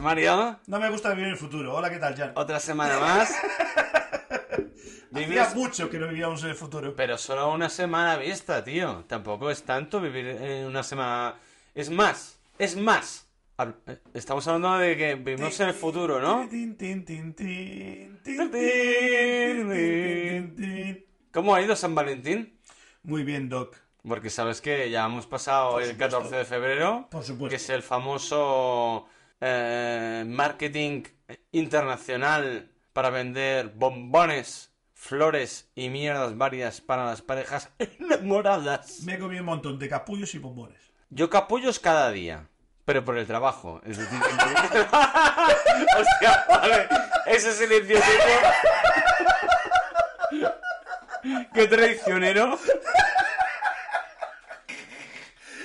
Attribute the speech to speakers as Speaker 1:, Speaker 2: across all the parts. Speaker 1: Mario.
Speaker 2: No me gusta vivir en el futuro. Hola, ¿qué tal, Jan?
Speaker 1: Otra semana más.
Speaker 2: Hacía
Speaker 1: Vives-
Speaker 2: mucho que no vivíamos en el futuro.
Speaker 1: Pero solo una semana vista, tío. Tampoco es tanto vivir en una semana. Es más, es más. Hab- eh, Estamos hablando de que vivimos en el futuro, ¿no?
Speaker 2: Tin, tin, tin, tin, tin, tin, tin, tin,
Speaker 1: ¿Cómo ha
Speaker 2: tin.
Speaker 1: ido San Valentín?
Speaker 2: Muy bien, Doc.
Speaker 1: Porque sabes que ya hemos pasado
Speaker 2: Por
Speaker 1: el
Speaker 2: supuesto.
Speaker 1: 14 de febrero,
Speaker 2: Por
Speaker 1: que
Speaker 2: supuesto.
Speaker 1: es el famoso eh, marketing internacional para vender bombones, flores y mierdas varias para las parejas enamoradas.
Speaker 2: Me he comido un montón de capullos y bombones.
Speaker 1: Yo capullos cada día, pero por el trabajo. Es decir, que- Hostia, vale. Ese silencio seco. Qué traicionero.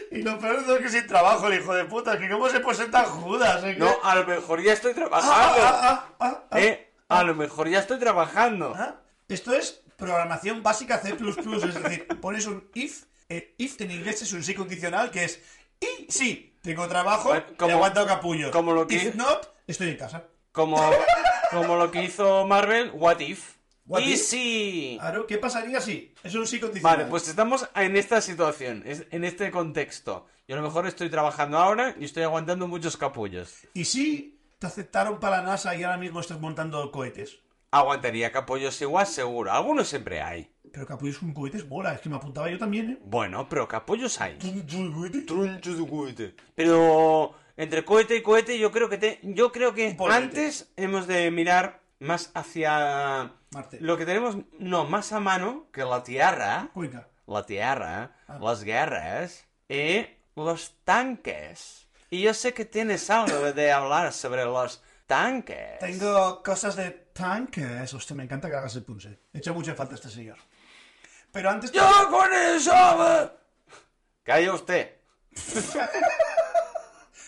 Speaker 2: Y lo peor de todo es que sin trabajo, el hijo de puta. Es que cómo se puede ser tan judas. eh, que-
Speaker 1: No, a lo mejor ya estoy
Speaker 2: Ah,
Speaker 1: trabajando.
Speaker 2: ah, ah, ah,
Speaker 1: Eh, a lo mejor ya estoy trabajando.
Speaker 2: ah. Esto es programación básica C++. Es decir, pones un if. eh, if en inglés es un sí condicional que es... Y sí, tengo trabajo
Speaker 1: Bueno, como-
Speaker 2: y aguanto capullos.
Speaker 1: como lo que-
Speaker 2: If not, estoy en casa.
Speaker 1: Como, como lo que hizo Marvel, What If.
Speaker 2: What
Speaker 1: y
Speaker 2: if?
Speaker 1: si.
Speaker 2: Claro, ¿qué pasaría si? Es un sí condicional.
Speaker 1: Vale, pues estamos en esta situación, es- en este contexto. Yo a lo mejor estoy trabajando ahora y estoy aguantando muchos capullos.
Speaker 2: ¿Y si te aceptaron para la NASA y ahora mismo estás montando cohetes?
Speaker 1: Aguantaría capullos igual, seguro. Algunos siempre hay.
Speaker 2: Pero capullos con cohetes mola, es que me apuntaba yo también, ¿eh?
Speaker 1: Bueno, pero capullos hay.
Speaker 2: Pero
Speaker 1: Tronchos de cohete. Pero entre cohete y cohete, yo creo que te, yo creo que
Speaker 2: Polvete.
Speaker 1: antes hemos de mirar más hacia
Speaker 2: Marte.
Speaker 1: lo que tenemos, no, más a mano que la tierra,
Speaker 2: Cuenca.
Speaker 1: la tierra,
Speaker 2: Ah.
Speaker 1: las guerras y los tanques. Y yo sé que tienes algo de hablar sobre los tanques.
Speaker 2: Tengo cosas de tanques. Hostia, me encanta que hagas el punse. He hecho mucha falta a este señor. Pero antes...
Speaker 1: Yo con eso. eh. Calla usted.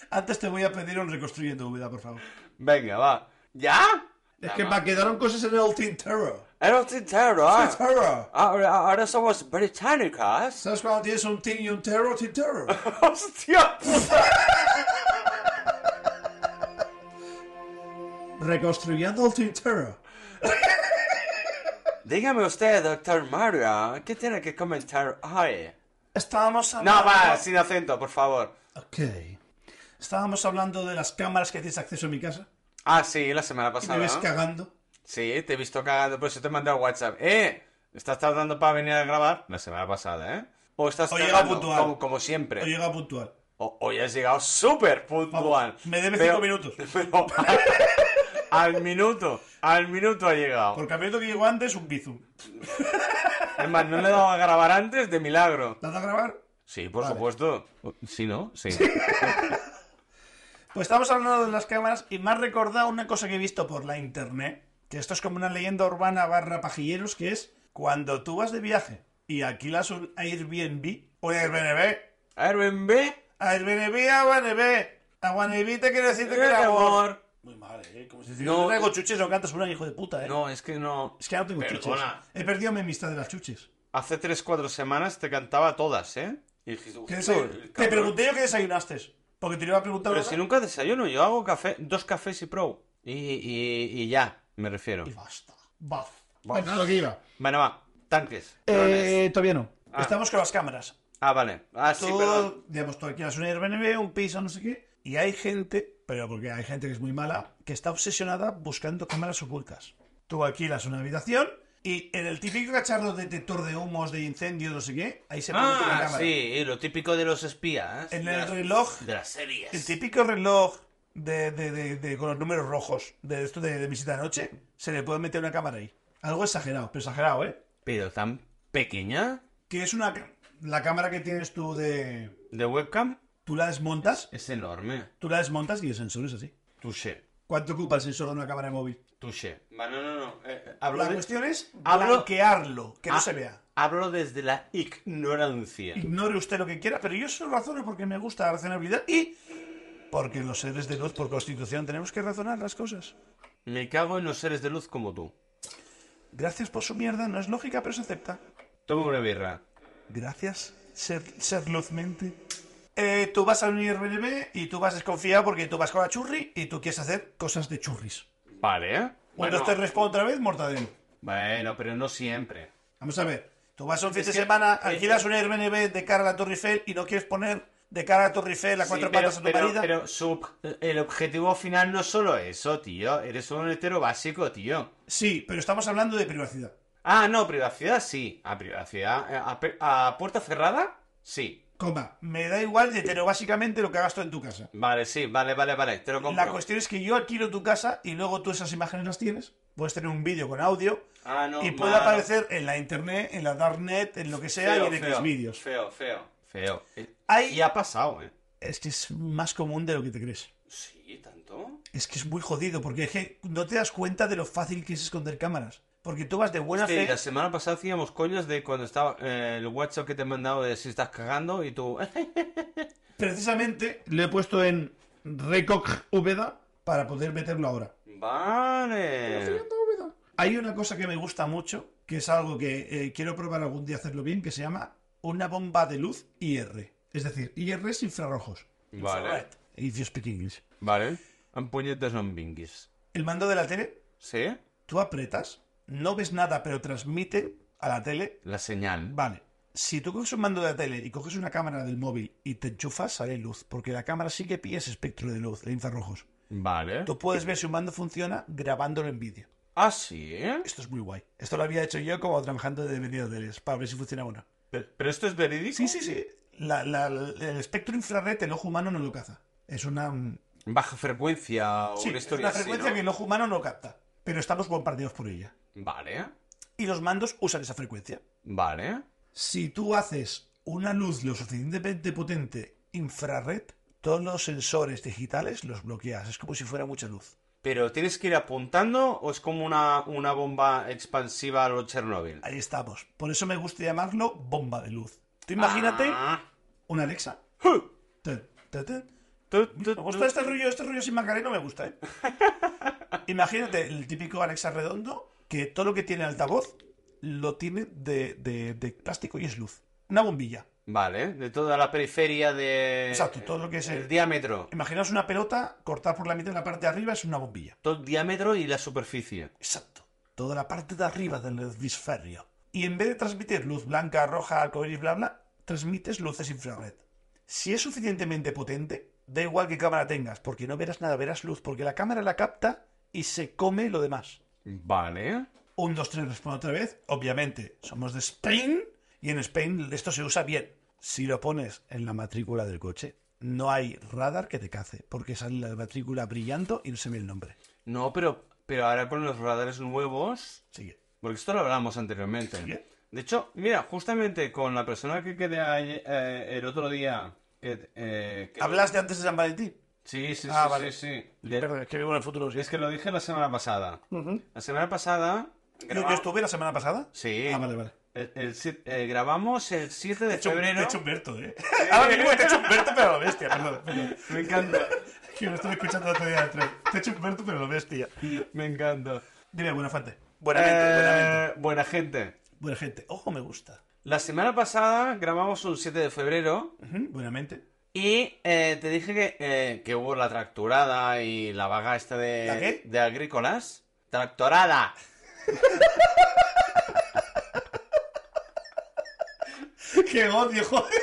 Speaker 2: Antes te voy a pedir un reconstruyendo vida, por favor.
Speaker 1: Venga, va. ¿Ya?
Speaker 2: Es que me quedaron cosas en el tintero.
Speaker 1: Era un tintero. ah.
Speaker 2: Tintero.
Speaker 1: Ahora, ahora somos británicas.
Speaker 2: ¿Sabes cuando tienes un tin y un tero? Tintero.
Speaker 1: ¡Hostia puta!
Speaker 2: Reconstruyendo el tintero.
Speaker 1: Dígame usted, doctor Mario, ¿qué tiene que comentar hoy?
Speaker 2: Estábamos hablando...
Speaker 1: No, va, sin acento, por favor.
Speaker 2: Ok. Estábamos hablando de las cámaras que tienes acceso a mi casa.
Speaker 1: Ah, sí, la semana
Speaker 2: Y me
Speaker 1: pasada.
Speaker 2: ves
Speaker 1: ¿no?
Speaker 2: cagando.
Speaker 1: Sí, te he visto cagando, por eso te he mandado WhatsApp. ¡Eh! ¿Estás tardando para venir a grabar? La semana pasada, ¿eh? ¿O estás
Speaker 2: O llega
Speaker 1: cagando,
Speaker 2: puntual.
Speaker 1: Como, como siempre.
Speaker 2: No llega puntual.
Speaker 1: O- hoy has llegado súper puntual.
Speaker 2: Vamos, me debe cinco minutos.
Speaker 1: Pero, al minuto, al minuto ha llegado.
Speaker 2: Porque al momento que llegó antes, un bizum.
Speaker 1: Es más, no le he dado a grabar antes de milagro.
Speaker 2: ¿Te has dado a grabar?
Speaker 1: Sí, por
Speaker 2: Vale.
Speaker 1: supuesto. Oh, Sí, ¿no? Sí.
Speaker 2: Pues estamos hablando de las cámaras y me has recordado una cosa que he visto por la internet. Que esto es como una leyenda urbana barra pajilleros, que es cuando tú vas de viaje y alquilas un Airbnb, un Airbnb,
Speaker 1: Airbnb,
Speaker 2: Airbnb, Airbnb, Airbnb te quiero decirte que el amor.
Speaker 1: amor.
Speaker 2: Muy mal, eh. Como si no,
Speaker 1: Eh, No.
Speaker 2: no traigo chuches, no cantas una, hijo de puta, eh.
Speaker 1: No, es que no.
Speaker 2: Es que ya no tengo
Speaker 1: Perdona.
Speaker 2: chuches. He perdido mi amistad de las chuches.
Speaker 1: Hace 3-4 semanas te cantaba todas, ¿eh? Y dijiste,
Speaker 2: ¿Qué
Speaker 1: "Uy,
Speaker 2: desayun-
Speaker 1: el
Speaker 2: Te
Speaker 1: cabrón".
Speaker 2: pregunté yo qué desayunaste. Porque te lo iba a preguntar.
Speaker 1: Pero
Speaker 2: ahora.
Speaker 1: si nunca desayuno, yo hago café, dos cafés y pro. Y, y- y ya, me refiero.
Speaker 2: Y basta. Baf.
Speaker 1: Baf.
Speaker 2: Bueno, lo que iba.
Speaker 1: Bueno, va, tanques. drones.
Speaker 2: Eh, todavía no.
Speaker 1: Ah.
Speaker 2: Estamos con las cámaras.
Speaker 1: Ah, vale. Ah, sí,
Speaker 2: Tú,
Speaker 1: perdón.
Speaker 2: digamos, tú alquilas un Airbnb, un piso, no sé qué. Y hay gente, pero porque hay gente que es muy mala, que está obsesionada buscando cámaras ocultas. Tú alquilas una habitación y en el típico cacharro detector de humos, de incendios, no sé qué, ahí se pone una
Speaker 1: Ah,
Speaker 2: cámara.
Speaker 1: sí, y lo típico de los espías.
Speaker 2: En
Speaker 1: de
Speaker 2: el
Speaker 1: las-
Speaker 2: reloj,
Speaker 1: de las series.
Speaker 2: el típico reloj de, de- de- de- con los números rojos de esto de, de visita de noche, se le puede meter una cámara ahí. Algo exagerado, pero exagerado, ¿eh?
Speaker 1: Pero tan pequeña,
Speaker 2: que es una ca- la cámara que tienes tú de
Speaker 1: de webcam,
Speaker 2: tú la desmontas
Speaker 1: es enorme.
Speaker 2: tú la desmontas y el sensor es así
Speaker 1: Touché.
Speaker 2: cuánto ocupa el sensor de una cámara de móvil
Speaker 1: Touché. Va, no, no, no. eh, eh, hablo,
Speaker 2: la
Speaker 1: de-
Speaker 2: cuestión es
Speaker 1: Hablo-
Speaker 2: blanquearlo que no
Speaker 1: Ah.
Speaker 2: se vea
Speaker 1: hablo desde la ignorancia.
Speaker 2: ignore usted lo que quiera pero yo solo razono porque me gusta la razonabilidad y porque los seres de luz por constitución tenemos que razonar las cosas
Speaker 1: Me cago en los seres de luz como tú.
Speaker 2: gracias por su mierda no es lógica pero se acepta
Speaker 1: Toma una birra.
Speaker 2: gracias ser, ser luzmente eh, tú vas al Airbnb y tú vas desconfiado porque tú vas con la churri y tú quieres hacer cosas de churris.
Speaker 1: Vale, ¿eh?
Speaker 2: Bueno, te respondo otra vez, Mortadelo.
Speaker 1: bueno, pero no siempre.
Speaker 2: Vamos a ver. Tú vas un fin
Speaker 1: Es
Speaker 2: de
Speaker 1: que-
Speaker 2: semana,
Speaker 1: es que-
Speaker 2: alquilas un Airbnb de cara a la Torre Eiffel y no quieres poner de cara a la Torre Eiffel a cuatro
Speaker 1: Sí,
Speaker 2: patas a tu marido.
Speaker 1: pero su- el objetivo final no es solo eso, tío. Eres un hetero básico, tío.
Speaker 2: Sí, pero estamos hablando de privacidad.
Speaker 1: Ah, no, privacidad sí. A privacidad. eh, A, pe- a puerta cerrada, sí.
Speaker 2: Coma, me da igual de hetero básicamente lo que hagas tú en tu casa.
Speaker 1: Vale, sí, vale, vale, vale. Te lo compro.
Speaker 2: La cuestión es que yo alquilo tu casa y luego tú esas imágenes las tienes. Puedes tener un vídeo con audio
Speaker 1: Ah, no,
Speaker 2: y puede
Speaker 1: malo.
Speaker 2: aparecer en la internet, en la darknet, en lo que sea
Speaker 1: Feo,
Speaker 2: y en
Speaker 1: feo,
Speaker 2: Xvideos. vídeos.
Speaker 1: Feo, feo. Feo. Eh,
Speaker 2: Hay-
Speaker 1: Y ha pasado, ¿eh?
Speaker 2: Es que es más común de lo que te crees.
Speaker 1: Sí, tanto.
Speaker 2: Es que es muy jodido porque es que no te das cuenta de lo fácil que es esconder cámaras. Porque tú vas de buena
Speaker 1: Sí,
Speaker 2: fe.
Speaker 1: la semana pasada hacíamos coños de cuando estaba eh, el WhatsApp que te he mandado de si estás cagando y tú. "Eh,
Speaker 2: Precisamente lo he puesto en Recoc Úbeda para poder meterlo ahora.
Speaker 1: Vale.
Speaker 2: Hay una cosa que me gusta mucho, que es algo que eh, quiero probar algún día hacerlo bien, que se llama una bomba de luz IR. Es decir, IR es infrarrojos.
Speaker 1: Vale.
Speaker 2: If you speak English.
Speaker 1: Vale. En puñetes son binguis.
Speaker 2: El mando de la tele,
Speaker 1: ¿Sí?
Speaker 2: tú apretas, no ves nada, pero transmite a la tele.
Speaker 1: La señal.
Speaker 2: Vale. Si tú coges un mando de la tele y coges una cámara del móvil y te enchufas, sale luz, porque la cámara sí que pilla ese espectro de luz, de infrarrojos.
Speaker 1: Vale.
Speaker 2: Tú puedes ver si un mando funciona grabándolo en vídeo.
Speaker 1: Ah, sí.
Speaker 2: Esto es muy guay. Esto lo había hecho yo como trabajando de venido de Les para ver si funciona bueno.
Speaker 1: Pero esto es verídico.
Speaker 2: Sí, sí, sí. La- la- el espectro infrarrojo el ojo humano no lo caza. Es una, mm,
Speaker 1: Baja frecuencia o
Speaker 2: sí,
Speaker 1: una
Speaker 2: es
Speaker 1: historia
Speaker 2: una
Speaker 1: así,
Speaker 2: frecuencia
Speaker 1: ¿no?
Speaker 2: que el ojo humano no capta. Pero estamos bombardeados por ella.
Speaker 1: Vale.
Speaker 2: Y los mandos usan esa frecuencia.
Speaker 1: Vale.
Speaker 2: Si tú haces una luz lo suficientemente potente infrared, todos los sensores digitales los bloqueas. Es como si fuera mucha luz.
Speaker 1: Pero tienes que ir apuntando o es como una, una bomba expansiva a lo Chernobyl.
Speaker 2: Ahí estamos. Por eso me gusta llamarlo bomba de luz. Tú imagínate
Speaker 1: Ah.
Speaker 2: una Alexa. Tun, tun, tun.
Speaker 1: Tu, tu,
Speaker 2: Me gusta
Speaker 1: tu.
Speaker 2: este rollo, este rollo sin Macarena me gusta, ¿eh? Imagínate el típico Alexa Redondo que todo lo que tiene altavoz lo tiene de, de- de plástico y es luz. Una bombilla.
Speaker 1: Vale, de toda la periferia de...
Speaker 2: Exacto, todo lo que es
Speaker 1: El
Speaker 2: el-
Speaker 1: diámetro.
Speaker 2: Imaginaos una pelota, cortar por la mitad la parte de arriba es una bombilla.
Speaker 1: Todo el diámetro y la superficie.
Speaker 2: Exacto. Toda la parte de arriba del hemisferio. Y en vez de transmitir luz blanca, roja, arcoíris, bla, bla, transmites luces infrared. Si es suficientemente potente, da igual qué cámara tengas, porque no verás nada, verás luz, porque la cámara la capta y se come lo demás.
Speaker 1: Vale.
Speaker 2: Un, dos, tres, respondo otra vez. Obviamente, somos de Spain y en Spain esto se usa bien. Si lo pones en la matrícula del coche, no hay radar que te cace, porque sale la matrícula brillando y no se ve el nombre.
Speaker 1: No, pero, pero ahora con los radares nuevos...
Speaker 2: Sigue.
Speaker 1: Porque esto lo hablamos anteriormente.
Speaker 2: Sí.
Speaker 1: De hecho, mira, justamente con la persona que quedé ayer- eh, el otro día... que- eh, que-
Speaker 2: ¿Hablaste antes de San Valentín?
Speaker 1: Sí, sí,
Speaker 2: Ah,
Speaker 1: sí,
Speaker 2: vale.
Speaker 1: sí, sí. De-
Speaker 2: Perdón, es que vivo en el futuro. sí.
Speaker 1: Es que lo dije la semana pasada.
Speaker 2: Ujú.
Speaker 1: La semana pasada...
Speaker 2: Yo, yo
Speaker 1: grabamos-
Speaker 2: estuve la semana pasada.
Speaker 1: Sí.
Speaker 2: Ah, vale, vale.
Speaker 1: El- el si- eh, grabamos el 7 de febrero.
Speaker 2: Te he hecho Humberto, ¿eh? Ahora mismo te he hecho Humberto, pero a lo bestia. Perdón, perdón.
Speaker 1: Me encanta.
Speaker 2: Que lo estuve escuchando el otro día en el tren. Te he hecho Humberto, pero a lo bestia.
Speaker 1: Me encanta.
Speaker 2: Dime, buena fuente.
Speaker 1: Eh,
Speaker 2: buenamente.
Speaker 1: buena gente.
Speaker 2: Buena gente. Ojo, me gusta.
Speaker 1: La semana pasada grabamos un 7 de febrero
Speaker 2: Ujú, Buenamente.
Speaker 1: y eh, te dije que, eh, que hubo la tracturada y la vaga esta de,
Speaker 2: ¿La qué?
Speaker 1: de agrícolas. ¡Tractorada!
Speaker 2: ¡Qué odio, joder!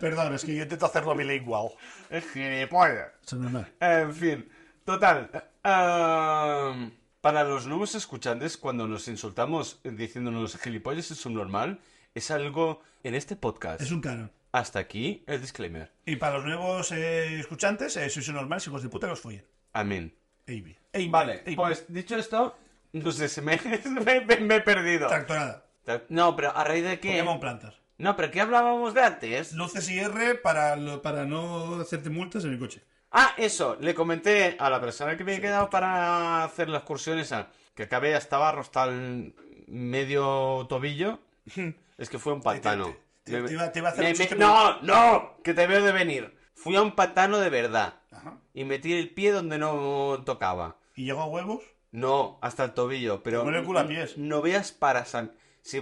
Speaker 2: Perdón, es que yo intento hacerlo bilingüe.
Speaker 1: Es gilipollas.
Speaker 2: Eso no es normal.
Speaker 1: En fin, total. Am, para los nuevos escuchantes, cuando nos insultamos diciéndonos gilipollas es subnormal, es algo en este podcast.
Speaker 2: Es un canon.
Speaker 1: Hasta aquí el disclaimer.
Speaker 2: Y para los nuevos eh, escuchantes, eh, sois normales, hijos de puta, que os follen.
Speaker 1: Amén.
Speaker 2: Amy.
Speaker 1: Vale, pues dicho esto, no sé, se me, me- me- me he perdido.
Speaker 2: Tractorada.
Speaker 1: No, pero a raíz de qué.
Speaker 2: Pokémon plantas.
Speaker 1: No, pero ¿qué hablábamos de antes?
Speaker 2: Luces IR para, lo- para no hacerte multas en el coche.
Speaker 1: Ah, eso, le comenté a la persona que me he quedado para hacer la excursión esa, que acabé hasta barro, hasta el medio tobillo. Es que fue un pantano.
Speaker 2: Te- te-
Speaker 1: Me-
Speaker 2: te iba- te iba a hacer
Speaker 1: me-
Speaker 2: un chiste,
Speaker 1: me- No, no, que te veo de venir. Fui a un pantano de verdad
Speaker 2: Ajá.
Speaker 1: y metí el pie donde no tocaba.
Speaker 2: ¿Y llegó a huevos?
Speaker 1: No, hasta el tobillo, pero.
Speaker 2: Te muere el culo a pies.
Speaker 1: No veas para San. Sí,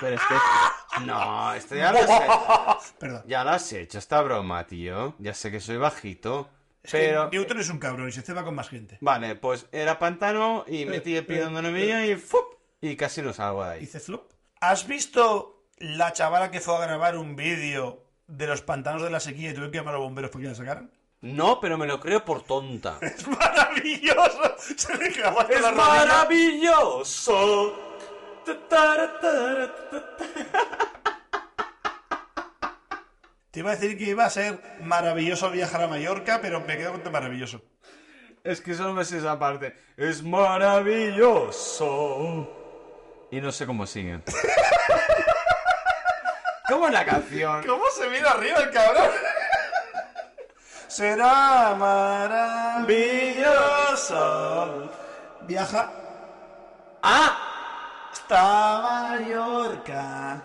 Speaker 1: pero es que. No, esto ya lo has
Speaker 2: Perdón.
Speaker 1: Ya lo has hecho, esta broma, tío. Ya sé que soy bajito.
Speaker 2: Es que
Speaker 1: Pero.
Speaker 2: Newton es un cabrón y se ceba con más gente.
Speaker 1: Vale, pues era pantano y metí el pie donde no veía y ¡fup! Y casi no salgo de ahí.
Speaker 2: Dice Flop. ¿Has visto la chavala que fue a grabar un vídeo de los pantanos de la sequía y tuvieron que llamar a los bomberos porque la sacaran?
Speaker 1: No, pero me lo creo por tonta.
Speaker 2: ¡Es maravilloso! Se le clavó en la
Speaker 1: ¡Es
Speaker 2: rodilla.
Speaker 1: maravilloso!
Speaker 2: Te iba a decir que iba a ser maravilloso viajar a Mallorca, pero me quedo con tu maravilloso.
Speaker 1: Es que solo me sé esa parte. ¡Es maravilloso! Y no sé cómo siguen. ¿Cómo es la canción?
Speaker 2: ¿Cómo se mira arriba el cabrón? Será maravilloso. Viaja
Speaker 1: ¡Ah!
Speaker 2: hasta Mallorca.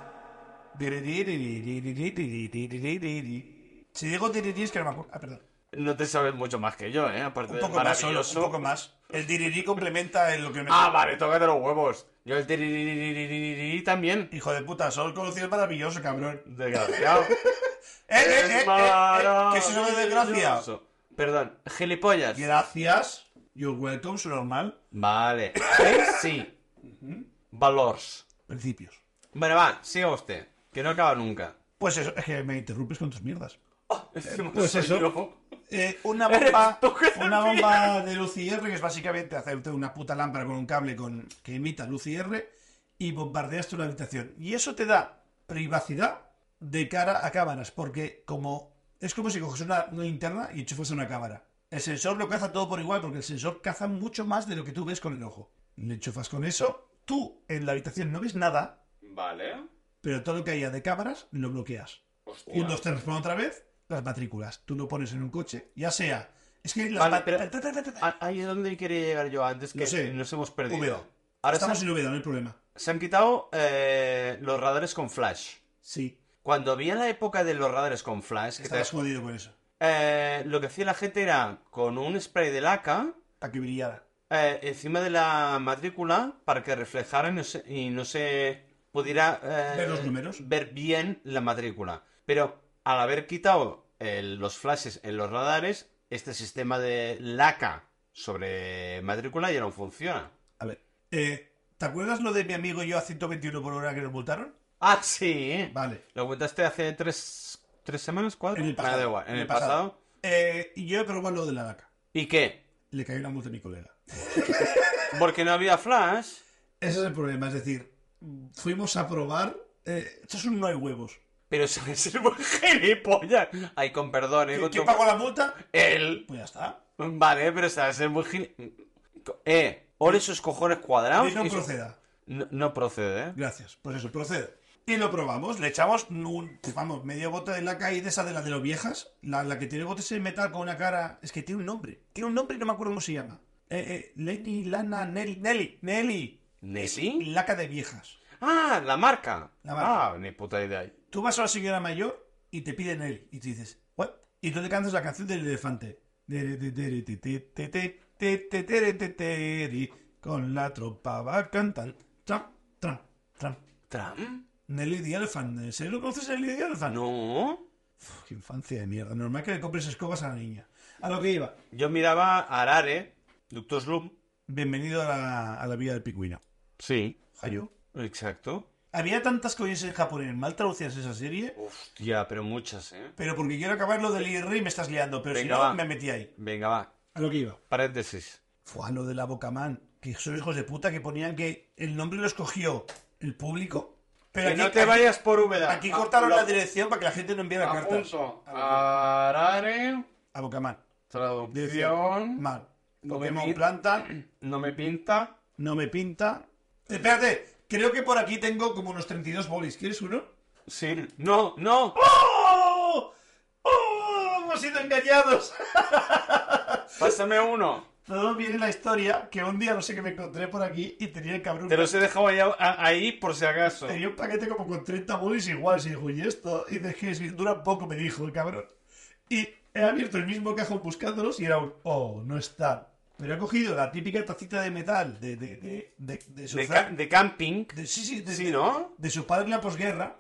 Speaker 2: Diriririririririririririri. Si digo diriri es que no me acuerdo. Ah, perdón.
Speaker 1: No te sabes mucho más que yo, ¿eh? Aparte
Speaker 2: Un
Speaker 1: de
Speaker 2: poco más solo,
Speaker 1: maravilloso.
Speaker 2: un poco más. El diriri complementa el lo que me...
Speaker 1: Ah, vale, tócate los huevos. Yo el tiriririririri también.
Speaker 2: Hijo de puta, solo conocí el maravilloso, cabrón.
Speaker 1: Desgraciado.
Speaker 2: ¡Eh, eh, eh! eh,
Speaker 1: Es
Speaker 2: eh, ¿Qué es eso de desgracia?
Speaker 1: maravilloso. Perdón, gilipollas.
Speaker 2: Gracias. You're welcome, su normal.
Speaker 1: Vale. ¿Eh? Sí. Valors.
Speaker 2: Principios.
Speaker 1: Bueno, va, siga usted. Que no acaba nunca.
Speaker 2: Pues eso, es que me interrumpes con tus mierdas.
Speaker 1: Pues
Speaker 2: eso. Eh, una
Speaker 1: Eres
Speaker 2: bomba,
Speaker 1: tú que te
Speaker 2: una bomba de luz y R, que es básicamente hacerte una puta lámpara con un cable con, que emita luz y R y bombardeas tu habitación. Y eso te da privacidad de cara a cámaras, porque como es como si coges una, una linterna y enchufas a una cámara. El sensor lo caza todo por igual, porque el sensor caza mucho más de lo que tú ves con el ojo. Le enchufas con eso, tú en la habitación no ves nada,
Speaker 1: Vale.
Speaker 2: pero todo lo que haya de cámaras lo bloqueas.
Speaker 1: Hostia.
Speaker 2: Un, dos, tres, pon otra vez las matrículas. Tú lo pones en un coche, ya sea. Es que las
Speaker 1: Vale,
Speaker 2: ma-
Speaker 1: pero-
Speaker 2: ta- ta- ta- ta- ta-
Speaker 1: A- Ah, Ahí es donde quería llegar yo antes, que
Speaker 2: No sé.
Speaker 1: nos hemos perdido.
Speaker 2: Húmedo.
Speaker 1: Ahora se
Speaker 2: Estamos
Speaker 1: han,
Speaker 2: en Úbeda, no hay problema.
Speaker 1: se han quitado eh, los radares con flash.
Speaker 2: Sí,
Speaker 1: Cuando había la época de los radares con flash, que te
Speaker 2: estabas jodido con eso.
Speaker 1: Eh, lo que hacía la gente era con un spray de laca
Speaker 2: Para que brillara.
Speaker 1: eh, encima de la matrícula para que reflejara y no se, y no se pudiera eh,
Speaker 2: Ver los números.
Speaker 1: ver bien la matrícula. Pero al haber quitado eh, los flashes en los radares, este sistema de laca sobre matrícula ya no funciona.
Speaker 2: A ver. eh, ¿Te acuerdas lo de mi amigo y yo a 121 por hora que nos multaron?
Speaker 1: Ah, sí.
Speaker 2: Vale.
Speaker 1: Lo contaste hace tres, tres semanas, cuatro.
Speaker 2: En el
Speaker 1: Me da
Speaker 2: pasado,
Speaker 1: igual, en
Speaker 2: en
Speaker 1: el
Speaker 2: el pasado.
Speaker 1: pasado.
Speaker 2: Eh, y yo he probado lo de la laca.
Speaker 1: ¿Y qué?
Speaker 2: Le cayó una multa a mi colega.
Speaker 1: Porque no había flash.
Speaker 2: Ese es el problema, es decir, fuimos a probar. eh, esto es un no hay huevos.
Speaker 1: Pero se me sirve un gilipollas. Ay, con perdón, eh.
Speaker 2: ¿Qui-
Speaker 1: con
Speaker 2: ¿Quién
Speaker 1: tu-
Speaker 2: pagó la multa?
Speaker 1: Él.
Speaker 2: Pues ya está.
Speaker 1: Vale, pero se va a ser muy gilipollas. Eh, ole sus cojones cuadrados.
Speaker 2: Y no
Speaker 1: y su-
Speaker 2: proceda.
Speaker 1: No, no procede, eh.
Speaker 2: Gracias, pues eso, procede. Y lo probamos, le echamos un, pues vamos, medio bote de laca y de esa de las de los viejas, la, la que tiene botes de metal con una cara, es que tiene un nombre, tiene un nombre y no me acuerdo cómo se llama. Eh, eh, Lenny, Lana, Nelly, Nelly, Nelly,
Speaker 1: ¿Nessie?
Speaker 2: laca de viejas.
Speaker 1: Ah, la marca.
Speaker 2: La marca.
Speaker 1: Ah, ni puta idea.
Speaker 2: Tú vas a la señora mayor y te pide Nelly y te dices, ¿what? Y tú le cantas la canción del elefante. Con la tropa va cantan. Tram, tram, tram.
Speaker 1: ¿Tram?
Speaker 2: Nelly the Elephant, ¿en serio conoces Nelly the Elephant?
Speaker 1: No.
Speaker 2: Qué infancia de mierda. Normal que le compres escobas a la niña. A lo que iba.
Speaker 1: Yo miraba a Arare, Doctor Slum.
Speaker 2: Bienvenido a la, a la vida del pingüino.
Speaker 1: Sí.
Speaker 2: Hayo.
Speaker 1: Exacto.
Speaker 2: Había tantas coñas en japonés mal traducidas esa serie,
Speaker 1: Hostia, pero muchas, eh.
Speaker 2: pero porque quiero acabar lo del IR y me estás liando, pero
Speaker 1: Venga,
Speaker 2: si no,
Speaker 1: va.
Speaker 2: me metí ahí.
Speaker 1: Venga, va.
Speaker 2: A lo que iba.
Speaker 1: Paréntesis.
Speaker 2: Fue a lo de la Bocamán, que son hijos de puta que ponían que el nombre lo escogió el público. Pero
Speaker 1: Que
Speaker 2: aquí,
Speaker 1: no te
Speaker 2: aquí-
Speaker 1: vayas por Úbeda.
Speaker 2: aquí cortaron
Speaker 1: Ah,
Speaker 2: la dirección para que la gente no enviara cartas.
Speaker 1: Apunto. Arare.
Speaker 2: A Bocamán. Dirección.
Speaker 1: Traducción.
Speaker 2: Mal.
Speaker 1: No
Speaker 2: No
Speaker 1: me
Speaker 2: me
Speaker 1: pin-
Speaker 2: plantan,
Speaker 1: No me pinta.
Speaker 2: no me pinta. Espérate, creo que por aquí tengo como unos 32 bolis. ¿Quieres uno?
Speaker 1: Sí. No, no.
Speaker 2: ¡Oh! ¡Oh! Hemos sido engañados.
Speaker 1: Pásame uno.
Speaker 2: Todo viene la historia que un día no sé qué me encontré por aquí y tenía el cabrón.
Speaker 1: Te los he dejado ahí, a- ahí por si acaso.
Speaker 2: Tenía un paquete como con 30 bolis igual. Se dijo, ¿y esto? Y dejé, si dura poco, me dijo el cabrón. Y he abierto el mismo cajón buscándolos y era un, oh, no están. Pero he cogido la típica tacita de metal de, de, de, de, de su
Speaker 1: De,
Speaker 2: fra-
Speaker 1: ca- de camping.
Speaker 2: de- sí, sí, de,
Speaker 1: Sí, ¿no?
Speaker 2: de su padre en la posguerra.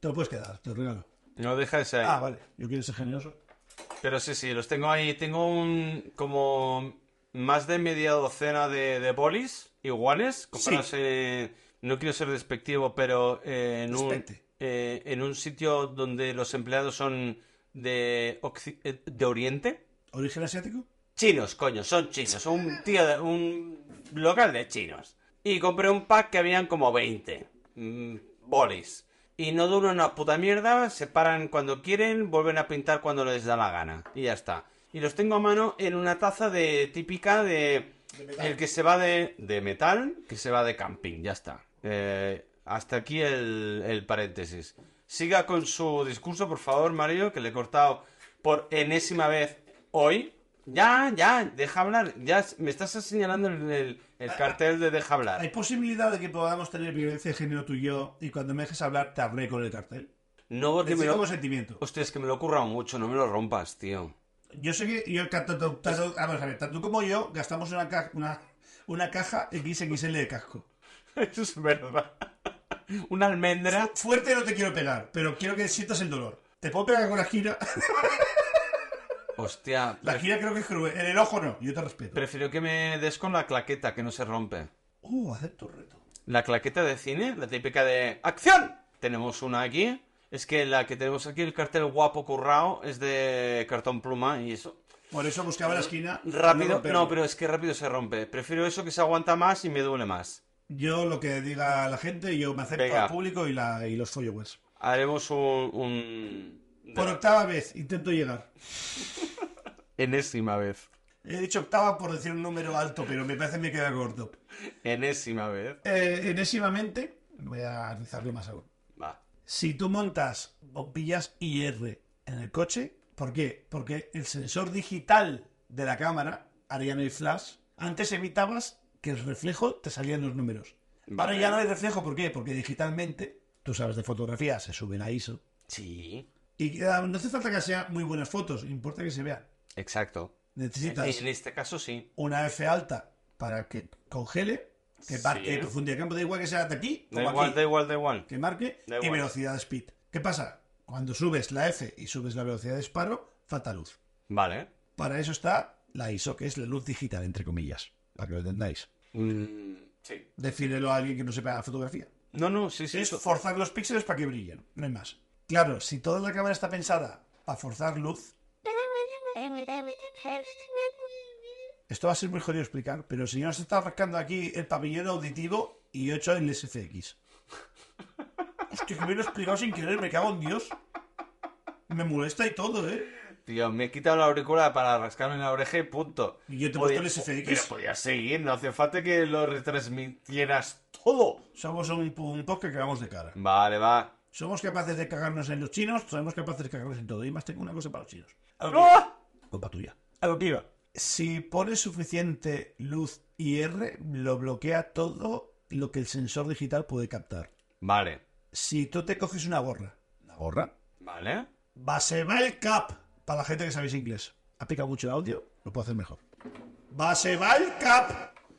Speaker 2: Te lo puedes quedar, te lo regalo.
Speaker 1: No dejes ahí.
Speaker 2: Ah, vale. Yo quiero ser generoso.
Speaker 1: Pero sí, sí, los tengo ahí. Tengo un. como. más de media docena de, de bolis iguales. Comprados en- No quiero ser despectivo, pero eh, en, un,
Speaker 2: Despecte.
Speaker 1: eh, en un sitio donde los empleados son de, occi- eh, de Oriente.
Speaker 2: ¿Origen asiático?
Speaker 1: Chinos, coño, son chinos. Son un tío de un local de chinos. Y compré un pack que habían como 20 mm, bolis. Y no duran una puta mierda, se paran cuando quieren, vuelven a pintar cuando les da la gana. Y ya está. Y los tengo a mano en una taza de típica de... el que se va de, de metal, que se va de camping, ya está. Eh, hasta aquí el, el paréntesis. Siga con su discurso, por favor, Mario, que le he cortado por enésima vez hoy. Ya, ya, deja hablar. Ya s- me estás señalando el, el- el cartel de deja
Speaker 2: ¿Hay
Speaker 1: hablar.
Speaker 2: posibilidad de que podamos tener violencia de género tú y yo y cuando me dejes hablar te hablé con el cartel?
Speaker 1: No porque me
Speaker 2: Decir como
Speaker 1: lo...
Speaker 2: sentimiento.
Speaker 1: Hostia, es que me lo he currado mucho, no me lo rompas, tío.
Speaker 2: Yo sé que yo, tanto, tanto- tanto- vamos a ver, tanto tú como yo gastamos una, ca- una, una caja XXL de casco.
Speaker 1: Eso es verdad. Una almendra.
Speaker 2: Fuerte no te quiero pegar, pero quiero que sientas el dolor. Te puedo pegar con la gira.
Speaker 1: Hostia,
Speaker 2: La gira creo que es cruel. En el ojo no, yo te respeto.
Speaker 1: prefiero que me des con la claqueta, que no se rompe.
Speaker 2: Uh, acepto el reto.
Speaker 1: La claqueta de cine, la típica de ¡Acción! Tenemos una aquí. Es que la que tenemos aquí, el cartel guapo currao, es de cartón pluma y eso.
Speaker 2: Por eso buscaba la esquina. no
Speaker 1: Rápido,
Speaker 2: romperlo.
Speaker 1: no, pero es que rápido se rompe. Prefiero eso que se aguanta más y me duele más.
Speaker 2: Yo lo que diga la gente, yo me acepto
Speaker 1: Venga.
Speaker 2: al público y, la, y los followers.
Speaker 1: Haremos un. un-
Speaker 2: Por octava vez intento llegar.
Speaker 1: Enésima vez.
Speaker 2: He dicho octava por decir un número alto, pero me parece que me queda corto.
Speaker 1: Enésima vez.
Speaker 2: Eh, enésimamente, voy a rizarlo más aún.
Speaker 1: Va.
Speaker 2: Si tú montas bombillas IR en el coche, ¿por qué? Porque el sensor digital de la cámara, ahora ya no hay flash, antes evitabas que el reflejo te salían los números. Ahora
Speaker 1: Vale.
Speaker 2: ya no hay reflejo, ¿por qué? Porque digitalmente, tú sabes de fotografía, se suben a ISO.
Speaker 1: Sí,
Speaker 2: Y queda- no hace falta que sean muy buenas fotos, importa que se vean.
Speaker 1: exacto.
Speaker 2: Necesitas
Speaker 1: En este caso sí.
Speaker 2: una F alta para que congele, que
Speaker 1: Sí.
Speaker 2: marque profundidad de campo, da igual que sea de aquí
Speaker 1: Da
Speaker 2: o
Speaker 1: igual,
Speaker 2: aquí.
Speaker 1: da igual, da igual.
Speaker 2: que marque
Speaker 1: Da
Speaker 2: y
Speaker 1: igual.
Speaker 2: velocidad speed. ¿Qué pasa? Cuando subes la F y subes la velocidad de disparo, falta luz.
Speaker 1: Vale.
Speaker 2: Para eso está la ISO, que es la luz digital, entre comillas, para que lo entendáis.
Speaker 1: Mm, sí.
Speaker 2: Decídelo a alguien que no sepa la fotografía.
Speaker 1: No, no, sí, sí.
Speaker 2: Es
Speaker 1: to-
Speaker 2: forzar los píxeles para que brillen, no hay más. Claro, si toda la cámara está pensada para forzar luz, esto va a ser muy jodido explicar, pero el señor se está rascando aquí el pabellón auditivo y yo he hecho el SFX. Hostia, que me lo he explicado sin querer, me cago en Dios. Me molesta y todo, ¿eh?
Speaker 1: Tío, me he quitado la auricular para rascarme la oreja y punto.
Speaker 2: Y yo te
Speaker 1: Podía-
Speaker 2: muestro el SFX.
Speaker 1: Pero podías seguir, no hace falta que lo retransmitieras todo.
Speaker 2: Somos un, un podcast que cagamos de cara.
Speaker 1: Vale, va.
Speaker 2: Somos capaces de cagarnos en los chinos, somos capaces de cagarnos en todo. Y más tengo una cosa para los chinos.
Speaker 1: ¡Ah!
Speaker 2: Copa tuya. Si pones suficiente luz IR, lo bloquea todo lo que el sensor digital puede captar.
Speaker 1: Vale,
Speaker 2: Si tú te coges una gorra, ¿una gorra?
Speaker 1: vale.
Speaker 2: Baseball Cup. Para la gente que sabéis inglés. Ha picado mucho el audio, lo puedo hacer mejor. Baseball Cup.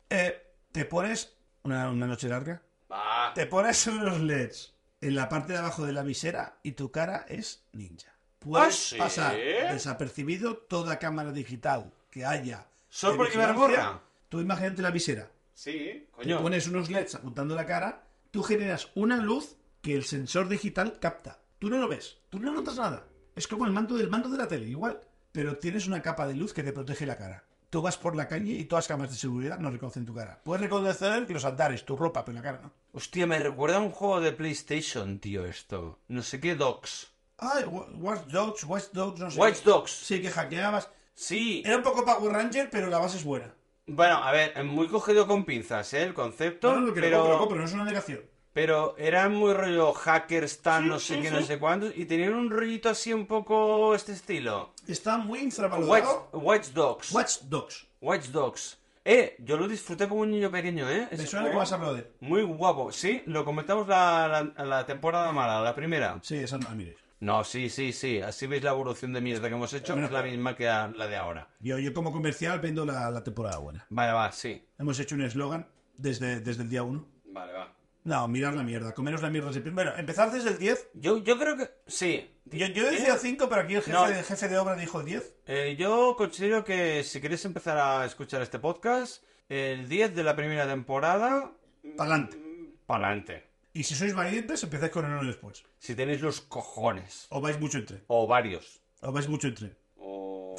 Speaker 2: Eh, te pones una- una noche larga,
Speaker 1: Va.
Speaker 2: Te pones unos LEDs en la parte de abajo de la visera y tu cara es ninja. Puedes
Speaker 1: ¿Ah, sí?
Speaker 2: pasar desapercibido toda cámara digital que haya.
Speaker 1: ¿Solo
Speaker 2: de
Speaker 1: porque me
Speaker 2: vigilancia.
Speaker 1: borra?
Speaker 2: Tú imagínate la visera.
Speaker 1: Sí,
Speaker 2: Te pones unos LEDs apuntando la cara. Tú generas una luz que el sensor digital capta. Tú no lo ves. Tú no notas nada. Es como el manto del manto de la tele, igual. Pero tienes una capa de luz que te protege la cara. Tú vas por la calle y todas las cámaras de seguridad no reconocen tu cara. Puedes reconocer los andares, tu ropa, pero la cara no.
Speaker 1: Hostia, me recuerda a un juego de PlayStation, tío, esto. No sé qué Dogs.
Speaker 2: Ah, Wa- Watch Dogs, Watch Dogs, no sé.
Speaker 1: Watch Dogs.
Speaker 2: Sí, que hackeabas.
Speaker 1: Sí.
Speaker 2: Era un poco Power Ranger, pero la base es buena.
Speaker 1: Bueno, a ver, muy cogido con pinzas, ¿eh? El concepto.
Speaker 2: No, no, que lo
Speaker 1: pero...
Speaker 2: compro, lo compro, no es una negación.
Speaker 1: Pero eran muy rollo hackers, tan
Speaker 2: Sí,
Speaker 1: no sé
Speaker 2: sí,
Speaker 1: qué,
Speaker 2: sí.
Speaker 1: no sé cuántos, y tenían un rollito así un poco este estilo.
Speaker 2: Está muy
Speaker 1: Watch,
Speaker 2: infravalorado.
Speaker 1: Watch Dogs.
Speaker 2: Watch Dogs.
Speaker 1: Watch Dogs. Eh, yo lo disfruté como un niño pequeño, ¿eh?
Speaker 2: Me
Speaker 1: Ese
Speaker 2: suena que
Speaker 1: juego.
Speaker 2: vas a hablar de él.
Speaker 1: Muy guapo. Sí, lo comentamos la, la- la temporada mala, la primera.
Speaker 2: Sí, esa no, ah, mire.
Speaker 1: No, sí, sí, sí. Así veis la evolución de mierda que hemos hecho, es la misma que a- la de ahora.
Speaker 2: Yo, yo como comercial vendo la, la temporada buena.
Speaker 1: Vale, va, sí.
Speaker 2: Hemos hecho un eslogan desde, desde el día 1.
Speaker 1: Vale, va.
Speaker 2: No, mirar la mierda, comeros la mierda. siempre. Bueno, empezar desde el 10.
Speaker 1: Yo, yo creo que. Sí.
Speaker 2: Yo, yo decía 5, pero aquí el
Speaker 1: Eh,
Speaker 2: jefe,
Speaker 1: No.
Speaker 2: el jefe de obra dijo 10.
Speaker 1: Eh, yo considero que si queréis empezar a escuchar este podcast, el 10 de la primera temporada,
Speaker 2: Pa'lante.
Speaker 1: pa'lante.
Speaker 2: Y si sois valientes, empezáis con el 1 después.
Speaker 1: Si tenéis los cojones.
Speaker 2: O vais mucho en tren.
Speaker 1: O varios.
Speaker 2: O vais mucho en tren.
Speaker 1: O...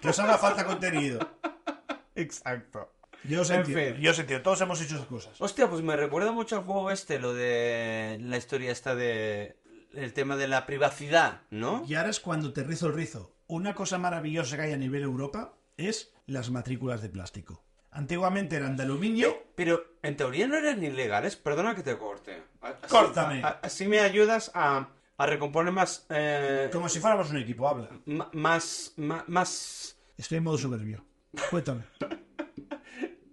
Speaker 2: Que os haga falta contenido.
Speaker 1: Exacto.
Speaker 2: Yo os
Speaker 1: En
Speaker 2: entiendo.
Speaker 1: fin.
Speaker 2: Yo os entiendo. Todos hemos hecho esas cosas.
Speaker 1: Hostia, pues me recuerda mucho al juego este, lo de la historia esta de... El tema de la privacidad, ¿no?
Speaker 2: Y ahora es cuando te rizo el rizo. Una cosa maravillosa que hay a nivel Europa es las matrículas de plástico. Antiguamente eran de aluminio.
Speaker 1: Pero en teoría no eran ilegales, perdona que te corte. A- así-
Speaker 2: Córtame.
Speaker 1: a- Así me ayudas a, a recomponer más, eh,
Speaker 2: Como si fuéramos un equipo, habla.
Speaker 1: ma- más, ma- más...
Speaker 2: Estoy en modo soberbio. Cuéntame.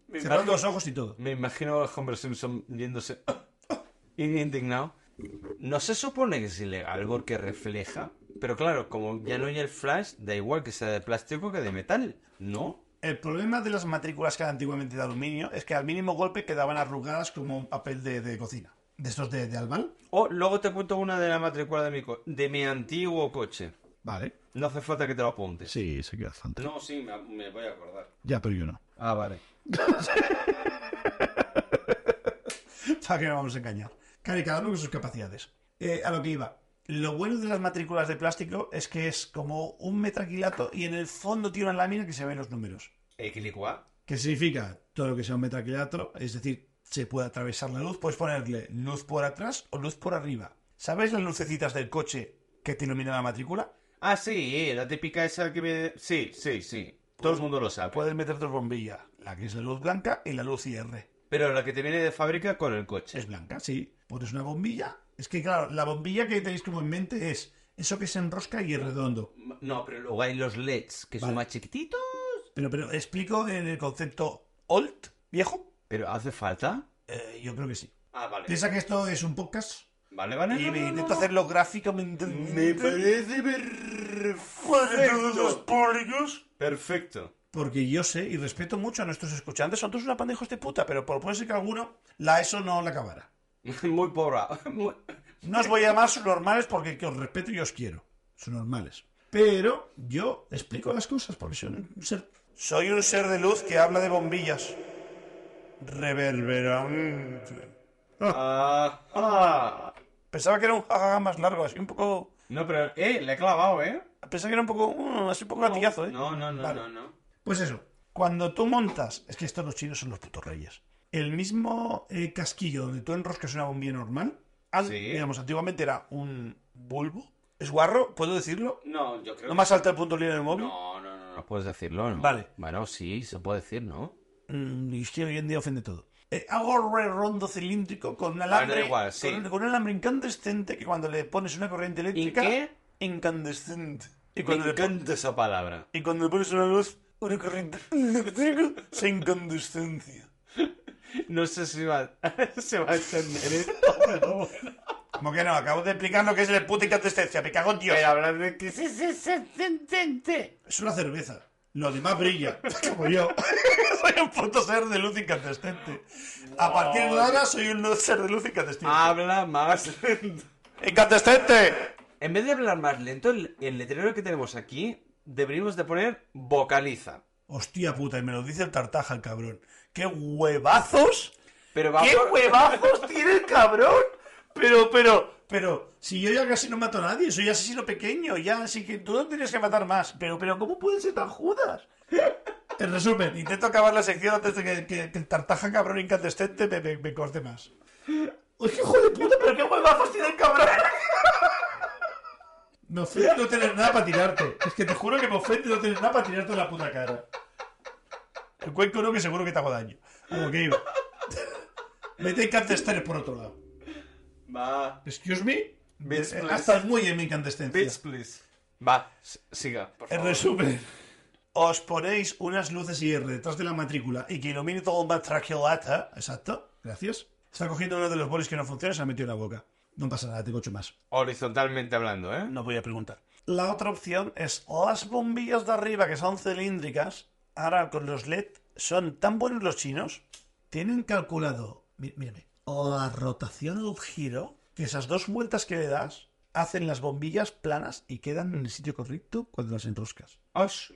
Speaker 1: Me
Speaker 2: Cerrando
Speaker 1: imagino,
Speaker 2: los ojos y todo.
Speaker 1: me imagino a Homer Simpson yéndose indignado. No se supone que es ilegal porque refleja, pero claro, como ya no hay el flash, da igual que sea de plástico que de metal, ¿no?
Speaker 2: El problema de las matrículas que eran antiguamente de aluminio es que al mínimo golpe quedaban arrugadas como un papel de, de cocina. ¿De estos de, de albal?
Speaker 1: O luego te cuento una de la matrícula de mi, co- de mi antiguo coche.
Speaker 2: Vale.
Speaker 1: No hace falta que te lo apuntes.
Speaker 2: Sí, se queda bastante.
Speaker 1: No, sí, me, me voy a acordar.
Speaker 2: Ya, pero yo no.
Speaker 1: Ah, vale.
Speaker 2: ¿Para qué nos vamos a engañar? Claro, y cada uno con sus capacidades. Eh, a lo que iba. Lo bueno de las matrículas de plástico es que es como un metraquilato y en el fondo tiene una lámina que se ven los números.
Speaker 1: ¿Equilicua?
Speaker 2: ¿Qué significa? Todo lo que sea un metraquilato, es decir, se puede atravesar la luz, puedes ponerle luz por atrás o luz por arriba. ¿Sabes las lucecitas del coche que te ilumina la matrícula?
Speaker 1: Ah, sí, la típica esa que me... Sí, sí, sí. Todo el mundo lo sabe.
Speaker 2: Puedes meter dos bombillas, la que es la luz blanca y la luz IR.
Speaker 1: Pero la que te viene de fábrica con el coche.
Speaker 2: Es blanca, sí. Pones una bombilla. Es que, claro, la bombilla que tenéis como en mente es eso que se enrosca y es redondo.
Speaker 1: No, pero luego hay los LEDs, que son
Speaker 2: Vale.
Speaker 1: más chiquititos.
Speaker 2: Pero, pero explico en el concepto old, viejo.
Speaker 1: ¿Pero hace falta?
Speaker 2: Eh, yo creo que sí.
Speaker 1: Ah, vale.
Speaker 2: Piensa que esto es un podcast
Speaker 1: Vale, vale.
Speaker 2: y
Speaker 1: no,
Speaker 2: me
Speaker 1: no,
Speaker 2: intento
Speaker 1: no.
Speaker 2: hacerlo gráficamente.
Speaker 1: Me parece perfecto.
Speaker 2: públicos.
Speaker 1: Perfecto.
Speaker 2: Porque yo sé y respeto mucho a nuestros escuchantes, son todos una pan de hijos de puta, pero por- puede ser que alguno la eso no la acabara.
Speaker 1: Muy pobre. Muy-
Speaker 2: No os voy a llamar normales porque que os respeto y os quiero. Son normales. Pero yo explico las cosas porque soy un ser. Soy un ser de luz que habla de bombillas. Reverberante.
Speaker 1: Ah, ah.
Speaker 2: Pensaba que era un jajaja más largo, así un poco.
Speaker 1: No, pero... Eh, le he clavado, ¿eh?
Speaker 2: Pensaba que era un poco. mm, así un poco gatillazo, ¿eh?
Speaker 1: No, no, no,
Speaker 2: Vale.
Speaker 1: no, no.
Speaker 2: Pues eso. Cuando tú montas. Es que estos los chinos son los putos reyes. El mismo eh, casquillo donde tú enroscas una bombilla normal. an-
Speaker 1: Sí.
Speaker 2: Digamos, antiguamente era un bulbo. ¿Es guarro? ¿Puedo decirlo?
Speaker 1: No, yo creo
Speaker 2: ¿No más salta el punto libre del móvil?
Speaker 1: No, no, no, no. Puedes decirlo, ¿no?
Speaker 2: Vale.
Speaker 1: Bueno, sí, se puede decir, ¿no?
Speaker 2: Mm, y es que hoy en día ofende todo. Eh, hago redondo cilíndrico con un
Speaker 1: Ah,
Speaker 2: alambre.
Speaker 1: da igual, sí.
Speaker 2: con, un- con un alambre incandescente que cuando le pones una corriente eléctrica.
Speaker 1: qué?
Speaker 2: Incandescente. Y
Speaker 1: Me
Speaker 2: cuando le pon-
Speaker 1: encanta esa palabra.
Speaker 2: Y cuando le pones una luz, una corriente eléctrica se incandescencia.
Speaker 1: No sé si va, se va a entender
Speaker 2: ¿eh?
Speaker 1: esto, pero bueno.
Speaker 2: Como que no, acabo de explicar lo que es la puta incandescencia, me cago en Dios.
Speaker 1: hablar de que se se se se- se- se.
Speaker 2: Es una cerveza. Lo demás brilla. Como yo. soy un puto ser de luz incandescente. A partir de ahora soy un ser de luz incandescente.
Speaker 1: Habla más lento.
Speaker 2: ¡Incandescente!
Speaker 1: En vez de hablar más lento, el, el letrero que tenemos aquí deberíamos de poner vocaliza.
Speaker 2: Hostia puta, y me lo dice el tartaja, el cabrón. ¡Qué huevazos!
Speaker 1: Pero va
Speaker 2: ¡Qué
Speaker 1: por-
Speaker 2: huevazos tiene el cabrón! Pero, pero, pero, si yo ya casi no mato a nadie, soy asesino pequeño, ya, así que tú no tienes que matar más. Pero, pero, ¿cómo pueden ser tan judas? En resumen, intento acabar la sección antes de que, que- que el tartaja cabrón incandescente me, me- me corte más. ¡Uy, qué hijo de puta! ¡Pero qué huevazos tiene el cabrón! Me ofende no tener nada para tirarte. Es que te juro que me ofende no tener nada para tirarte en la puta cara. El cuenco no, que seguro que te hago daño. A lo que iba. Mete incandescentes por otro lado.
Speaker 1: Va.
Speaker 2: Excuse me.
Speaker 1: Bitch,
Speaker 2: Eh,
Speaker 1: please.
Speaker 2: Hasta el muelle en mi incandescencia.
Speaker 1: Bitch, please. Va, s- siga, por
Speaker 2: En
Speaker 1: favor.
Speaker 2: resumen, os ponéis unas luces IR detrás de la matrícula y que ilumine todo un batraquilata. Exacto, gracias. Está cogiendo uno de los bolis que no funciona y se lo ha metido en la boca. No pasa nada, tengo ocho más.
Speaker 1: Horizontalmente hablando, ¿eh?
Speaker 2: No voy a preguntar. La otra opción es las bombillas de arriba que son cilíndricas. Ahora con los LED son tan buenos los chinos. Tienen calculado, mí- mírame, la rotación o el giro, que esas dos vueltas que le das hacen las bombillas planas y quedan en el sitio correcto cuando las enroscas.
Speaker 1: ¿Ah, sí?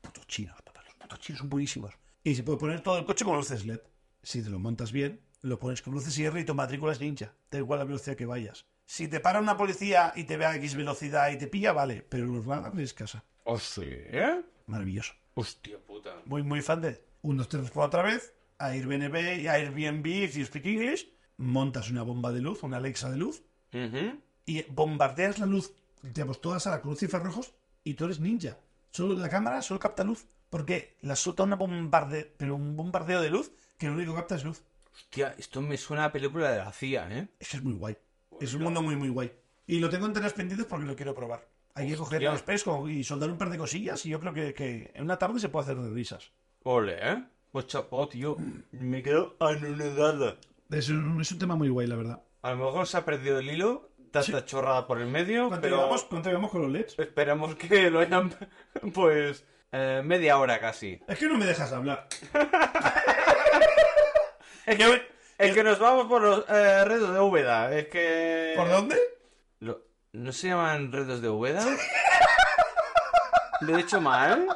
Speaker 2: Putos chinos, papá, los putos chinos son buenísimos. Y se puede poner todo el coche con luces LED. Si te lo montas bien, lo pones con luces IR y tu matrícula es ninja. Da igual la velocidad que vayas. Si te para una policía y te ve a X velocidad y te pilla, vale. Pero en urbana es casa.
Speaker 1: ¿Ah, sí?
Speaker 2: Maravilloso.
Speaker 1: Hostia puta.
Speaker 2: Muy, muy fan de unos tres por otra vez. Airbnb y Airbnb, if you speak English. Montas una bomba de luz, una Alexa de luz.
Speaker 1: Ujú.
Speaker 2: Y bombardeas la luz, digamos, todas a la crucifers rojos. Y tú eres ninja. Solo la cámara solo capta luz. Porque la suelta una bombarde, pero un bombardeo de luz que lo único que capta es luz.
Speaker 1: Hostia, esto me suena a película de la CIA, ¿eh?
Speaker 2: Es que es muy guay. Es un mundo muy, muy guay. Y lo tengo en tareas pendientes porque lo quiero probar. Hay que coger
Speaker 1: Hostia.
Speaker 2: los pescos y soldar un par de cosillas. Y yo creo que, que en una tarde se puede hacer de risas.
Speaker 1: Ole, ¿eh? Pues chapó, tío. Me quedo anonadada.
Speaker 2: Es un, es un tema muy guay, la verdad.
Speaker 1: A lo mejor se ha perdido el hilo, tanta chorrada por el medio,
Speaker 2: ¿Cuánto,
Speaker 1: pero
Speaker 2: llevamos, cuánto llevamos con los E LEDs?
Speaker 1: esperamos que lo hayan, pues, eh, media hora casi.
Speaker 2: Es que no me dejas hablar.
Speaker 1: Es que, es que nos vamos por los eh, redos de Úbeda, es que...
Speaker 2: ¿Por dónde?
Speaker 1: Lo- ¿No se llaman redos de Úbeda? ¿Lo he dicho mal?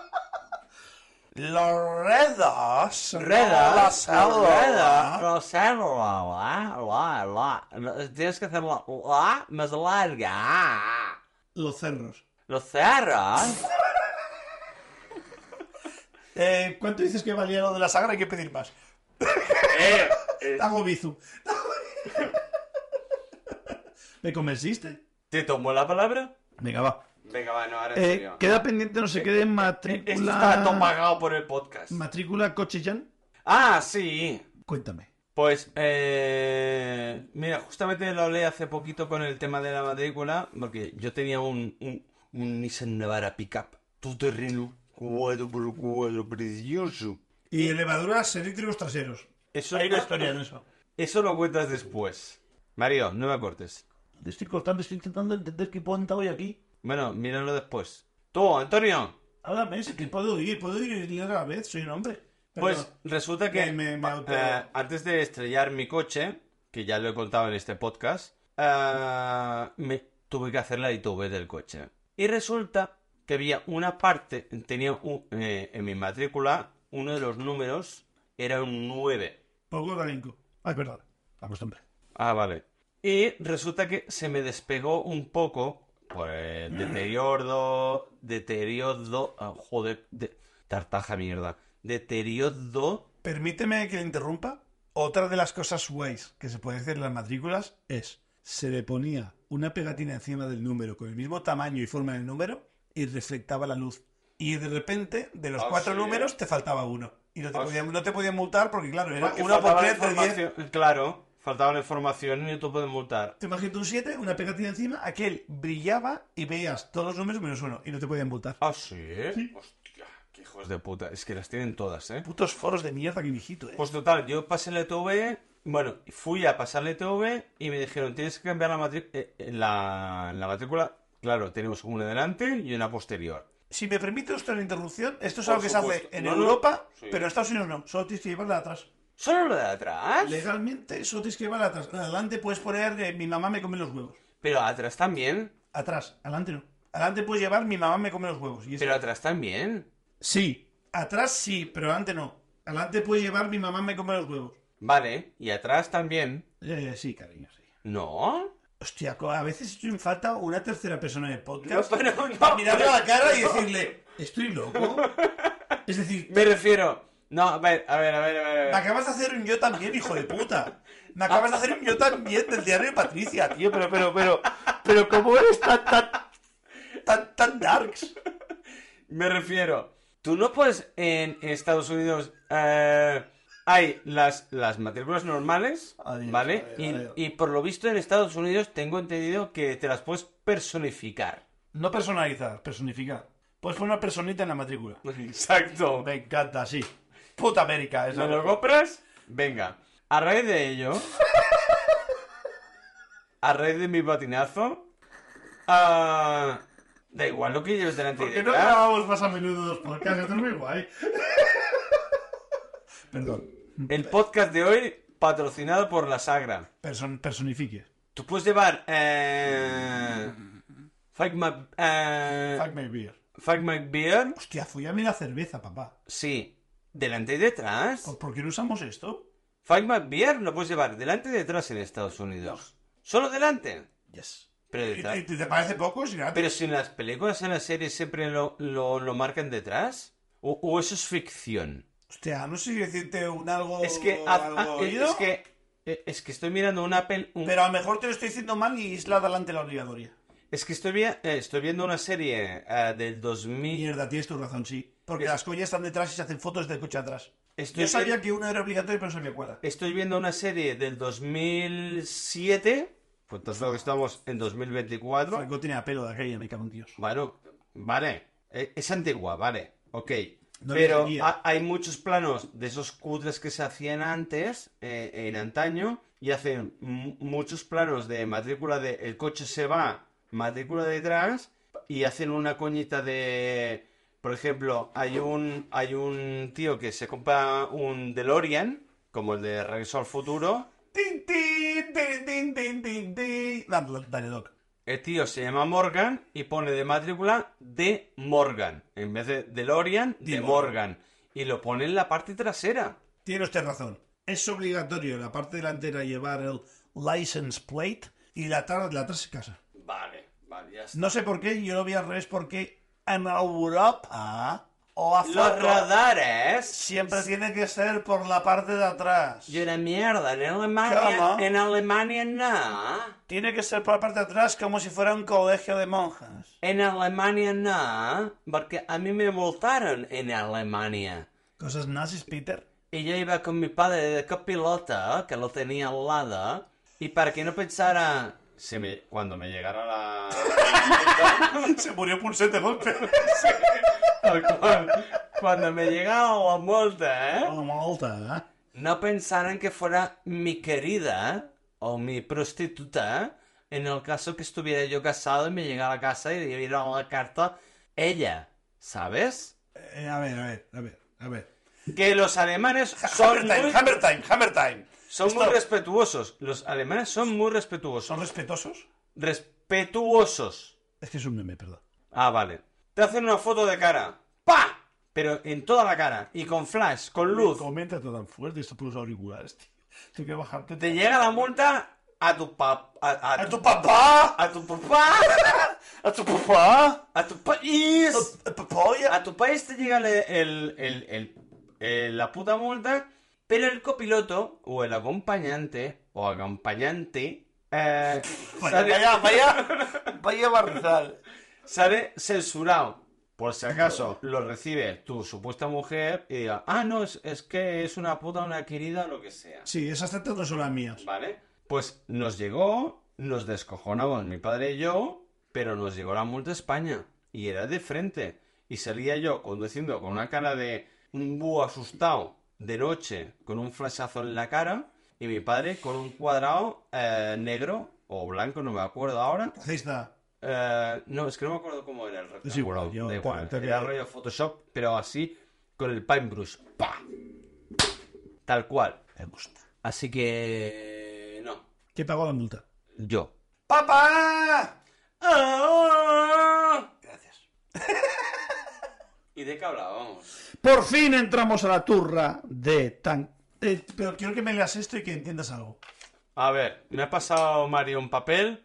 Speaker 2: Los E redas.
Speaker 1: Redas,
Speaker 2: E
Speaker 1: redas, la, la, la. No, Tienes que hacer la, la más larga.
Speaker 2: Los cerros.
Speaker 1: Los cerros.
Speaker 2: Eh, ¿Cuánto dices que valía lo de la sagra? Hay que pedir más.
Speaker 1: Eh, eh,
Speaker 2: Hago bizum. ¿Me convenciste?
Speaker 1: ¿Te tomó la palabra?
Speaker 2: Venga, va.
Speaker 1: Venga, va, no, ahora en
Speaker 2: Eh,
Speaker 1: serio. Eh,
Speaker 2: queda pendiente, no sé qué, de
Speaker 1: Esto está todo
Speaker 2: matrícula.
Speaker 1: pagado por el podcast.
Speaker 2: Matrícula Cochellán.
Speaker 1: Ah, sí.
Speaker 2: Cuéntame.
Speaker 1: Pues, eh, mira, justamente lo hablé hace poquito con el tema de la matrícula, porque yo tenía un, un, un Nissan Navara pickup, terreno 4x4, precioso.
Speaker 2: Y elevaduras eléctricos traseros.
Speaker 1: Eso,
Speaker 2: en eso.
Speaker 1: eso lo cuentas después. Mario, no me cortes.
Speaker 2: Te estoy cortando, este estoy intentando entender qué ponta hoy aquí.
Speaker 1: Bueno, míralo después. Tú, Antonio.
Speaker 2: Háblame, si te puedo ir, puedo ir y a la vez, soy un hombre.
Speaker 1: Pues resulta que
Speaker 2: Me- me- me auto-
Speaker 1: eh, antes de estrellar mi coche, que ya lo he contado en este podcast, eh, me tuve que hacer la ITV del coche. Y resulta que había una parte, tenía un- eh, en mi matrícula, uno de los números era un 9.
Speaker 2: Poco galenco. Ah, es verdad. La costumbre.
Speaker 1: Ah, vale. Y resulta que se me despegó un poco por el deterioro, deterioro, ah, joder, de- tartaja mierda, deterioro
Speaker 2: Permíteme que le interrumpa. Otra de las cosas guays que se puede hacer en las matrículas es se le ponía una pegatina encima del número con el mismo tamaño y forma del número y reflectaba la luz. Y de repente, de los
Speaker 1: Ah,
Speaker 2: cuatro
Speaker 1: sí.
Speaker 2: números, te faltaba uno. Y no te,
Speaker 1: Ah,
Speaker 2: podían, no te podían multar porque, claro, era
Speaker 1: Porque
Speaker 2: una por
Speaker 1: faltaba la
Speaker 2: tres de diez.
Speaker 1: información- Claro, faltaba la información y tú puedes multar.
Speaker 2: Te imaginas un 7, una pegatina encima, aquel brillaba y veías todos los números menos uno y no te podían multar.
Speaker 1: Ah, sí, Hostia, qué hijos de puta. Es que las tienen todas, ¿eh?
Speaker 2: Putos foros de mierda que viejito, eh.
Speaker 1: Pues total, yo pasé la ETV. Bueno, fui a pasar la ETV y me dijeron, tienes que cambiar la, matrí- eh, eh, la, la matrícula. Claro, tenemos una delante y una posterior.
Speaker 2: Si me permite usted la interrupción, esto es
Speaker 1: Por
Speaker 2: algo que se
Speaker 1: supuesto.
Speaker 2: hace en
Speaker 1: No, no.
Speaker 2: Europa,
Speaker 1: Sí.
Speaker 2: pero en Estados Unidos no. Solo tienes que llevarla de atrás.
Speaker 1: ¿Solo la de atrás?
Speaker 2: Legalmente, solo tienes que llevarla de atrás. Adelante puedes poner eh, mi mamá me come los huevos.
Speaker 1: Pero atrás también.
Speaker 2: Atrás, adelante no. Adelante puedes llevar mi mamá me come los huevos. Y es-
Speaker 1: Pero atrás también.
Speaker 2: Sí, atrás sí, pero adelante no. Adelante puedes llevar mi mamá me come los huevos.
Speaker 1: Vale, y atrás también.
Speaker 2: Eh, sí, cariño, sí.
Speaker 1: No.
Speaker 2: Hostia, co- a veces estoy en falta una tercera persona en el podcast
Speaker 1: No, pero no,
Speaker 2: para mirarle a la
Speaker 1: pero
Speaker 2: cara y
Speaker 1: no.
Speaker 2: decirle, estoy loco. Es decir,
Speaker 1: Me refiero. No, a ver, a ver, a ver, a ver. a ver.
Speaker 2: Me acabas de hacer un yo también, hijo de puta. Me acabas de hacer un yo también del diario de Patricia, tío. Pero, pero, pero, pero, ¿cómo eres tan, tan, tan, tan darks?
Speaker 1: Me refiero, tú no puedes en Estados Unidos. eh, hay las, las matrículas normales,
Speaker 2: A ver,
Speaker 1: ¿vale?
Speaker 2: a ver,
Speaker 1: Y-
Speaker 2: a ver.
Speaker 1: y, por lo visto en Estados Unidos tengo entendido que te las puedes personificar.
Speaker 2: No personalizar, personificar. Puedes poner una personita en la matrícula.
Speaker 1: Exacto.
Speaker 2: Me encanta, sí. Puta América, eso.
Speaker 1: ¿Me lo compras? Venga. A raíz de ello. a raíz de mi patinazo. ah, Da igual lo que lleves delante y
Speaker 2: Porque no
Speaker 1: detrás.
Speaker 2: grabamos más a menudo los podcasts, esto es muy guay. Perdón.
Speaker 1: El podcast de hoy patrocinado por la Sagra.
Speaker 2: Person, personifique.
Speaker 1: Tú puedes llevar. Eh... Fuck my. eh,
Speaker 2: Fuck my beer.
Speaker 1: fuck my beer.
Speaker 2: Hostia, fúllame la cerveza, papá.
Speaker 1: Sí. Delante y detrás.
Speaker 2: ¿Por, por qué no usamos esto?
Speaker 1: Fuck my beer lo puedes llevar delante y detrás en Estados Unidos. Solo delante.
Speaker 2: Yes.
Speaker 1: Pero
Speaker 2: ¿Y,
Speaker 1: detrás.
Speaker 2: y- te parece poco, Sinatra?
Speaker 1: Pero si en las películas, en las series siempre lo, lo, lo marcan detrás. O, o eso es ficción.
Speaker 2: Hostia, no sé si decirte un algo.
Speaker 1: Es que. haz-
Speaker 2: algo
Speaker 1: ah, es,
Speaker 2: oído,
Speaker 1: que eh, es que estoy mirando una pel. un-
Speaker 2: Oh, Pero a lo mejor te lo estoy diciendo mal y es la delante la obligatoria.
Speaker 1: Es que estoy, vi- eh, estoy viendo una serie eh, del 2000.
Speaker 2: Mierda, tienes tu razón, sí. Porque las collas están detrás y se hacen fotos del coche atrás.
Speaker 1: Estoy
Speaker 2: Yo
Speaker 1: vi-
Speaker 2: sabía que una era obligatoria, pero no sabía cuál. era.
Speaker 1: Estoy viendo una serie del 2007. Pues entonces que estamos en 2024.
Speaker 2: Franco tenía pelo de aquella, me cago en Dios.
Speaker 1: Bueno, vale. Eh, Es antigua, vale. Ok.
Speaker 2: No
Speaker 1: Pero
Speaker 2: debería.
Speaker 1: ha- hay muchos planos de esos cutres que se hacían antes, eh, en antaño, y hacen mu- muchos planos de matrícula de el coche se va, matrícula detrás, y hacen una coñita de... Por ejemplo, hay un, hay un tío que se compra un DeLorean, como el de Regreso al Futuro,
Speaker 2: Tin, tin, tin, tin, tin, tin, tin. Dale, dale, Doc.
Speaker 1: El tío se llama Morgan y pone de matrícula de Morgan. En vez de DeLorean, de
Speaker 2: De
Speaker 1: Morgan. Y lo pone en la parte trasera.
Speaker 2: Tiene usted razón. Es obligatorio en la parte delantera llevar el license plate y la atrás la atrás se casa.
Speaker 1: Vale, vale, ya está.
Speaker 2: No sé por qué, yo lo vi al revés porque en Europa o
Speaker 1: Los
Speaker 2: afuera
Speaker 1: radares.
Speaker 2: siempre tiene que ser por la parte de atrás.
Speaker 1: Y una mierda, en Alemania,
Speaker 2: ¿Cómo?
Speaker 1: en Alemania no.
Speaker 2: Tiene que ser por la parte de atrás como si fuera un colegio de monjas.
Speaker 1: En Alemania no, porque a mí me multaron en Alemania.
Speaker 2: Cosas nazis, Peter.
Speaker 1: Y yo iba con mi padre de copiloto, que lo tenía al lado, y para que no pensara... Se me- Cuando me llegara la...
Speaker 2: Se murió Pulset de golpe.
Speaker 1: Tal cual. Cuando me llegaba la multa, ¿eh?
Speaker 2: Oh, Malta, ¿eh?
Speaker 1: no pensaran que fuera mi querida o mi prostituta ¿eh? en el caso que estuviera yo casado y me llegara a casa y diera la carta ella, ¿sabes?
Speaker 2: Eh, a ver, a ver, a ver, a ver.
Speaker 1: Que los alemanes
Speaker 2: Hammer
Speaker 1: son
Speaker 2: time,
Speaker 1: muy,
Speaker 2: hammer time, hammer time.
Speaker 1: son muy
Speaker 2: Stop.
Speaker 1: respetuosos. Los alemanes son muy respetuosos.
Speaker 2: ¿Son respetuosos?
Speaker 1: Respetuosos.
Speaker 2: Es que es un meme, perdón.
Speaker 1: Ah, vale. Te hacen una foto de cara. ¡Pa! Pero en toda la cara. Y con flash, con luz.
Speaker 2: Comenta todo tan fuerte esto por los auriculares, tío. Tengo que bajarte.
Speaker 1: Te llega la multa a tu pap... A, a
Speaker 2: ¡A
Speaker 1: tu
Speaker 2: tu papá!
Speaker 1: a tu papá,
Speaker 2: ¡A tu papá!
Speaker 1: a tu país.
Speaker 2: ¡A tu polla!
Speaker 1: A tu país te llega el, el- el- el- el- la puta multa, pero el copiloto o el acompañante o acompañante eh, sale,
Speaker 2: Vaya, vaya, vaya barrizal.
Speaker 1: sale censurado. Por si acaso lo recibe tu supuesta mujer y diga, ah, no, es, es que es una puta, una querida, lo que sea.
Speaker 2: Sí, esas tetas no son las mías.
Speaker 1: ¿Vale? Pues nos llegó, nos descojonamos mi padre y yo, pero nos llegó la multa a España. Y era de frente. Y salía yo conduciendo con una cara de un búho asustado de noche, con un flashazo en la cara, y mi padre con un cuadrado eh, negro o blanco, no me acuerdo ahora.
Speaker 2: Racista.
Speaker 1: Eh, no, es que no me acuerdo cómo era el rectángulo.
Speaker 2: Es igual, yo-
Speaker 1: Da igual.
Speaker 2: te- te-
Speaker 1: Era rollo Photoshop, pero así, con el paintbrush. ¡Pah! Tal cual.
Speaker 2: Me gusta.
Speaker 1: Así que... No,
Speaker 2: ¿Qué pagó la multa?
Speaker 1: yo.
Speaker 2: ¡Papá! Gracias.
Speaker 1: ¿Y de qué hablábamos?
Speaker 2: Por fin entramos a la turra de tan... Eh, pero quiero que me leas esto y que entiendas algo.
Speaker 1: A ver, me ha pasado Mario un papel. eh,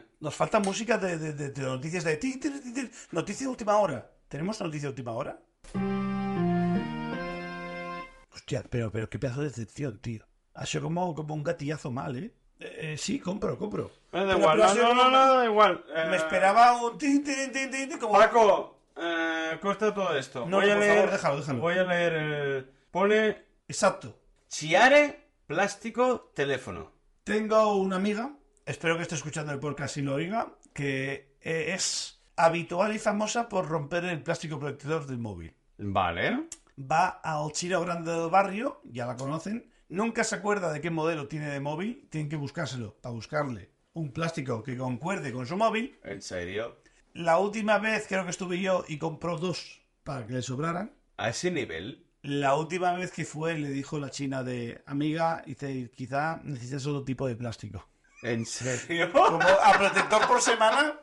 Speaker 1: Pone.
Speaker 2: Nos falta música de, de- de- de noticias de... ti, ti, ti, ti. Noticia de última hora. ¿Tenemos noticia de última hora? Hostia, pero, pero qué pedazo de decepción, tío. Ha sido como, como un gatillazo mal, ¿eh? Eh, eh, sí, compro, compro.
Speaker 1: No, da
Speaker 2: Pero-
Speaker 1: igual,
Speaker 2: pero ha
Speaker 1: no,
Speaker 2: sido
Speaker 1: no, no,
Speaker 2: como-
Speaker 1: no, da igual.
Speaker 2: Me
Speaker 1: Eh,
Speaker 2: esperaba un... tin, tin, tin, tin, tin, como...
Speaker 1: Paco, eh, corta todo esto.
Speaker 2: No, por favor, déjalo, déjalo.
Speaker 1: Voy a leer el. Pone.
Speaker 2: Exacto.
Speaker 1: Chiare, plástico, teléfono.
Speaker 2: Tengo una amiga, espero que esté escuchando el podcast y lo oiga, que eh, es habitual y famosa por romper el plástico protector del móvil.
Speaker 1: Vale.
Speaker 2: Va al chino grande del barrio, ya la conocen, Nunca se acuerda de qué modelo tiene de móvil. Tienen que buscárselo para buscarle un plástico que concuerde con su móvil.
Speaker 1: ¿En serio?
Speaker 2: La última vez creo que estuve yo y compró dos para que le sobraran.
Speaker 1: ¿A ese nivel?
Speaker 2: La última vez que fue le dijo la china de amiga, dice, quizá necesites otro tipo de plástico.
Speaker 1: ¿En serio?
Speaker 2: Como a protector por semana.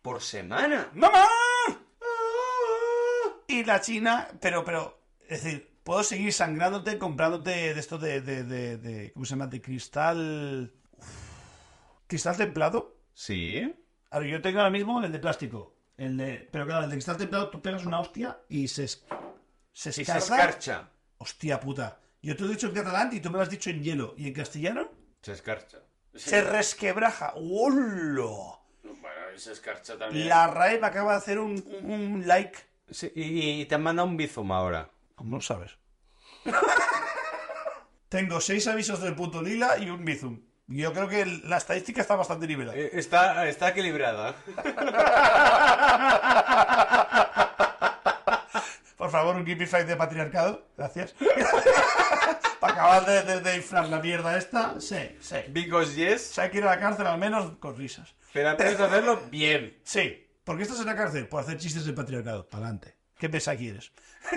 Speaker 1: ¿Por semana?
Speaker 2: ¡Mamá! Y la china, pero, pero, es decir, puedo seguir sangrándote comprándote de esto de, de, de, de- ¿cómo se llama? De cristal... Uf. ¿Cristal templado?
Speaker 1: Sí.
Speaker 2: A ver, yo tengo ahora mismo el de plástico. El de, pero claro, el de cristal templado tú pegas una hostia y se... es- Se
Speaker 1: Y se
Speaker 2: escarza.
Speaker 1: escarcha.
Speaker 2: Hostia puta. Yo te lo he dicho en catalán y tú me lo has dicho en hielo. ¿Y en castellano?
Speaker 1: Se escarcha.
Speaker 2: Se resquebraja. ¡Holo!
Speaker 1: Bueno, se escarcha también.
Speaker 2: La RAE me acaba de hacer un, un like.
Speaker 1: Sí, y, y te han mandado un bizum ahora.
Speaker 2: ¿Cómo lo sabes? Tengo seis avisos del punto lila y un bizum. Yo creo que el- la estadística está bastante nivelada.
Speaker 1: Eh, Está, está equilibrada.
Speaker 2: Por favor, un keepy fight de patriarcado. Gracias. Para acabar de, de- de inflar la mierda esta. Sí, sí.
Speaker 1: Because yes,
Speaker 2: Si hay que ir a la cárcel, al menos con risas.
Speaker 1: pero antes de hacerlo bien.
Speaker 2: Sí. ¿Por qué estás en la cárcel? Por hacer chistes de patriarcado. Para adelante. ¿Qué pesa quieres?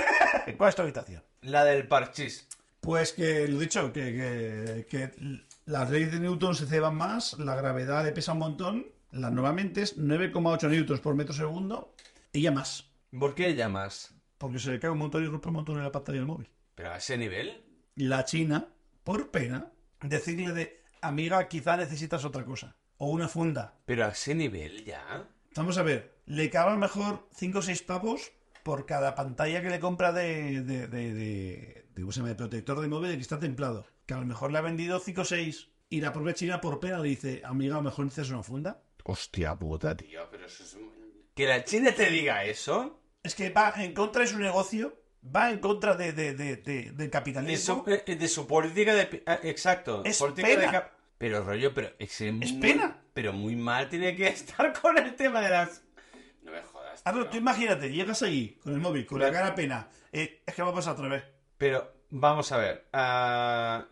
Speaker 2: ¿Cuál es tu habitación?
Speaker 1: La del parchís.
Speaker 2: Pues que lo dicho, que, que- que las leyes de Newton se ceban más, la gravedad le pesa un montón, la nuevamente es 9,8 newtons por metro segundo y ya más.
Speaker 1: ¿Por qué llamas?
Speaker 2: Porque se le cae un montón y rompe un montón en la pantalla del móvil.
Speaker 1: ¿Pero a ese nivel?
Speaker 2: La China, por pena, decirle de amiga, quizá necesitas otra cosa. O una funda.
Speaker 1: ¿Pero a ese nivel ya?
Speaker 2: Vamos a ver, le caben mejor 5 o 6 pavos por cada pantalla que le compra de. de. de. de, de, ¿cómo se llama? de protector de móvil que está templado. Que a lo mejor le ha vendido 5 o 6. Y la propia china por pena le dice, amiga, a lo mejor necesitas una funda. Hostia puta, tío.
Speaker 1: Tío, pero eso es... un- ¿Que la China te diga eso?
Speaker 2: Es que va en contra de su negocio, va en contra de, de, de, de- del
Speaker 1: De
Speaker 2: capitalismo.
Speaker 1: su, eh, de su política de... pi- ah, Exacto.
Speaker 2: Es
Speaker 1: política
Speaker 2: pena.
Speaker 1: cap- Pero rollo, pero... Es,
Speaker 2: Es pena.
Speaker 1: Pero muy mal tiene que estar con el tema de las... No me jodas.
Speaker 2: Hazlo,
Speaker 1: tío.
Speaker 2: tú imagínate, llegas allí con el móvil, con la cara pena. Eh, es que va a pasar otra vez.
Speaker 1: Pero vamos a ver. ah,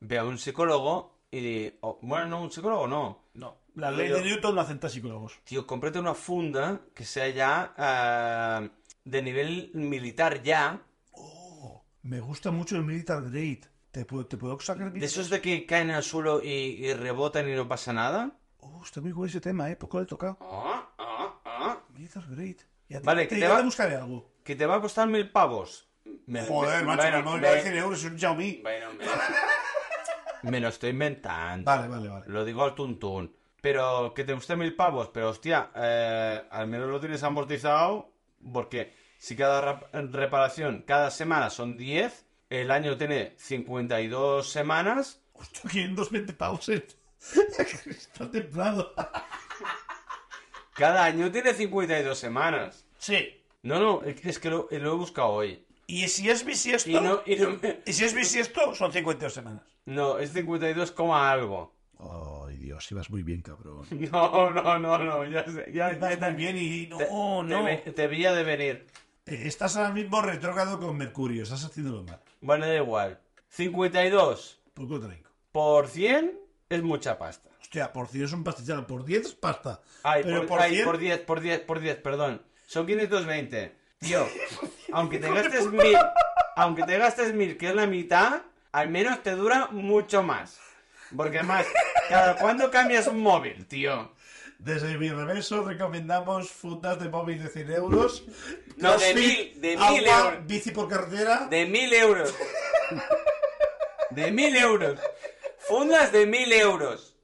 Speaker 1: ve a un psicólogo y... o- bueno, no, un psicólogo no.
Speaker 2: No. La ley
Speaker 1: Yo-
Speaker 2: de Newton no acepta psicólogos.
Speaker 1: Tío, cómprate una funda que sea ya ah, de nivel militar ya.
Speaker 2: Oh, me gusta mucho el Militar Grade. ¿Te puedo, te puedo sacar
Speaker 1: De esos de que caen al suelo y, y rebotan y no pasa nada.
Speaker 2: Oh, está muy bueno ese tema, ¿eh? Poco le he tocado.
Speaker 1: Ah,
Speaker 2: Militar Grade. Ya
Speaker 1: Vale,
Speaker 2: te,
Speaker 1: que
Speaker 2: te,
Speaker 1: te
Speaker 2: ya
Speaker 1: va-
Speaker 2: te buscaré algo.
Speaker 1: Que te va a costar mil pavos. Me-
Speaker 2: Joder,
Speaker 1: me-
Speaker 2: macho,
Speaker 1: bueno,
Speaker 2: el móvil
Speaker 1: me-
Speaker 2: vale 100 euros, es un Xiaomi.
Speaker 1: bueno, me- me lo estoy inventando.
Speaker 2: Vale, vale, vale.
Speaker 1: Lo digo al tuntún. Pero que te guste mil pavos, pero hostia, eh, al menos lo tienes amortizado. Porque si cada rap- reparación cada semana son 10, el año tiene 52 semanas.
Speaker 2: Hostia, 520 pavos, eh. está templado.
Speaker 1: Cada año tiene 52 semanas.
Speaker 2: Sí.
Speaker 1: No, no, es que lo, lo he buscado hoy.
Speaker 2: Y si es bisiesto...
Speaker 1: Y no, y no me-
Speaker 2: y si es bisiesto, son 52 semanas.
Speaker 1: No, es 52, coma algo.
Speaker 2: Ay, Dios, ibas muy bien, cabrón.
Speaker 1: No, no, no, no, ya sé. Ya, ya-
Speaker 2: Ibas muy bien y... No,
Speaker 1: te,
Speaker 2: Oh, no.
Speaker 1: te ve- te veía de venir.
Speaker 2: Eh, estás ahora mismo retrógrado con Mercurio, estás haciéndolo mal.
Speaker 1: Bueno, da igual. 52
Speaker 2: Poco traigo.
Speaker 1: por 100 es mucha pasta.
Speaker 2: Hostia, por 100 es un pastizal, por 10 es pasta.
Speaker 1: Ay,
Speaker 2: Pero
Speaker 1: por,
Speaker 2: por
Speaker 1: ay,
Speaker 2: 100
Speaker 1: por 10, por 10, por 10, perdón. Son 520. Tío, aunque te gastes 1000, aunque te gastes 1000, que es la mitad, al menos te dura mucho más. Porque además, cada cuándo cambias un móvil, tío.
Speaker 2: Desde mi reverso recomendamos fundas de móvil de 100 euros.
Speaker 1: No, de
Speaker 2: CrossFit,
Speaker 1: mil- de
Speaker 2: agua,
Speaker 1: mil euros.
Speaker 2: bici por carretera.
Speaker 1: De 1000 euros. De 1000 euros. Fundas de 1000 euros.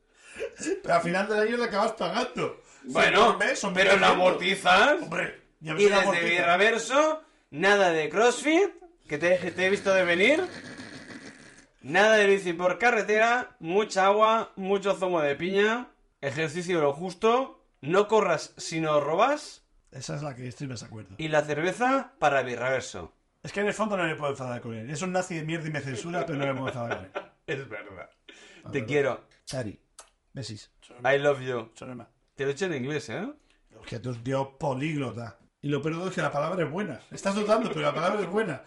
Speaker 2: Pero al final del año la acabas pagando. Si
Speaker 1: Bueno,
Speaker 2: por mes son
Speaker 1: pero
Speaker 2: 1.500.
Speaker 1: la amortizas.
Speaker 2: Hombre, ya ves
Speaker 1: Y
Speaker 2: que la
Speaker 1: desde
Speaker 2: amortiza.
Speaker 1: mi reverso, nada de CrossFit, que te, que te he visto de venir. Nada de bici por carretera, mucha agua, mucho zumo de piña, ejercicio lo justo, no corras si no robas,
Speaker 2: Esa es la que estoy más de acuerdo.
Speaker 1: y la cerveza para mi reverso.
Speaker 2: Es que en el fondo no me puedo enfadar con él. Es un nazi de mierda y me censura, pero no me puedo enfadar con él.
Speaker 1: Es verdad.
Speaker 2: La
Speaker 1: Te
Speaker 2: verdad.
Speaker 1: quiero.
Speaker 2: Chari, besis.
Speaker 1: I love you.
Speaker 2: Sonema.
Speaker 1: Te lo he hecho en inglés, ¿eh?
Speaker 2: Que tú es un tío políglota. Y lo peor de todo es que la palabra es buena. Estás dudando, pero la palabra es buena.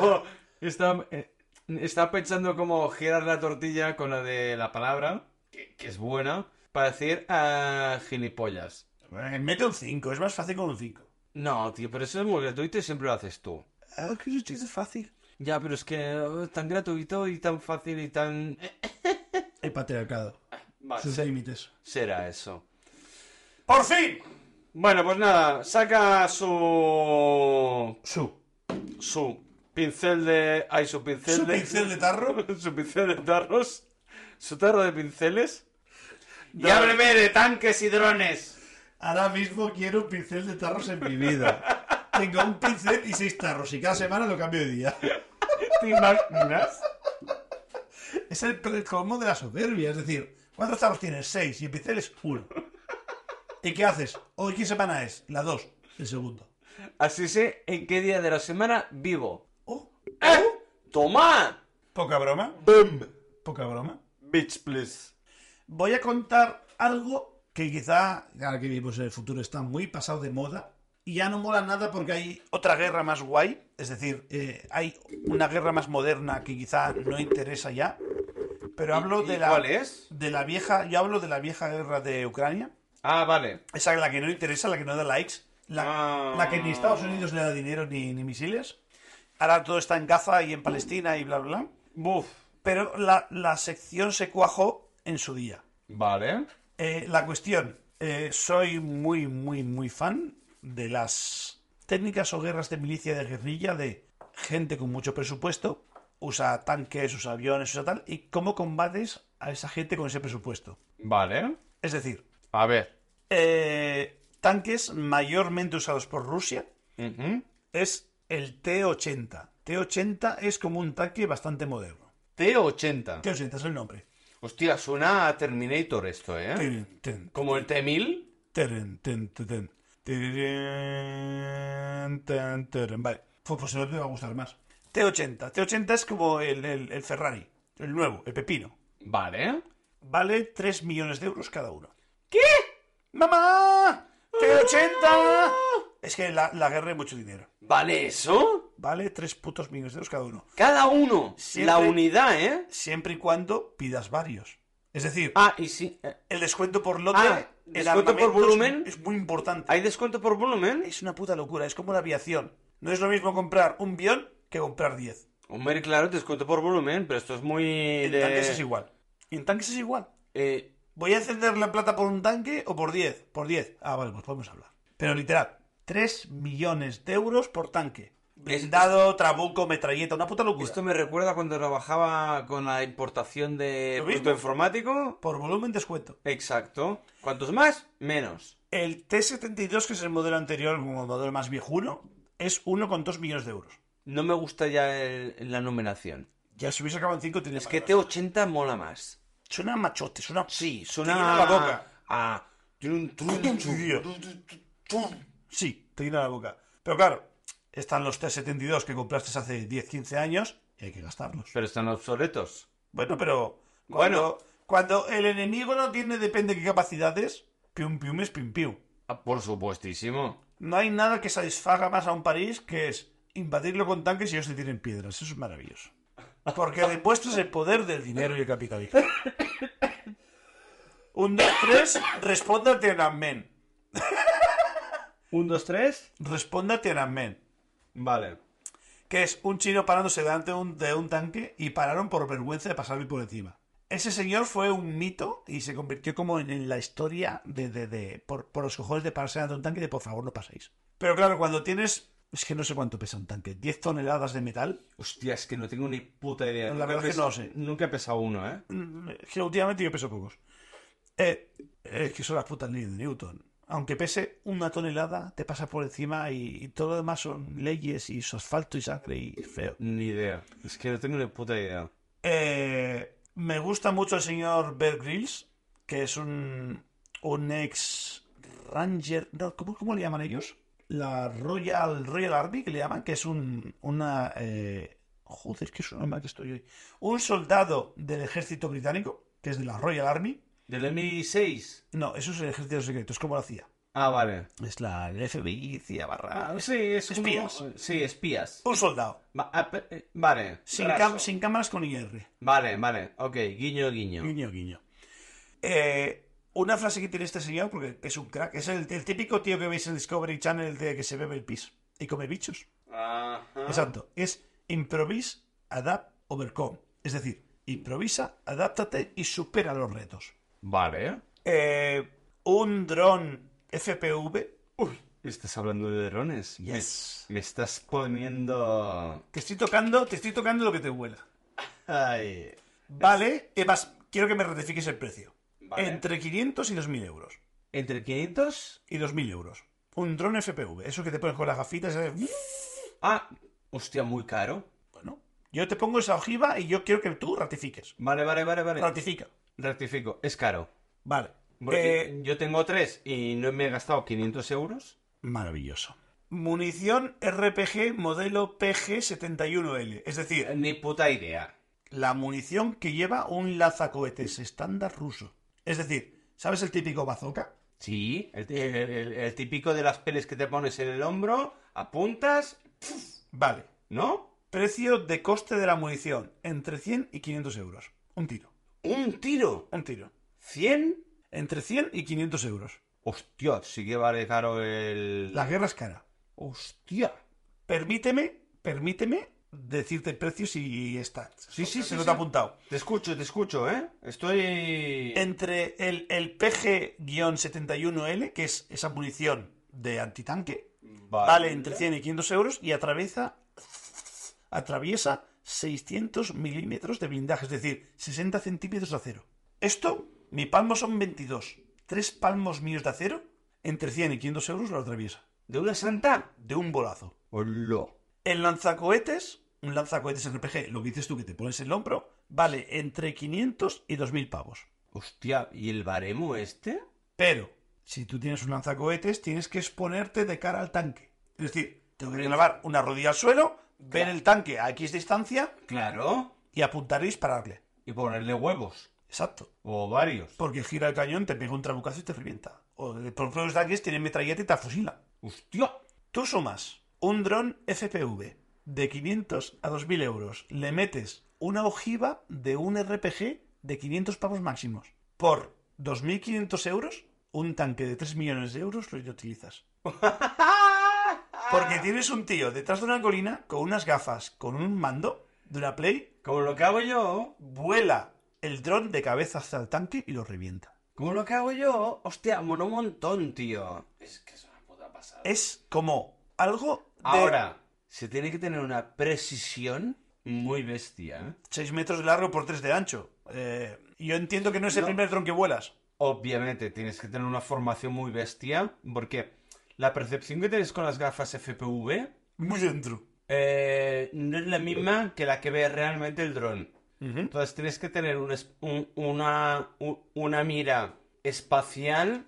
Speaker 1: Oh, está- eh, Estaba pensando cómo girar la tortilla con la de la palabra, que, que es buena, para decir ah, gilipollas.
Speaker 2: Eh, Mete un 5, es más fácil con un 5.
Speaker 1: No, tío, pero eso es muy gratuito y siempre lo haces tú.
Speaker 2: Ah, que yo es fácil.
Speaker 1: Ya, pero es que eh, tan gratuito y tan fácil y tan...
Speaker 2: El patriarcado. Sus límites.
Speaker 1: Será eso.
Speaker 2: Ah, ¡Por fin!
Speaker 1: Bueno, pues nada, saca su...
Speaker 2: Su.
Speaker 1: su pincel de... Ay, su pincel
Speaker 2: Su
Speaker 1: de...
Speaker 2: pincel de tarro.
Speaker 1: su pincel de tarros. Su tarro de pinceles. Y
Speaker 2: Dale.
Speaker 1: ábreme de tanques y drones.
Speaker 2: Ahora mismo quiero un pincel de tarros en mi vida. Tengo un pincel y seis tarros y cada semana lo cambio de día.
Speaker 1: ¿Te imaginas?
Speaker 2: Es el colmo de la soberbia. Es decir, ¿cuántos tarros tienes? Seis. Y el pincel es uno. ¿Y qué haces? ¿Hoy qué semana es? La dos. El segundo.
Speaker 1: Así sé en qué día de la semana vivo.
Speaker 2: Oh,
Speaker 1: ¡Eh! ¡Toma!
Speaker 2: poca broma.
Speaker 1: ¡Bum!
Speaker 2: Poca broma.
Speaker 1: Bitch, please.
Speaker 2: Voy a contar algo que quizá, ahora que vivimos en el futuro, está muy pasado de moda. Y ya no mola nada porque hay otra guerra más guay. Es decir, eh, hay una guerra más moderna que quizá no interesa ya. Pero hablo
Speaker 1: ¿Y
Speaker 2: de la,
Speaker 1: ¿Cuál es?
Speaker 2: de la vieja. Yo hablo de la vieja guerra de Ucrania.
Speaker 1: Ah, vale.
Speaker 2: Esa la que no interesa, la que no da likes. La,
Speaker 1: Ah.
Speaker 2: la que ni Estados Unidos le da dinero ni, ni misiles. Ahora todo está en Gaza y en Palestina y bla, bla, bla.
Speaker 1: Buf.
Speaker 2: Pero la, la sección se cuajó en su día.
Speaker 1: Vale.
Speaker 2: Eh, la cuestión, eh, soy muy, muy, muy fan de las técnicas o guerras de milicia de guerrilla de gente con mucho presupuesto, usa tanques, usa aviones, usa tal, y cómo combates a esa gente con ese presupuesto.
Speaker 1: Vale.
Speaker 2: Es decir,
Speaker 1: A ver.
Speaker 2: eh, tanques mayormente usados por Rusia
Speaker 1: Ujú.
Speaker 2: es el T-80. T-80 es como un tanque bastante moderno.
Speaker 1: T80.
Speaker 2: T-80 es el nombre.
Speaker 1: Hostia, suena a Terminator esto, ¿eh?
Speaker 2: Tin, tin,
Speaker 1: Como el T1000.
Speaker 2: Teren, ten, ten, ten. Teren, ten, teren. Vale. Pues, pues no te va a gustar más. T80. T80 es como el, el- el Ferrari, el nuevo, el pepino.
Speaker 1: Vale.
Speaker 2: Vale 3 millones de euros cada uno. ¿Qué? ¡Mamá! ¡T80! Es que la, la guerra es mucho dinero.
Speaker 1: ¿Vale eso?
Speaker 2: Vale 3 putos millones de euros cada uno.
Speaker 1: Cada uno.
Speaker 2: Siempre-
Speaker 1: La unidad, ¿eh?
Speaker 2: Siempre y cuando pidas varios. Es decir,
Speaker 1: Ah, y si... eh,
Speaker 2: el descuento por lote,
Speaker 1: Ah,
Speaker 2: el
Speaker 1: descuento por
Speaker 2: armamento es-
Speaker 1: volumen.
Speaker 2: es muy importante.
Speaker 1: ¿Hay descuento por volumen?
Speaker 2: Es una puta locura, es como la aviación. No es lo mismo comprar un bión que comprar 10.
Speaker 1: Hombre, claro, descuento por volumen, pero esto es muy...
Speaker 2: En
Speaker 1: de-
Speaker 2: tanques es igual. En tanques es igual.
Speaker 1: Eh,
Speaker 2: ¿Voy a encender la plata por un tanque o por 10? Por 10. Ah, vale, pues podemos hablar. Pero literal, 3 millones de euros por tanque. Blindado, trabuco, metralleta, una puta locura.
Speaker 1: Esto me recuerda cuando trabajaba con la importación de
Speaker 2: Lo mismo.
Speaker 1: producto informático.
Speaker 2: Por volumen descuento.
Speaker 1: Exacto. Cuantos más, menos.
Speaker 2: El T-72, que es el modelo anterior, como modelo más viejuno, es 1,2 millones de euros.
Speaker 1: No me gusta ya el- la numeración.
Speaker 2: Ya si hubiese acabado en 5, tienes
Speaker 1: Es que T80 mola más.
Speaker 2: Suena machote, suena...
Speaker 1: Sí, suena
Speaker 2: Tiene la boca.
Speaker 1: a- Tiene un
Speaker 2: Sí, tío. Sí, te llena la boca. Pero claro, están los T-72 que compraste hace 10, 15 años y hay que gastarlos.
Speaker 1: Pero están obsoletos.
Speaker 2: Bueno, pero cuando, cuando el enemigo no tiene depende de qué capacidades, pium pium es pium pium.
Speaker 1: Ah, por supuestísimo.
Speaker 2: No hay nada que satisfaga más a un París que es invadirlo con tanques y ellos te tienen piedras. Eso es maravilloso. Porque el impuesto es el poder del dinero y el capitalismo. Un, dos, tres, respóndate en amén.
Speaker 1: ¿Un, dos, tres?
Speaker 2: Respóndate en amén.
Speaker 1: Vale.
Speaker 2: que es un chino parándose delante de un, de un tanque y pararon por vergüenza de pasarle por encima. Ese señor fue un mito y se convirtió como en, en la historia de, de- de- por, por los cojones de pararse delante de un tanque y de por favor no paséis. Pero claro, cuando tienes, es que no sé cuánto pesa un tanque, 10 toneladas de metal,
Speaker 1: Hostia, es que no tengo ni puta idea.
Speaker 2: La
Speaker 1: Nunca
Speaker 2: verdad
Speaker 1: he
Speaker 2: es que no
Speaker 1: pesa-
Speaker 2: lo sé.
Speaker 1: Nunca he pesado uno, ¿eh?
Speaker 2: mm, es que últimamente yo peso pocos. Eh, es que son las putas leyes de Newton. Aunque pese una tonelada, te pasa por encima y, y todo lo demás son leyes y es asfalto y sangre y es feo.
Speaker 1: Ni idea. Es que no tengo ni puta idea.
Speaker 2: Eh, me gusta mucho el señor Bear Grylls, que es un, un ex Ranger. no, ¿cómo, cómo le llaman ellos? La Royal, Royal Army, que le llaman, que es un, una. eh, joder, que suena mal que estoy hoy. Un soldado del ejército británico, que es de la Royal Army.
Speaker 1: ¿Del M6?
Speaker 2: No, eso es el ejército secreto, es como la CIA.
Speaker 1: Ah, vale.
Speaker 2: Es la el FBI, CIA barra.
Speaker 1: sí, es
Speaker 2: como- Espías.
Speaker 1: Sí, espías.
Speaker 2: Un soldado.
Speaker 1: Va- ah, pe- eh, vale.
Speaker 2: Sin,
Speaker 1: Raso.
Speaker 2: cam- sin cámaras con IR.
Speaker 1: Vale, vale. Ok, guiño, guiño.
Speaker 2: Guiño, guiño. Eh, una frase que tiene este señor, porque es un crack, es el, el típico tío que veis en Discovery Channel de que se bebe el pis y come bichos. Ah.
Speaker 1: Ajá.
Speaker 2: Exacto. Es improvise, adapt, overcome. Es decir, improvisa, adáptate y supera los retos.
Speaker 1: Vale.
Speaker 2: Eh, un dron FPV.
Speaker 1: Estás hablando de drones.
Speaker 2: Yes.
Speaker 1: Me estás poniendo.
Speaker 2: Te estoy tocando, te estoy tocando lo que te vuela.
Speaker 1: Ay.
Speaker 2: Vale, eh, vas- quiero que me ratifiques el precio.
Speaker 1: Vale.
Speaker 2: Entre 500 y 2.000 euros.
Speaker 1: ¿Entre 500?
Speaker 2: Y 2.000 euros. Un dron FPV. Eso que te pones con las gafitas. eh,
Speaker 1: Ah, hostia, muy caro.
Speaker 2: Bueno, yo te pongo esa ojiva y yo quiero que tú ratifiques.
Speaker 1: Vale, vale, vale, vale.
Speaker 2: Ratifica.
Speaker 1: Rectifico, es caro.
Speaker 2: Vale. Eh,
Speaker 1: Porque yo tengo tres y no me he gastado 500 euros.
Speaker 2: Maravilloso. Munición RPG modelo PG71L. Es
Speaker 1: Eh,
Speaker 2: decir,
Speaker 1: Ni puta idea.
Speaker 2: la munición que lleva un lanzacohetes estándar ruso. Es decir, ¿sabes el típico bazooka?
Speaker 1: Sí, el, el- el- el típico de las peles que te pones en el hombro, apuntas,
Speaker 2: Vale.
Speaker 1: ¿no?
Speaker 2: Precio de coste de la munición. Entre 100 y 500 euros. Un tiro.
Speaker 1: Un tiro.
Speaker 2: Un tiro.
Speaker 1: ¿100?
Speaker 2: Entre 100 y 500 euros.
Speaker 1: Hostia, sí que vale caro el...
Speaker 2: La guerra es cara.
Speaker 1: Hostia.
Speaker 2: Permíteme, permíteme decirte precios y está.
Speaker 1: Sí, sí,
Speaker 2: se
Speaker 1: sí,
Speaker 2: lo
Speaker 1: sí.
Speaker 2: te he apuntado.
Speaker 1: Te escucho, te escucho, ¿eh? Estoy...
Speaker 2: Entre el, el PG-71L, que es esa munición de antitanque, vale entre 100 y 500 euros y atraviesa, atraviesa 600 milímetros de blindaje, es decir, 60 centímetros de acero. Esto, mi palmo son 22. Tres palmos míos de acero, entre 100 y 500 euros lo atraviesa,
Speaker 1: ¿De una santa?
Speaker 2: de un bolazo.
Speaker 1: Hola.
Speaker 2: El lanzacohetes, un lanzacohetes RPG, lo que dices tú que te pones en el hombro, vale entre 500 y 2000 pavos.
Speaker 1: Hostia, ¿y el baremo este?
Speaker 2: Pero, si tú tienes un lanzacohetes, tienes que exponerte de cara al tanque. Es decir, tengo que clavar una rodilla al suelo, ver el tanque a X distancia
Speaker 1: Claro.
Speaker 2: y apuntar y dispararle.
Speaker 1: Y ponerle huevos.
Speaker 2: Exacto.
Speaker 1: O varios.
Speaker 2: Porque gira el cañón, te pega un trabucazo y te revienta. O de- por ejemplo, los tanques tienen metralleta y te fusila.
Speaker 1: Hostia.
Speaker 2: Tú sumas un dron FPV de 500 a 2000 euros. Le metes una ojiva de un RPG de 500 pavos máximos. Por 2500 euros, un tanque de 3 millones de euros lo utilizas.
Speaker 1: Ah.
Speaker 2: Porque tienes un tío detrás de una colina con unas gafas, con un mando de una Play,
Speaker 1: Como lo que hago yo.
Speaker 2: vuela el dron de cabeza hasta el tanque y lo revienta.
Speaker 1: Como lo que hago yo. Hostia, mono un montón, tío. Es que es una puta pasada.
Speaker 2: Es como algo de
Speaker 1: Ahora, se tiene que tener una precisión muy bestia. ¿eh?
Speaker 2: 6 metros de largo por 3 de ancho. Eh, yo entiendo que no es el
Speaker 1: No.
Speaker 2: primer dron que vuelas.
Speaker 1: Obviamente, tienes que tener una formación muy bestia. Porque la percepción que tienes con las gafas FPV
Speaker 2: Muy dentro.
Speaker 1: eh, no es la misma que la que ve realmente el dron. Entonces tienes que tener un es- un- una, u- una mira espacial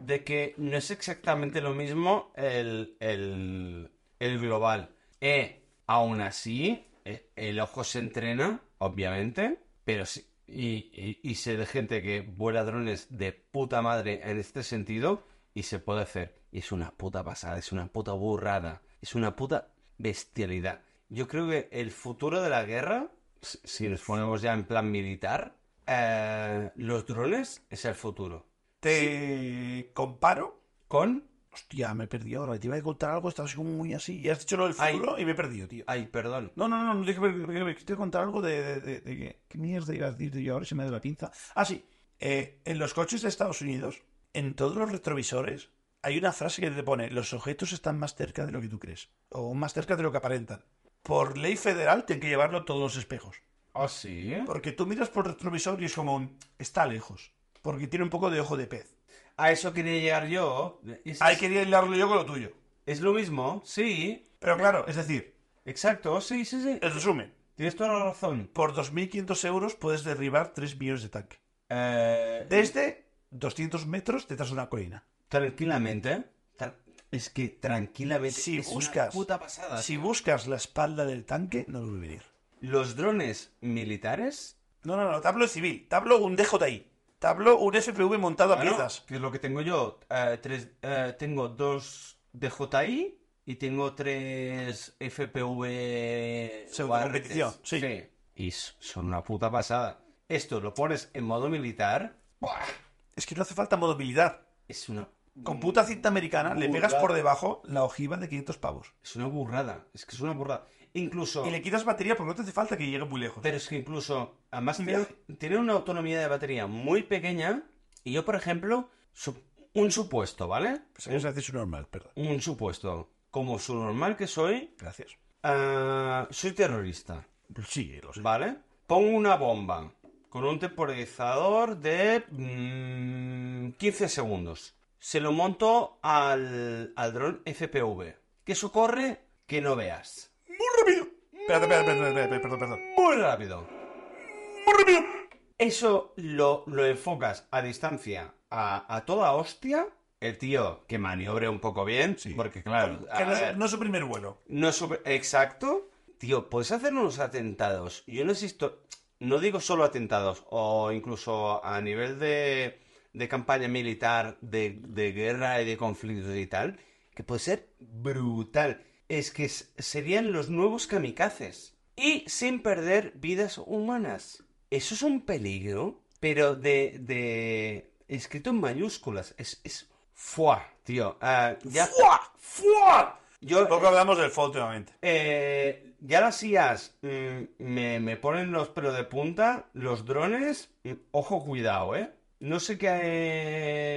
Speaker 1: de que no es exactamente lo mismo el, el, el global. Eh, aún así, eh, el ojo se entrena, obviamente, pero sí. Y, y- y sé de gente que vuela drones de puta madre en este sentido y se puede hacer. Y es una puta pasada, es una puta burrada, es una puta bestialidad. Yo creo que el futuro de la guerra, si si nos ponemos ya en plan militar, eh, los drones es el futuro.
Speaker 2: Te comparo.
Speaker 1: Con
Speaker 2: Hostia, me he perdido ahora. Te iba a contar algo, estás como muy así. Y has dicho lo del futuro y me he perdido, tío.
Speaker 1: Ay, perdón.
Speaker 2: No, no, no, no, déjame, déjame, que te voy a contar algo de, de- de- de que- ¿Qué mierda iba a decir yo ahora? Se me ha ido la pinza. Ah, sí. Eh, en los coches de Estados Unidos, en todos los retrovisores, hay una frase que te pone: los objetos están más cerca de lo que tú crees. O más cerca de lo que aparentan. Por ley federal, tienen que llevarlo todos los espejos.
Speaker 1: ¿Ah, sí?
Speaker 2: Porque tú miras por el retrovisor y es como un, Está lejos. Porque tiene un poco de ojo de pez.
Speaker 1: A eso quería llegar yo. Es,
Speaker 2: Ahí quería hilarlo yo con lo tuyo.
Speaker 1: es lo mismo, sí.
Speaker 2: Pero claro, es decir,
Speaker 1: Exacto, sí, sí, sí.
Speaker 2: en resumen,
Speaker 1: Tienes toda la razón.
Speaker 2: por 2.500 euros puedes derribar 3 millones de tanques.
Speaker 1: Eh,
Speaker 2: Desde 200 metros detrás de una colina.
Speaker 1: Tranquilamente. Tra- es que tranquilamente.
Speaker 2: Si
Speaker 1: es una
Speaker 2: buscas-
Speaker 1: puta pasada.
Speaker 2: Si buscas la espalda del tanque, no lo voy a venir.
Speaker 1: Los drones militares
Speaker 2: No, no, no, te hablo de civil, te hablo un DJI. tabló un FPV montado a
Speaker 1: Bueno,
Speaker 2: piezas.
Speaker 1: que es lo que tengo yo. eh, tres, eh, tengo dos DJI y tengo tres FPV.
Speaker 2: Pseudo
Speaker 1: guarretes.
Speaker 2: competición, sí.
Speaker 1: Y s- son una puta pasada. Esto lo pones en modo militar. ¡buah!
Speaker 2: Es que no hace falta movilidad.
Speaker 1: Es una,
Speaker 2: Con puta cinta americana le pegas por debajo la ojiva de 500 pavos.
Speaker 1: es una burrada. Es que es una burrada. Incluso.
Speaker 2: Y le quitas batería porque no te hace falta que llegue muy lejos.
Speaker 1: Pero es que incluso, además,
Speaker 2: Un
Speaker 1: tiene,
Speaker 2: viaje.
Speaker 1: tiene una autonomía de batería muy pequeña. Y yo, por ejemplo, su- un supuesto, ¿vale?
Speaker 2: Pensé que hace su normal, perdón.
Speaker 1: Un supuesto. Como su normal que soy,
Speaker 2: Gracias. Pues
Speaker 1: ah, soy terrorista,
Speaker 2: Sí, lo sé.
Speaker 1: ¿vale? Pongo una bomba con un temporizador de mm, 15 segundos. Se lo monto al, al dron FPV. Que socorre que no veas.
Speaker 2: Espérate, espérate, espérate, espérate, perdón, perdón.
Speaker 1: Muy rápido. Eso lo, lo enfocas a distancia a, a toda hostia. El tío que maniobre un poco bien, porque claro, Ah, eh. a
Speaker 2: Que no, es-
Speaker 1: ver,
Speaker 2: no es su primer vuelo.
Speaker 1: no es super- exacto. Tío, puedes hacer unos atentados. Yo no existo, no digo solo atentados, o incluso a nivel de, de campaña militar, de, de guerra y de conflicto y tal, que puede ser brutal. Es que s- serían los nuevos kamikazes. Y sin perder vidas humanas. Eso es un peligro, pero de, de- escrito en mayúsculas. Es, es, fuá, tío. Ah, ya,
Speaker 2: ¡Fua! ¡Fua!
Speaker 1: yo,
Speaker 2: Poco hablamos del FOL últimamente.
Speaker 1: eh, ya las IAs mm, me, me ponen los pelos de punta, los drones, mm, ojo, cuidado, ¿eh? No sé qué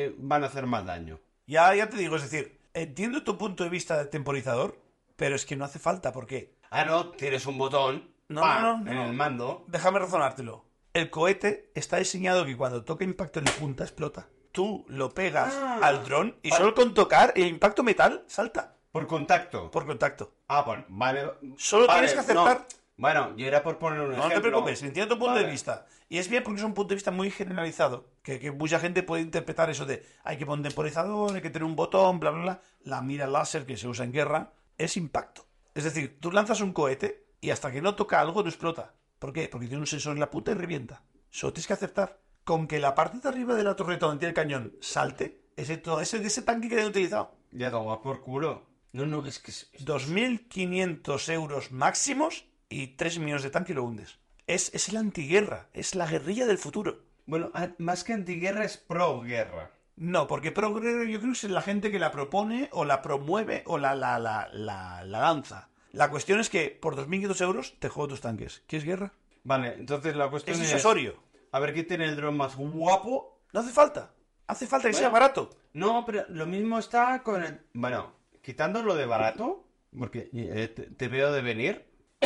Speaker 1: eh, van a hacer más daño.
Speaker 2: Ya, ya te digo, es decir, entiendo tu punto de vista de temporizador, pero es que no hace falta, porque
Speaker 1: Ah, no, tienes un botón
Speaker 2: No,
Speaker 1: ¡pam!
Speaker 2: no, no,
Speaker 1: en
Speaker 2: no.
Speaker 1: el mando.
Speaker 2: déjame razonártelo. El cohete está diseñado que cuando toca impacto en la punta explota. Tú lo pegas
Speaker 1: Ah.
Speaker 2: al dron y solo con tocar el impacto metal salta
Speaker 1: Por contacto.
Speaker 2: por contacto.
Speaker 1: Ah, bueno, vale.
Speaker 2: Solo
Speaker 1: vale,
Speaker 2: tienes que aceptar.
Speaker 1: no. Bueno, yo era por poner un
Speaker 2: No, te
Speaker 1: ejemplo.
Speaker 2: preocupes, entiendo tu punto de
Speaker 1: Vale.
Speaker 2: vista. Y es bien porque es un punto de vista muy generalizado, que, que mucha gente puede interpretar eso de hay que poner temporizador, hay que tener un botón, bla, bla, bla. La mira láser que se usa en guerra es impacto. Es decir, tú lanzas un cohete y hasta que no toca algo no explota. ¿Por qué? Porque tiene un sensor en la puta y revienta. Solo tienes que aceptar. Con que la parte de arriba de la torreta donde tiene el cañón salte, ese, todo ese, ese tanque que han utilizado,
Speaker 1: Ya toma por culo. No, no, es que es-
Speaker 2: 2.500 euros máximos y 3 millones de tanque y lo hundes. Es, es la antiguerra, es la guerrilla del futuro.
Speaker 1: Bueno, ah, más que antiguerra es proguerra.
Speaker 2: No, porque progre yo creo que es la gente que la propone o la promueve o la, la, la, la, la lanza. La cuestión es que por 2.500 euros te juego tus tanques. ¿Quieres guerra?
Speaker 1: Vale, entonces la cuestión
Speaker 2: Es
Speaker 1: es...
Speaker 2: disuasorio.
Speaker 1: A ver, ¿qué tiene el dron más guapo
Speaker 2: No hace falta. Hace falta que sea barato.
Speaker 1: No, pero lo mismo está con el... Bueno, quitando lo de barato, porque eh, te, te veo de venir.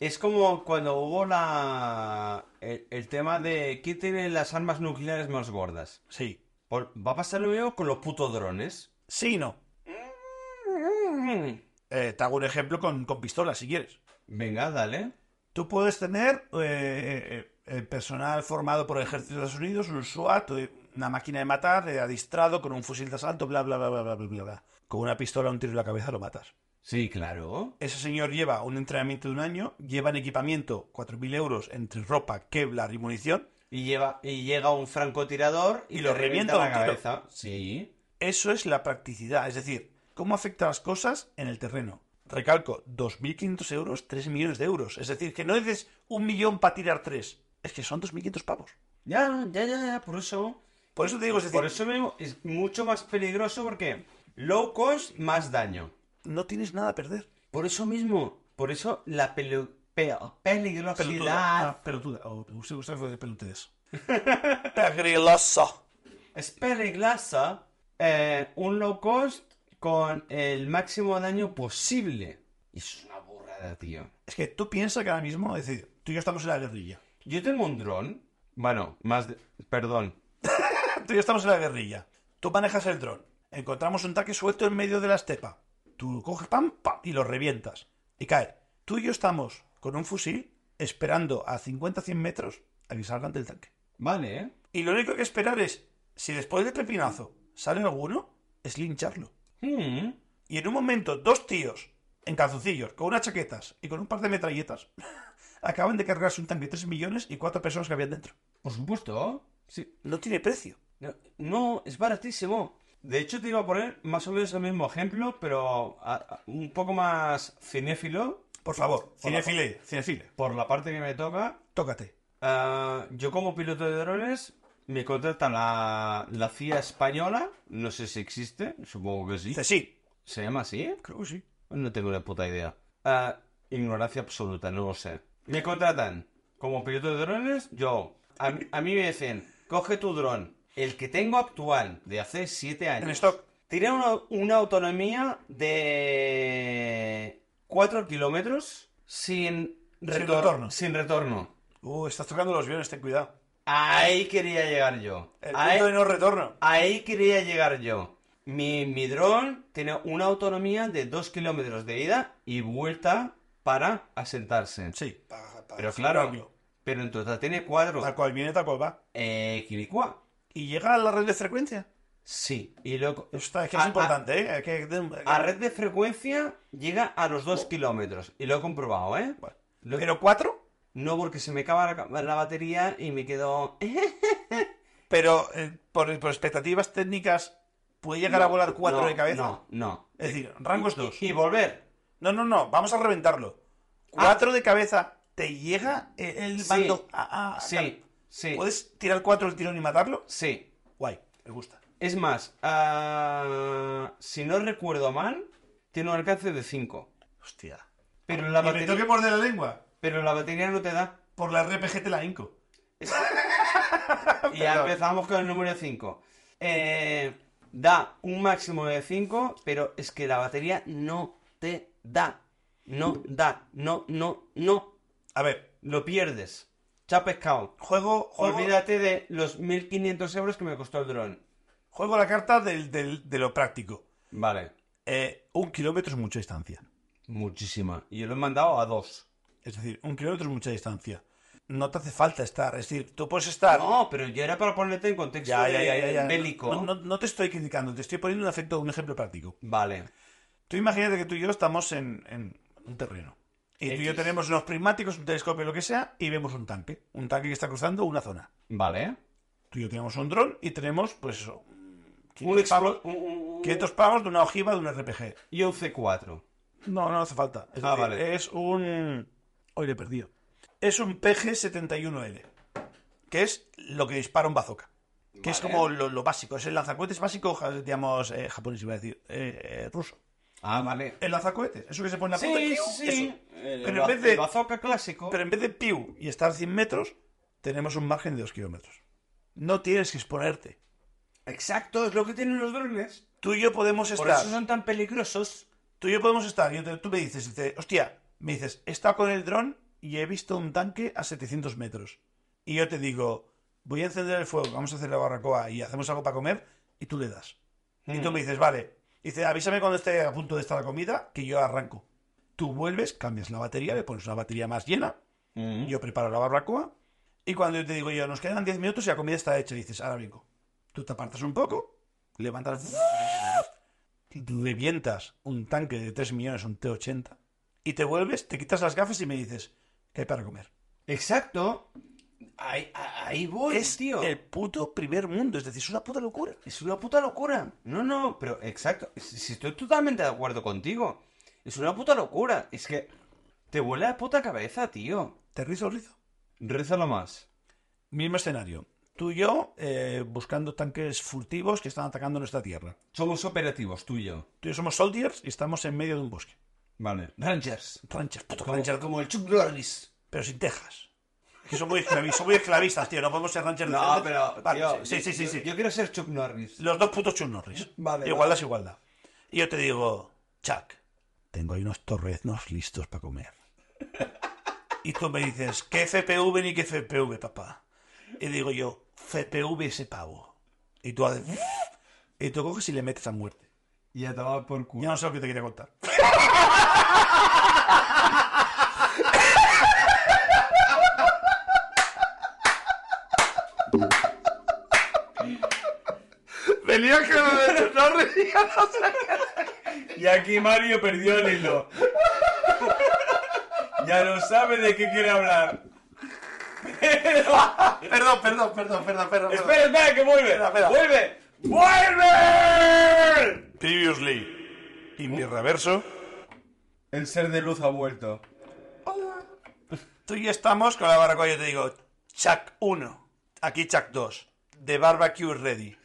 Speaker 1: Es como cuando hubo la... El, el tema de ¿qué tiene las armas nucleares más gordas?
Speaker 2: Sí.
Speaker 1: Por- va a pasar lo mismo con los putos drones.
Speaker 2: Sí y no.
Speaker 1: Mm.
Speaker 2: Eh, te hago un ejemplo con, con pistolas, si quieres.
Speaker 1: Venga, dale.
Speaker 2: Tú puedes tener eh, eh, eh, personal formado por el ejército de Estados Unidos, un SWAT, eh, una máquina de matar, eh, adistrado con un fusil de asalto, bla, bla, bla, bla, bla, bla, bla, bla. Con una pistola, un tiro en la cabeza, lo matas.
Speaker 1: Sí, claro.
Speaker 2: Ese señor lleva un entrenamiento de un año, lleva en equipamiento 4.000 euros entre ropa, Kevlar y munición.
Speaker 1: Y, lleva, y llega un francotirador y,
Speaker 2: Y
Speaker 1: le
Speaker 2: lo revienta
Speaker 1: la
Speaker 2: un tiro.
Speaker 1: cabeza. Sí.
Speaker 2: Eso es la practicidad, es decir, cómo afecta las cosas en el terreno. Recalco, 2.500 euros, 3 millones de euros. Es decir, que no dices un millón para tirar tres. Es que son 2.500 pavos.
Speaker 1: Ya, ya, ya, ya, por eso...
Speaker 2: Por eso te digo, es decir,
Speaker 1: Por eso mismo es mucho más peligroso porque low cost más daño.
Speaker 2: no tienes nada a perder.
Speaker 1: Por eso mismo, por eso la pelu- pe-
Speaker 2: Pelotuda.
Speaker 1: peligrosidad
Speaker 2: Ah, pelotuda. O se gusta de pelotudes. Pegriloso.
Speaker 1: es peligrosa. eh, un low cost con el máximo daño posible. Es una burrada, tío.
Speaker 2: Es que tú piensas que ahora mismo, es decir, tú y yo estamos en la guerrilla.
Speaker 1: Yo tengo un dron. Bueno, más de... Perdón.
Speaker 2: Tú y yo estamos en la guerrilla. Tú manejas el dron. Encontramos un tanque suelto en medio de la estepa. Tú coges pam, pam y lo revientas. Y cae. Tú y yo estamos con un fusil esperando a 50-100 metros a que salgan del tanque.
Speaker 1: Vale, ¿eh?
Speaker 2: Y lo único que esperar es, si después del pepinazo sale alguno, es lincharlo.
Speaker 1: Mm.
Speaker 2: Y en un momento, dos tíos en calzoncillos, con unas chaquetas y con un par de metralletas, acaban de cargarse un tanque de 3 millones y cuatro personas que habían dentro.
Speaker 1: Por supuesto.
Speaker 3: Sí.
Speaker 2: No tiene precio.
Speaker 1: No, no, es baratísimo. De hecho, te iba a poner más o menos el mismo ejemplo, pero a- a- un poco más cinéfilo.
Speaker 2: Por favor, cinefile,
Speaker 1: Por la parte que me toca,
Speaker 2: tócate.
Speaker 1: Ah, yo como piloto de drones me contrata la, la CIA española, no sé si existe, supongo que sí.
Speaker 2: Dice, sí.
Speaker 1: ¿Se llama así?
Speaker 2: Creo que sí.
Speaker 1: No tengo la puta idea. Ah, ignorancia absoluta, no lo sé. Me contratan como piloto de drones, yo. A, mí- a mí me dicen, coge tu dron, el que tengo actual, de hace 7 años.
Speaker 2: En stock.
Speaker 1: Tiene una, una autonomía de 4 kilómetros sin, retor-
Speaker 2: retorno.
Speaker 1: Sin retorno.
Speaker 2: Uh, estás tocando los aviones, ten cuidado.
Speaker 1: Ahí quería llegar yo.
Speaker 2: El
Speaker 1: Ahí,
Speaker 2: punto de no retorno.
Speaker 1: ahí quería llegar yo. Mi, mi dron tiene una autonomía de 2 kilómetros de ida y vuelta para asentarse.
Speaker 2: Sí. pa- pa-
Speaker 1: Pero
Speaker 2: circularlo.
Speaker 1: claro, pero en total tiene 4.
Speaker 2: Tal cual viene, tal cual va.
Speaker 1: Eh, Quiricua.
Speaker 2: ¿Y llega a la red de frecuencia?
Speaker 1: Sí. Y luego,
Speaker 2: Está, es que
Speaker 1: A-
Speaker 2: es
Speaker 1: a-
Speaker 2: importante, ¿eh? Hay que-
Speaker 1: a red de frecuencia llega a los 2 kilómetros. Y lo he comprobado, ¿eh?
Speaker 2: Bueno.
Speaker 1: Lo-
Speaker 2: Pero cuatro,
Speaker 1: No porque se me acaba la, la batería y me quedo... ¿eh?
Speaker 2: pero eh, por, por expectativas técnicas, ¿puede llegar a volar cuatro
Speaker 1: No,
Speaker 2: de cabeza?
Speaker 1: No, no.
Speaker 2: Es decir, rangos dos.
Speaker 1: Y volver.
Speaker 2: No, no, no, vamos a reventarlo. Cuatro de cabeza, ¿te llega el, el
Speaker 1: Sí.
Speaker 2: bando? a- a- a-
Speaker 1: Sí, sí,
Speaker 2: ¿Puedes tirar cuatro el tirón y matarlo?
Speaker 1: sí.
Speaker 2: Guay, me gusta.
Speaker 1: Es más, ah, si no recuerdo mal, tiene un alcance de 5.
Speaker 2: Hostia.
Speaker 1: Pero
Speaker 2: Ah,
Speaker 1: la, batería,
Speaker 2: morder la lengua?
Speaker 1: pero la batería no te da.
Speaker 2: Por la RPG te la inco.
Speaker 1: Y ya empezamos con el número 5. da un máximo de 5, pero es que la batería no te da. No da. No, no, no.
Speaker 2: A ver,
Speaker 1: Lo pierdes. Chao pescado.
Speaker 2: juego, juego,
Speaker 1: Olvídate de los 1500 euros que me costó el dron.
Speaker 2: juego la carta del, del- de lo práctico.
Speaker 1: Vale.
Speaker 2: Eh, un kilómetro es mucha distancia.
Speaker 1: Muchísima. Y yo lo he mandado a 2.
Speaker 2: Es decir, un kilómetro es mucha distancia. No te hace falta estar. Es decir, tú puedes estar.
Speaker 1: No, pero yo era para ponerte en contexto
Speaker 2: ya, ya, ya, ya, ya.
Speaker 1: bélico.
Speaker 2: No, no- no te estoy criticando, te estoy poniendo un, efecto, un ejemplo práctico.
Speaker 1: Vale.
Speaker 2: Tú imagínate que tú y yo estamos en, en un terreno. Y tú y yo
Speaker 1: X.
Speaker 2: tenemos unos prismáticos, un telescopio, lo que sea, y vemos un tanque. Un tanque que está cruzando una zona.
Speaker 1: Vale.
Speaker 2: Tú y yo tenemos un dron y tenemos, pues eso.
Speaker 1: Un
Speaker 2: 500 pavos,
Speaker 1: explo- un- un-
Speaker 2: 500 pavos de una ojiva de un RPG.
Speaker 1: Y un C4.
Speaker 2: No, no hace falta. Es,
Speaker 1: Ah,
Speaker 2: decir,
Speaker 1: vale.
Speaker 2: es un. Hoy le he perdido. Es un PG-71L. Que es lo que dispara un bazooka. Que es
Speaker 1: Vale.
Speaker 2: como lo, lo básico. Es el lanzacohetes básico, ja- digamos, eh, japonés iba a decir, eh, eh, ruso.
Speaker 1: Ah, vale.
Speaker 2: El lanzacohetes, eso que se pone a punta,
Speaker 1: Sí,
Speaker 2: ¡piu!
Speaker 1: sí,
Speaker 2: eso.
Speaker 1: sí. El
Speaker 2: Pero en
Speaker 1: ba-
Speaker 2: vez de-
Speaker 1: el bazooka clásico.
Speaker 2: Pero en vez de piu y estar 100 metros, tenemos un margen de 2 kilómetros. No tienes que exponerte.
Speaker 1: Exacto, es lo que tienen los drones.
Speaker 2: Tú y yo podemos
Speaker 1: Por
Speaker 2: estar.
Speaker 1: eso son tan peligrosos.
Speaker 2: Tú y yo podemos estar. y yo te- tú me dices, dices, hostia, me dices, he estado con el dron y he visto un tanque a 700 metros. Y yo te digo, voy a encender el fuego, vamos a hacer la barbacoa y hacemos algo para comer, y tú le das.
Speaker 1: Mm.
Speaker 2: Y tú me dices, vale. Dice, avísame cuando esté a punto de estar la comida, que yo arranco. Tú vuelves, cambias la batería, le pones una batería más llena,
Speaker 1: Mm.
Speaker 2: yo preparo la barbacoa, y cuando yo te digo yo, nos quedan 10 minutos y la comida está hecha, dices, ahora vengo. Tú te apartas un poco, levantas, y tú revientas un tanque de 3 millones, un T80, y te vuelves, te quitas las gafas y me dices, ¿qué hay para comer?
Speaker 1: Exacto. Ahí, a- ahí voy,
Speaker 2: Es
Speaker 1: tío.
Speaker 2: el puto primer mundo, es decir, es una puta locura.
Speaker 1: Es una puta locura. No, no, pero exacto. Si si estoy totalmente de acuerdo contigo. Es una puta locura. Es que te vuela la puta cabeza, tío.
Speaker 2: Te rizo el rizo.
Speaker 1: Rézalo más.
Speaker 2: Mismo escenario. Tú y yo eh, buscando tanques furtivos que están atacando nuestra tierra.
Speaker 1: Somos operativos, tú y yo.
Speaker 2: Tú y yo somos soldiers y estamos en medio de un bosque.
Speaker 1: Vale. Rangers.
Speaker 2: Ranchers, puto
Speaker 1: Como,
Speaker 2: ranchers,
Speaker 1: como el Chuck Norris.
Speaker 2: pero sin Texas. Es que son muy, esclavi- son muy esclavistas, tío. No podemos ser ranchers de
Speaker 1: No,
Speaker 2: Texas.
Speaker 1: pero.
Speaker 2: Vale,
Speaker 1: tío,
Speaker 2: sí, sí, sí,
Speaker 1: yo,
Speaker 2: sí.
Speaker 1: Yo quiero ser Chuck Norris.
Speaker 2: Los dos putos Chuck Norris.
Speaker 1: Vale,
Speaker 2: igualdad es igualdad. Y yo te digo, Chuck, tengo ahí unos torreznos listos para comer. Y tú me dices, ¿qué FPV ni qué FPV, papá? Y digo yo, FPV ese pavo. Y tú haces... Y tú coges y le metes a muerte.
Speaker 1: Ya te va por
Speaker 2: Ya no sé lo que te quería contar.
Speaker 1: Venía que me Chuck Norris y Y aquí Mario perdió el hilo. Ya no sabe de qué quiere hablar.
Speaker 2: Perdón, perdón, perdón, perdón, perdón.
Speaker 4: espera, espera, que vuelve.
Speaker 2: Espera, espera.
Speaker 4: ¡Vuelve! ¡Vuelve!
Speaker 2: Previously. Y mi reverso.
Speaker 1: El ser de luz ha vuelto.
Speaker 2: Tú y yo estamos con la barbacoa, yo te digo, Chuck 1, aquí Chuck 2, The Barbecue is Ready.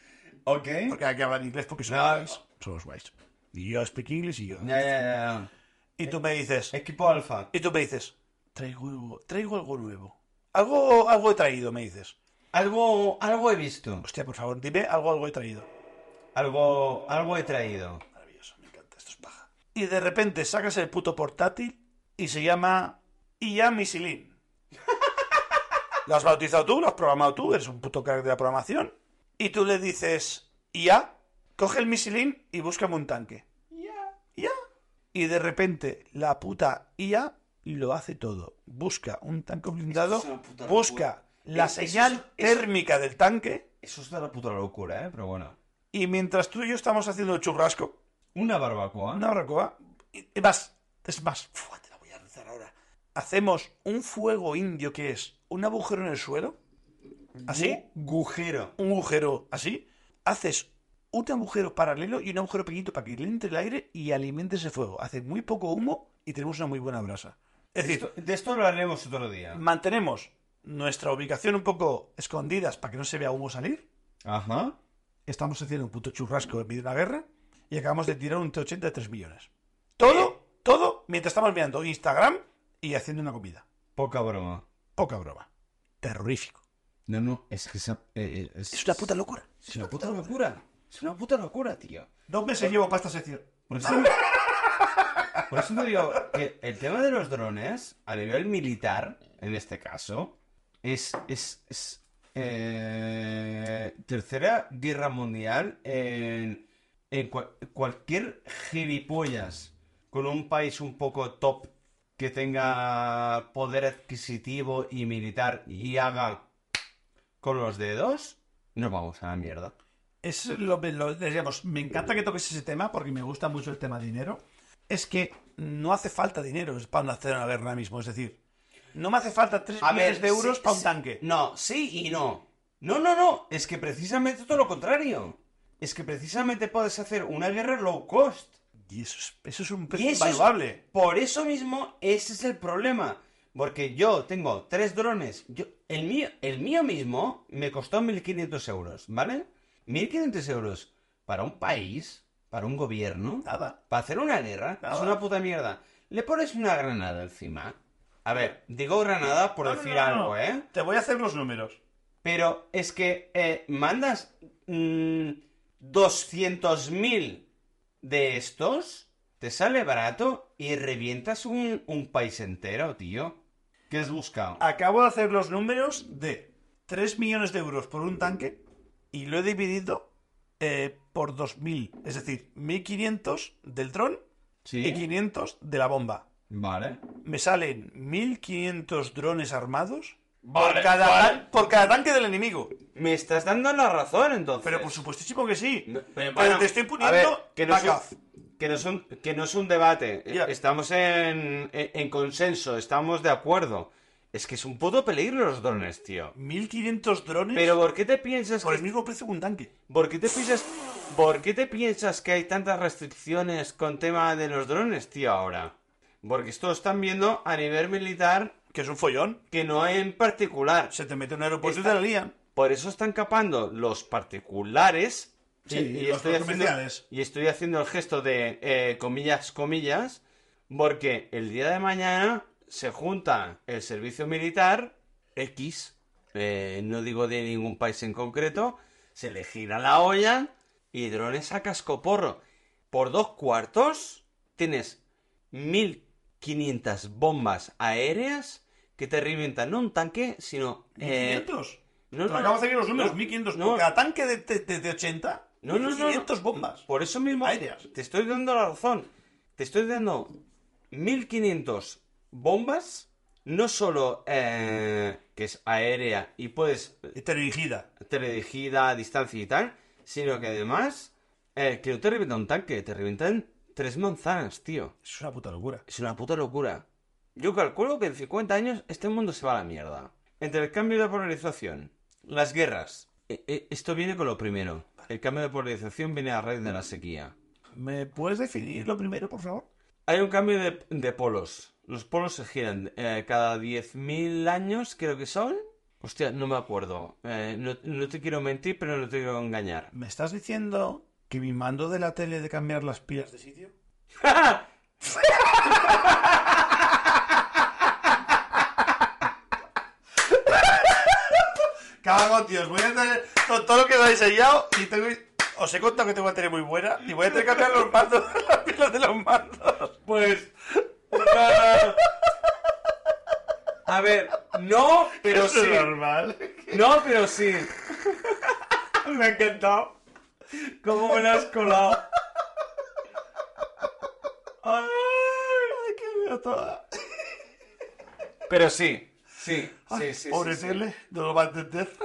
Speaker 1: Ok.
Speaker 2: Porque hay que hablar inglés porque son
Speaker 1: No.
Speaker 2: guays. Somos guays. Y yo speak English y yo. Eh.
Speaker 1: Ya, ya, ya.
Speaker 2: Y tú me dices,
Speaker 1: Equipo alfa.
Speaker 2: y tú me dices, traigo algo, traigo algo nuevo. Algo, algo he traído, me dices.
Speaker 1: Algo, algo he visto.
Speaker 2: Hostia, por favor, dime algo, algo he traído.
Speaker 1: Algo, algo he traído.
Speaker 2: Maravilloso, me encanta, esto es paja. Y de repente sacas el puto portátil y se llama IA Misilin. lo has bautizado tú, lo has programado tú, eres un puto crack de la programación. Y tú le dices, IA, coge el Misilin y búscame un tanque. IA. Y de repente la puta IA lo hace todo. Busca un tanque blindado,
Speaker 1: es una puta
Speaker 2: busca
Speaker 1: locura.
Speaker 2: la
Speaker 1: Es- es-
Speaker 2: señal
Speaker 1: es-
Speaker 2: térmica del tanque
Speaker 1: Eso es una puta locura, ¿eh? Pero bueno.
Speaker 2: y mientras tú y yo estamos haciendo el churrasco,
Speaker 1: Una barbacoa.
Speaker 2: Una barbacoa. Y- y más, es más, ¡fua! te la voy a rezar ahora. Hacemos un fuego indio que es un agujero en el suelo.
Speaker 1: ¿Ah,
Speaker 2: Así.
Speaker 1: Agujero.
Speaker 2: Un agujero así. Haces un agujero paralelo y un agujero pequeñito para que le entre el aire y alimente ese fuego. Hace muy poco humo y tenemos una muy buena brasa. Es decir,
Speaker 1: Esto- de esto lo haremos otro día.
Speaker 2: mantenemos nuestra ubicación un poco escondidas para que no se vea humo salir.
Speaker 1: Ajá.
Speaker 2: estamos haciendo un puto churrasco en medio de una guerra y acabamos de tirar un T80 de 3 millones. Todo, todo mientras estamos mirando Instagram y haciendo una comida.
Speaker 1: Poca broma.
Speaker 2: Poca broma. Terrorífico.
Speaker 1: No, no, es que esa- eh, eh,
Speaker 2: Es una puta locura.
Speaker 1: es una puta locura. Es una puta locura, tío.
Speaker 2: Dos meses llevo para esta sección.
Speaker 1: Por eso, por eso te digo que el tema de los drones, a nivel militar, en este caso, es. es, es, eh, tercera guerra mundial en, en cua- cualquier gilipollas con un país un poco top que tenga poder adquisitivo y militar y haga con los dedos, nos vamos a la mierda.
Speaker 2: Es lo, lo decíamos, me encanta que toques ese tema porque me gusta mucho el tema dinero. Es que no hace falta dinero para hacer una guerra ahora mismo. Es decir, no me hace falta 3
Speaker 1: A ver,
Speaker 2: millones de
Speaker 1: sí,
Speaker 2: euros para un
Speaker 1: sí.
Speaker 2: tanque.
Speaker 1: Eh, No, sí y no. No, no, no. Es que precisamente todo lo contrario. Es que precisamente puedes hacer una guerra low cost.
Speaker 2: Y eso es, eso es un
Speaker 1: Y
Speaker 2: precio
Speaker 1: eso es-
Speaker 2: valuable.
Speaker 1: por eso mismo, ese es el problema. Porque yo tengo tres drones. Yo, el, mío, el mío mismo me costó 1.500 euros, ¿vale? 1.500 euros para un país, para un gobierno.
Speaker 2: Nada.
Speaker 1: Para hacer una guerra
Speaker 2: Nada.
Speaker 1: es una puta mierda. Le pones una granada encima. A ver, digo granada por
Speaker 2: No, no,
Speaker 1: decir
Speaker 2: no, no.
Speaker 1: algo, ¿eh?
Speaker 2: Te voy a hacer los números.
Speaker 1: Pero es que eh, mandas mm, 200.000 de estos, te sale barato y revientas un, un país entero, tío. ¿Qué has buscado?
Speaker 2: Acabo de hacer los números de 3 millones de euros por un tanque y lo he dividido eh, por 2.000. Es decir, 1.500 del dron y
Speaker 1: Sí.
Speaker 2: 500 de la bomba.
Speaker 1: Vale.
Speaker 2: Me salen 1.500 drones armados
Speaker 1: Vale,
Speaker 2: por, cada
Speaker 1: vale.
Speaker 2: tan- por cada tanque del enemigo.
Speaker 1: Me estás dando la razón entonces.
Speaker 2: Pero por supuestísimo que sí.
Speaker 1: No, eh,
Speaker 2: Pero
Speaker 1: bueno,
Speaker 2: te estoy
Speaker 1: a
Speaker 2: poniendo
Speaker 1: ver, que no, es
Speaker 2: back
Speaker 1: un,
Speaker 2: off.
Speaker 1: que, no es un, que no es un debate. Eh,
Speaker 2: Ya.
Speaker 1: Estamos en, en, en consenso, estamos de acuerdo. Es que es un puto peligro los drones, tío.
Speaker 2: 1.500 drones
Speaker 1: Pero ¿por qué te piensas
Speaker 2: por
Speaker 1: que
Speaker 2: el mismo precio que un tanque.
Speaker 1: ¿Por qué te piensas, por qué te piensas que hay tantas restricciones con tema de los drones, tío, ahora? Porque esto están viendo a nivel militar
Speaker 2: Que es un follón.
Speaker 1: que no en particular.
Speaker 2: Se te mete en un aeropuerto
Speaker 1: Está-
Speaker 2: y te la lían.
Speaker 1: Por eso están capando los particulares.
Speaker 2: Sí, los
Speaker 1: haciendo,
Speaker 2: comerciales.
Speaker 1: y estoy haciendo el gesto de eh, comillas, comillas, porque el día de mañana se junta el servicio militar X, eh, no digo de ningún país en concreto, se le gira la olla y drones a cascoporro. Por dos cuartos tienes 1500 bombas aéreas que te revientan no un tanque, sino... eh,
Speaker 2: 1.500.
Speaker 1: no,
Speaker 2: Te
Speaker 1: no,
Speaker 2: acabas de ver los números,
Speaker 1: no,
Speaker 2: 1500
Speaker 1: no.
Speaker 2: por cada tanque de, de- de- de 80,
Speaker 1: No, no, no,
Speaker 2: 1500
Speaker 1: no.
Speaker 2: bombas.
Speaker 1: Por eso mismo
Speaker 2: Aéreas.
Speaker 1: te estoy dando la razón. Te estoy dando 1500 bombas, no solo eh, que es aérea y puedes eh,
Speaker 2: Heterodirigida.
Speaker 1: teledirigida a distancia y tal, sino que además eh, que no te revienta un tanque, te revientan tres manzanas, tío.
Speaker 2: Es una puta locura.
Speaker 1: Es una puta locura. Yo calculo que en 50 años este mundo se va a la mierda. Entre el cambio de polarización, las guerras. E- e- Esto viene con lo primero. El cambio de polarización viene a raíz de la sequía.
Speaker 2: ¿Me puedes definir lo primero, por favor?
Speaker 1: Hay un cambio de, de polos. Los polos se giran eh, cada 10.000 años, creo que son. Hostia, no me acuerdo. Eh, no, no te quiero mentir, pero no te quiero engañar.
Speaker 2: ¿Me estás diciendo que mi mando de la tele de cambiar las pilas de sitio? Cago, tíos, voy a tener con todo lo que me habéis sellado y tengo... Os he contado que tengo una tele muy buena y voy a tener que cambiar los mandos, las pilas de los mandos.
Speaker 5: Pues. ah, A ver, no, pero
Speaker 2: Eso
Speaker 5: sí.
Speaker 2: es normal.
Speaker 5: No, pero sí.
Speaker 2: Me ha encantado.
Speaker 5: ¿Cómo me lo has colado?
Speaker 2: Ay, que veo toda.
Speaker 5: Pero sí. Sí, sí, sí.
Speaker 2: Pobre
Speaker 5: sí, sí.
Speaker 2: tele, no lo va a entender.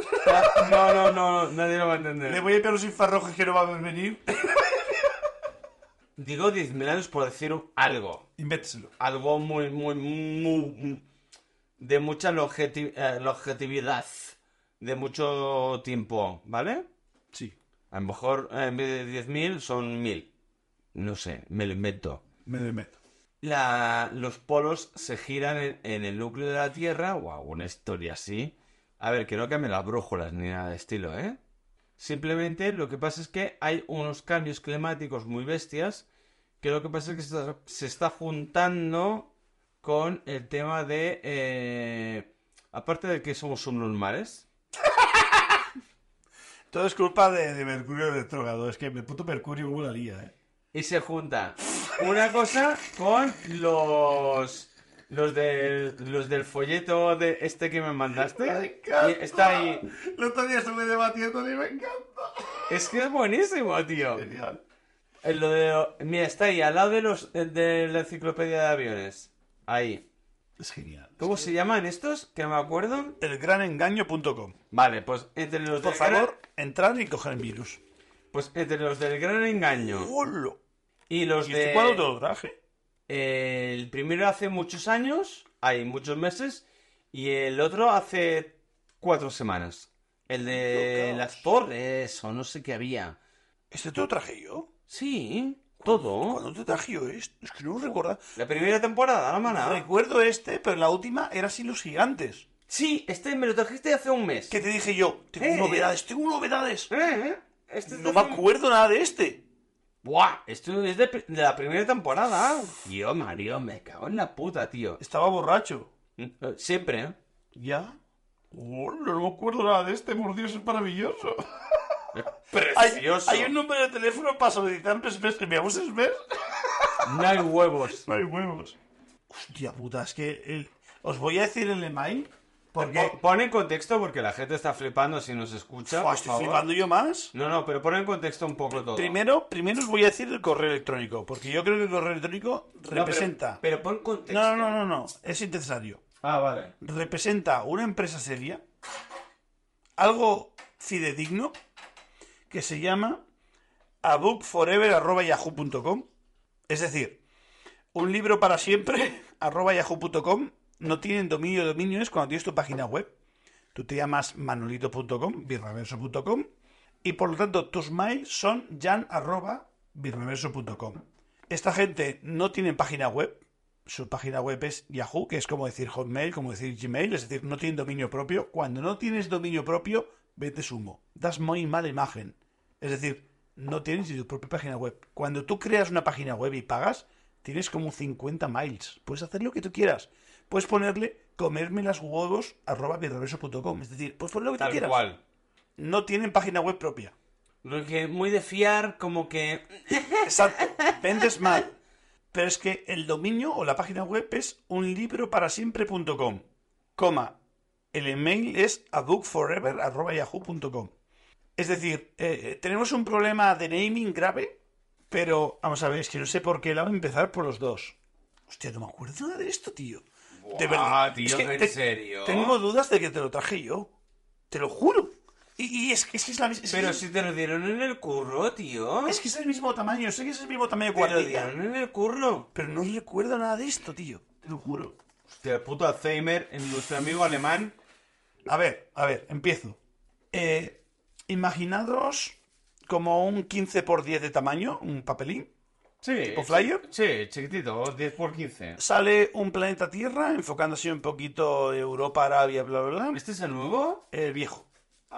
Speaker 5: No, no, no, no, nadie lo va a
Speaker 2: Le
Speaker 5: entender.
Speaker 2: voy a enviar los infrarrojos que no va a venir.
Speaker 1: Digo 10.000 años por decir algo.
Speaker 2: Invénteselo.
Speaker 1: Algo muy, muy, muy... De mucha longeti- eh, longevidad. De mucho tiempo, ¿vale?
Speaker 2: Sí.
Speaker 1: A lo mejor eh, en vez de 10.000 son 1.000. No sé, me lo invento.
Speaker 2: Me lo meto.
Speaker 1: La- los polos se giran en, en el núcleo de la Tierra, wow, una historia así. A ver, que no cambien las brújulas ni nada de estilo, ¿eh? Simplemente lo que pasa es que hay unos cambios climáticos muy bestias, que lo que pasa es que se está, se está juntando con el tema de... eh, aparte de que somos subnormales,
Speaker 2: Todo es culpa de, de Mercurio retrógrado. Es que el puto Mercurio hubo la lía, eh.
Speaker 1: y se junta una cosa con los los del los del folleto de este que me mandaste
Speaker 2: encanta.
Speaker 1: Y está ahí
Speaker 2: El otro día estuve debatiendo y me encanta.
Speaker 1: es que es buenísimo tío
Speaker 2: Genial.
Speaker 1: Eh, lo de- mira está ahí al lado de los eh, de la enciclopedia de aviones ahí
Speaker 2: Es genial.
Speaker 1: cómo se llaman estos que no me acuerdo
Speaker 2: Elgranengaño.com.
Speaker 1: vale pues entre los
Speaker 2: Por
Speaker 1: del
Speaker 2: favor,
Speaker 1: gran-
Speaker 2: entrad y coger el virus.
Speaker 1: pues entre los del gran engaño
Speaker 2: ¡Holo!
Speaker 1: y los
Speaker 2: ¿Y
Speaker 1: de
Speaker 2: este cuadro te lo traje?
Speaker 1: El primero hace muchos años, hay muchos meses, y el otro hace cuatro semanas. El de
Speaker 2: Locaos.
Speaker 1: las torres o no sé qué había.
Speaker 2: ¿Este te lo traje yo?
Speaker 1: Sí, todo.
Speaker 2: ¿Cuándo te traje yo esto? Es que no lo recuerdo.
Speaker 1: La primera temporada, la maná.
Speaker 2: Recuerdo este, pero la última era sin los gigantes.
Speaker 1: Sí, este me lo trajiste hace un mes.
Speaker 2: Que te dije yo, tengo
Speaker 1: Eh.
Speaker 2: novedades, tengo novedades.
Speaker 1: Eh, Este
Speaker 2: No
Speaker 1: es
Speaker 2: me
Speaker 1: de hace un-
Speaker 2: acuerdo nada de este.
Speaker 1: Buah, esto es de, pri- de la primera temporada. Tío, Mario, me cago en la puta, tío.
Speaker 2: Estaba borracho.
Speaker 1: Eh, Siempre, ¿eh?
Speaker 2: ¿Ya? Oh, no me acuerdo nada de este, por Dios, es maravilloso. Hay,
Speaker 1: Precioso.
Speaker 2: hay un número de teléfono para solicitar SMS. ¿Enviamos SMS?
Speaker 1: No hay huevos.
Speaker 2: No hay huevos. Hostia puta, es que el- os voy a decir el email
Speaker 1: Po-
Speaker 2: porque
Speaker 1: Pon en contexto porque la gente está flipando si nos escucha.
Speaker 2: Oh. Fua,
Speaker 1: por
Speaker 2: estoy
Speaker 1: favor.
Speaker 2: flipando yo más.
Speaker 1: No, no, pero pon en contexto un poco todo.
Speaker 2: Primero, primero os voy a decir el correo electrónico, porque yo creo que el correo electrónico
Speaker 1: No, pero-
Speaker 2: representa.
Speaker 1: Pero, pon contexto.
Speaker 2: No, no, no, no, es innecesario.
Speaker 1: Ah, vale.
Speaker 2: representa una empresa seria, algo fidedigno, que se llama abookforever.yahoo.com. Es decir, un libro para siempre, arroba yahoo.com. No tienen dominio de dominios cuando tienes tu página web. Tú te llamas manolito.com, birraverso.com. Y por lo tanto, tus mails son jan arroba birraverso.com. Esta gente no tiene página web, su página web es Yahoo, que es como decir Hotmail, como decir Gmail, es decir, no tienen dominio propio. Cuando no tienes dominio propio, vendes humo. Das muy mala imagen. Es decir, no tienes ni tu propia página web. Cuando tú creas una página web y pagas, tienes como 50 miles. Puedes hacer lo que tú quieras. Puedes ponerle comerme las huevos arroba birreverso.com. Es decir, puedes poner lo que tú
Speaker 1: Tal
Speaker 2: quieras.
Speaker 1: cual.
Speaker 2: No tienen página web propia.
Speaker 1: Lo que muy de fiar, como que.
Speaker 2: Exacto, vendes mal. Pero es que el dominio o la página web es unlibroparasiempre.com, coma, el email es abookforever.yahoo.com. Es decir, eh, tenemos un problema de naming grave, pero vamos a ver, es que no sé por qué lado empezar por los dos. Hostia, no me acuerdo nada de esto, tío. de verdad.
Speaker 1: tío,
Speaker 2: Es que
Speaker 1: en
Speaker 2: te-
Speaker 1: serio.
Speaker 2: Tengo dudas de que te lo traje yo. Te lo juro. Y, y es, que es que es la mis- es que
Speaker 1: Pero
Speaker 2: es-
Speaker 1: si te lo dieron en el curro, tío.
Speaker 2: es que es el mismo tamaño, sé que es el mismo tamaño
Speaker 1: Te lo
Speaker 2: cuadrilla.
Speaker 1: dieron en el curro.
Speaker 2: Pero no recuerdo nada de esto, tío. Te lo juro.
Speaker 1: Hostia, el puto Alzheimer, en nuestro amigo alemán.
Speaker 2: A ver, a ver, empiezo. Eh, imaginaros como un 15 por 10 de tamaño, un papelín.
Speaker 1: Sí.
Speaker 2: ¿Tipo flyer?
Speaker 1: Sí, chiquitito, 10 por 15.
Speaker 2: Sale un planeta Tierra enfocándose un poquito Europa, Arabia, bla, bla, bla.
Speaker 1: ¿Este es el nuevo?
Speaker 2: El viejo.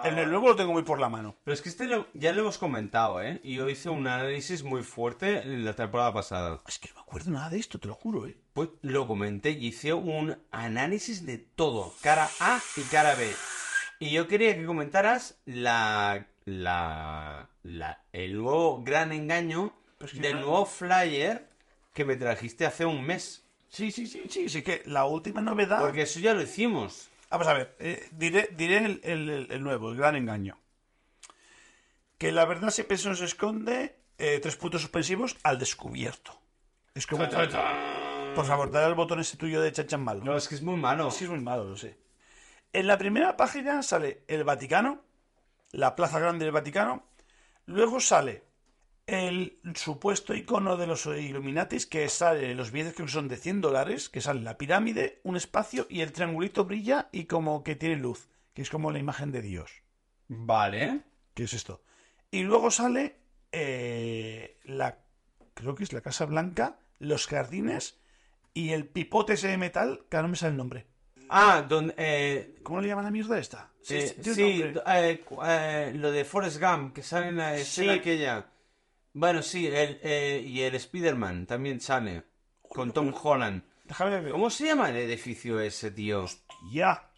Speaker 2: El, el nuevo lo tengo muy por la mano.
Speaker 1: Pero es que este lo- ya lo hemos comentado, ¿eh? Y yo hice un análisis muy fuerte en la temporada pasada.
Speaker 2: Es que no me acuerdo nada de esto, te lo juro, ¿eh?
Speaker 1: Pues lo comenté y hice un análisis de todo, cara A y cara B. Y yo quería que comentaras la. la. la el nuevo gran engaño
Speaker 2: Pero es que
Speaker 1: del
Speaker 2: no-
Speaker 1: nuevo flyer que me trajiste hace un mes.
Speaker 2: Sí, sí, Pues sí, sí. Sí que la última novedad...
Speaker 1: Porque eso ya lo hicimos.
Speaker 2: Vamos a ver, eh, diré, diré el, el- el nuevo, el gran engaño. Que la verdad siempre se nos esconde eh, tres puntos suspensivos al descubierto. Es como... Por favor, dale al botón ese tuyo de chachan malo.
Speaker 1: No, es que es muy malo.
Speaker 2: Sí, es muy malo, lo sé. En la primera página sale el Vaticano, la Plaza Grande del Vaticano. Luego sale el supuesto icono de los Illuminatis, que sale los billetes que son de 100 dólares, que sale la pirámide, un espacio y el triangulito brilla y como que tiene luz, que es como la imagen de Dios.
Speaker 1: Vale.
Speaker 2: ¿Qué es esto? Y luego sale eh, la, creo que es la Casa Blanca, los jardines y el pipote ese de metal, que ahora no me sale el nombre.
Speaker 1: Ah, donde. eh,
Speaker 2: ¿Cómo le llaman la mierda esta?
Speaker 1: eh,
Speaker 2: tiene un
Speaker 1: sí,
Speaker 2: nombre.
Speaker 1: eh, cu- eh, lo de Forrest Gump, que sale en la escena
Speaker 2: Sí.
Speaker 1: aquella. Bueno, sí, el, eh, y el Spider-Man también sale. Con Tom Holland.
Speaker 2: Déjame ver.
Speaker 1: ¿Cómo se llama el edificio ese, tío?
Speaker 2: Ya.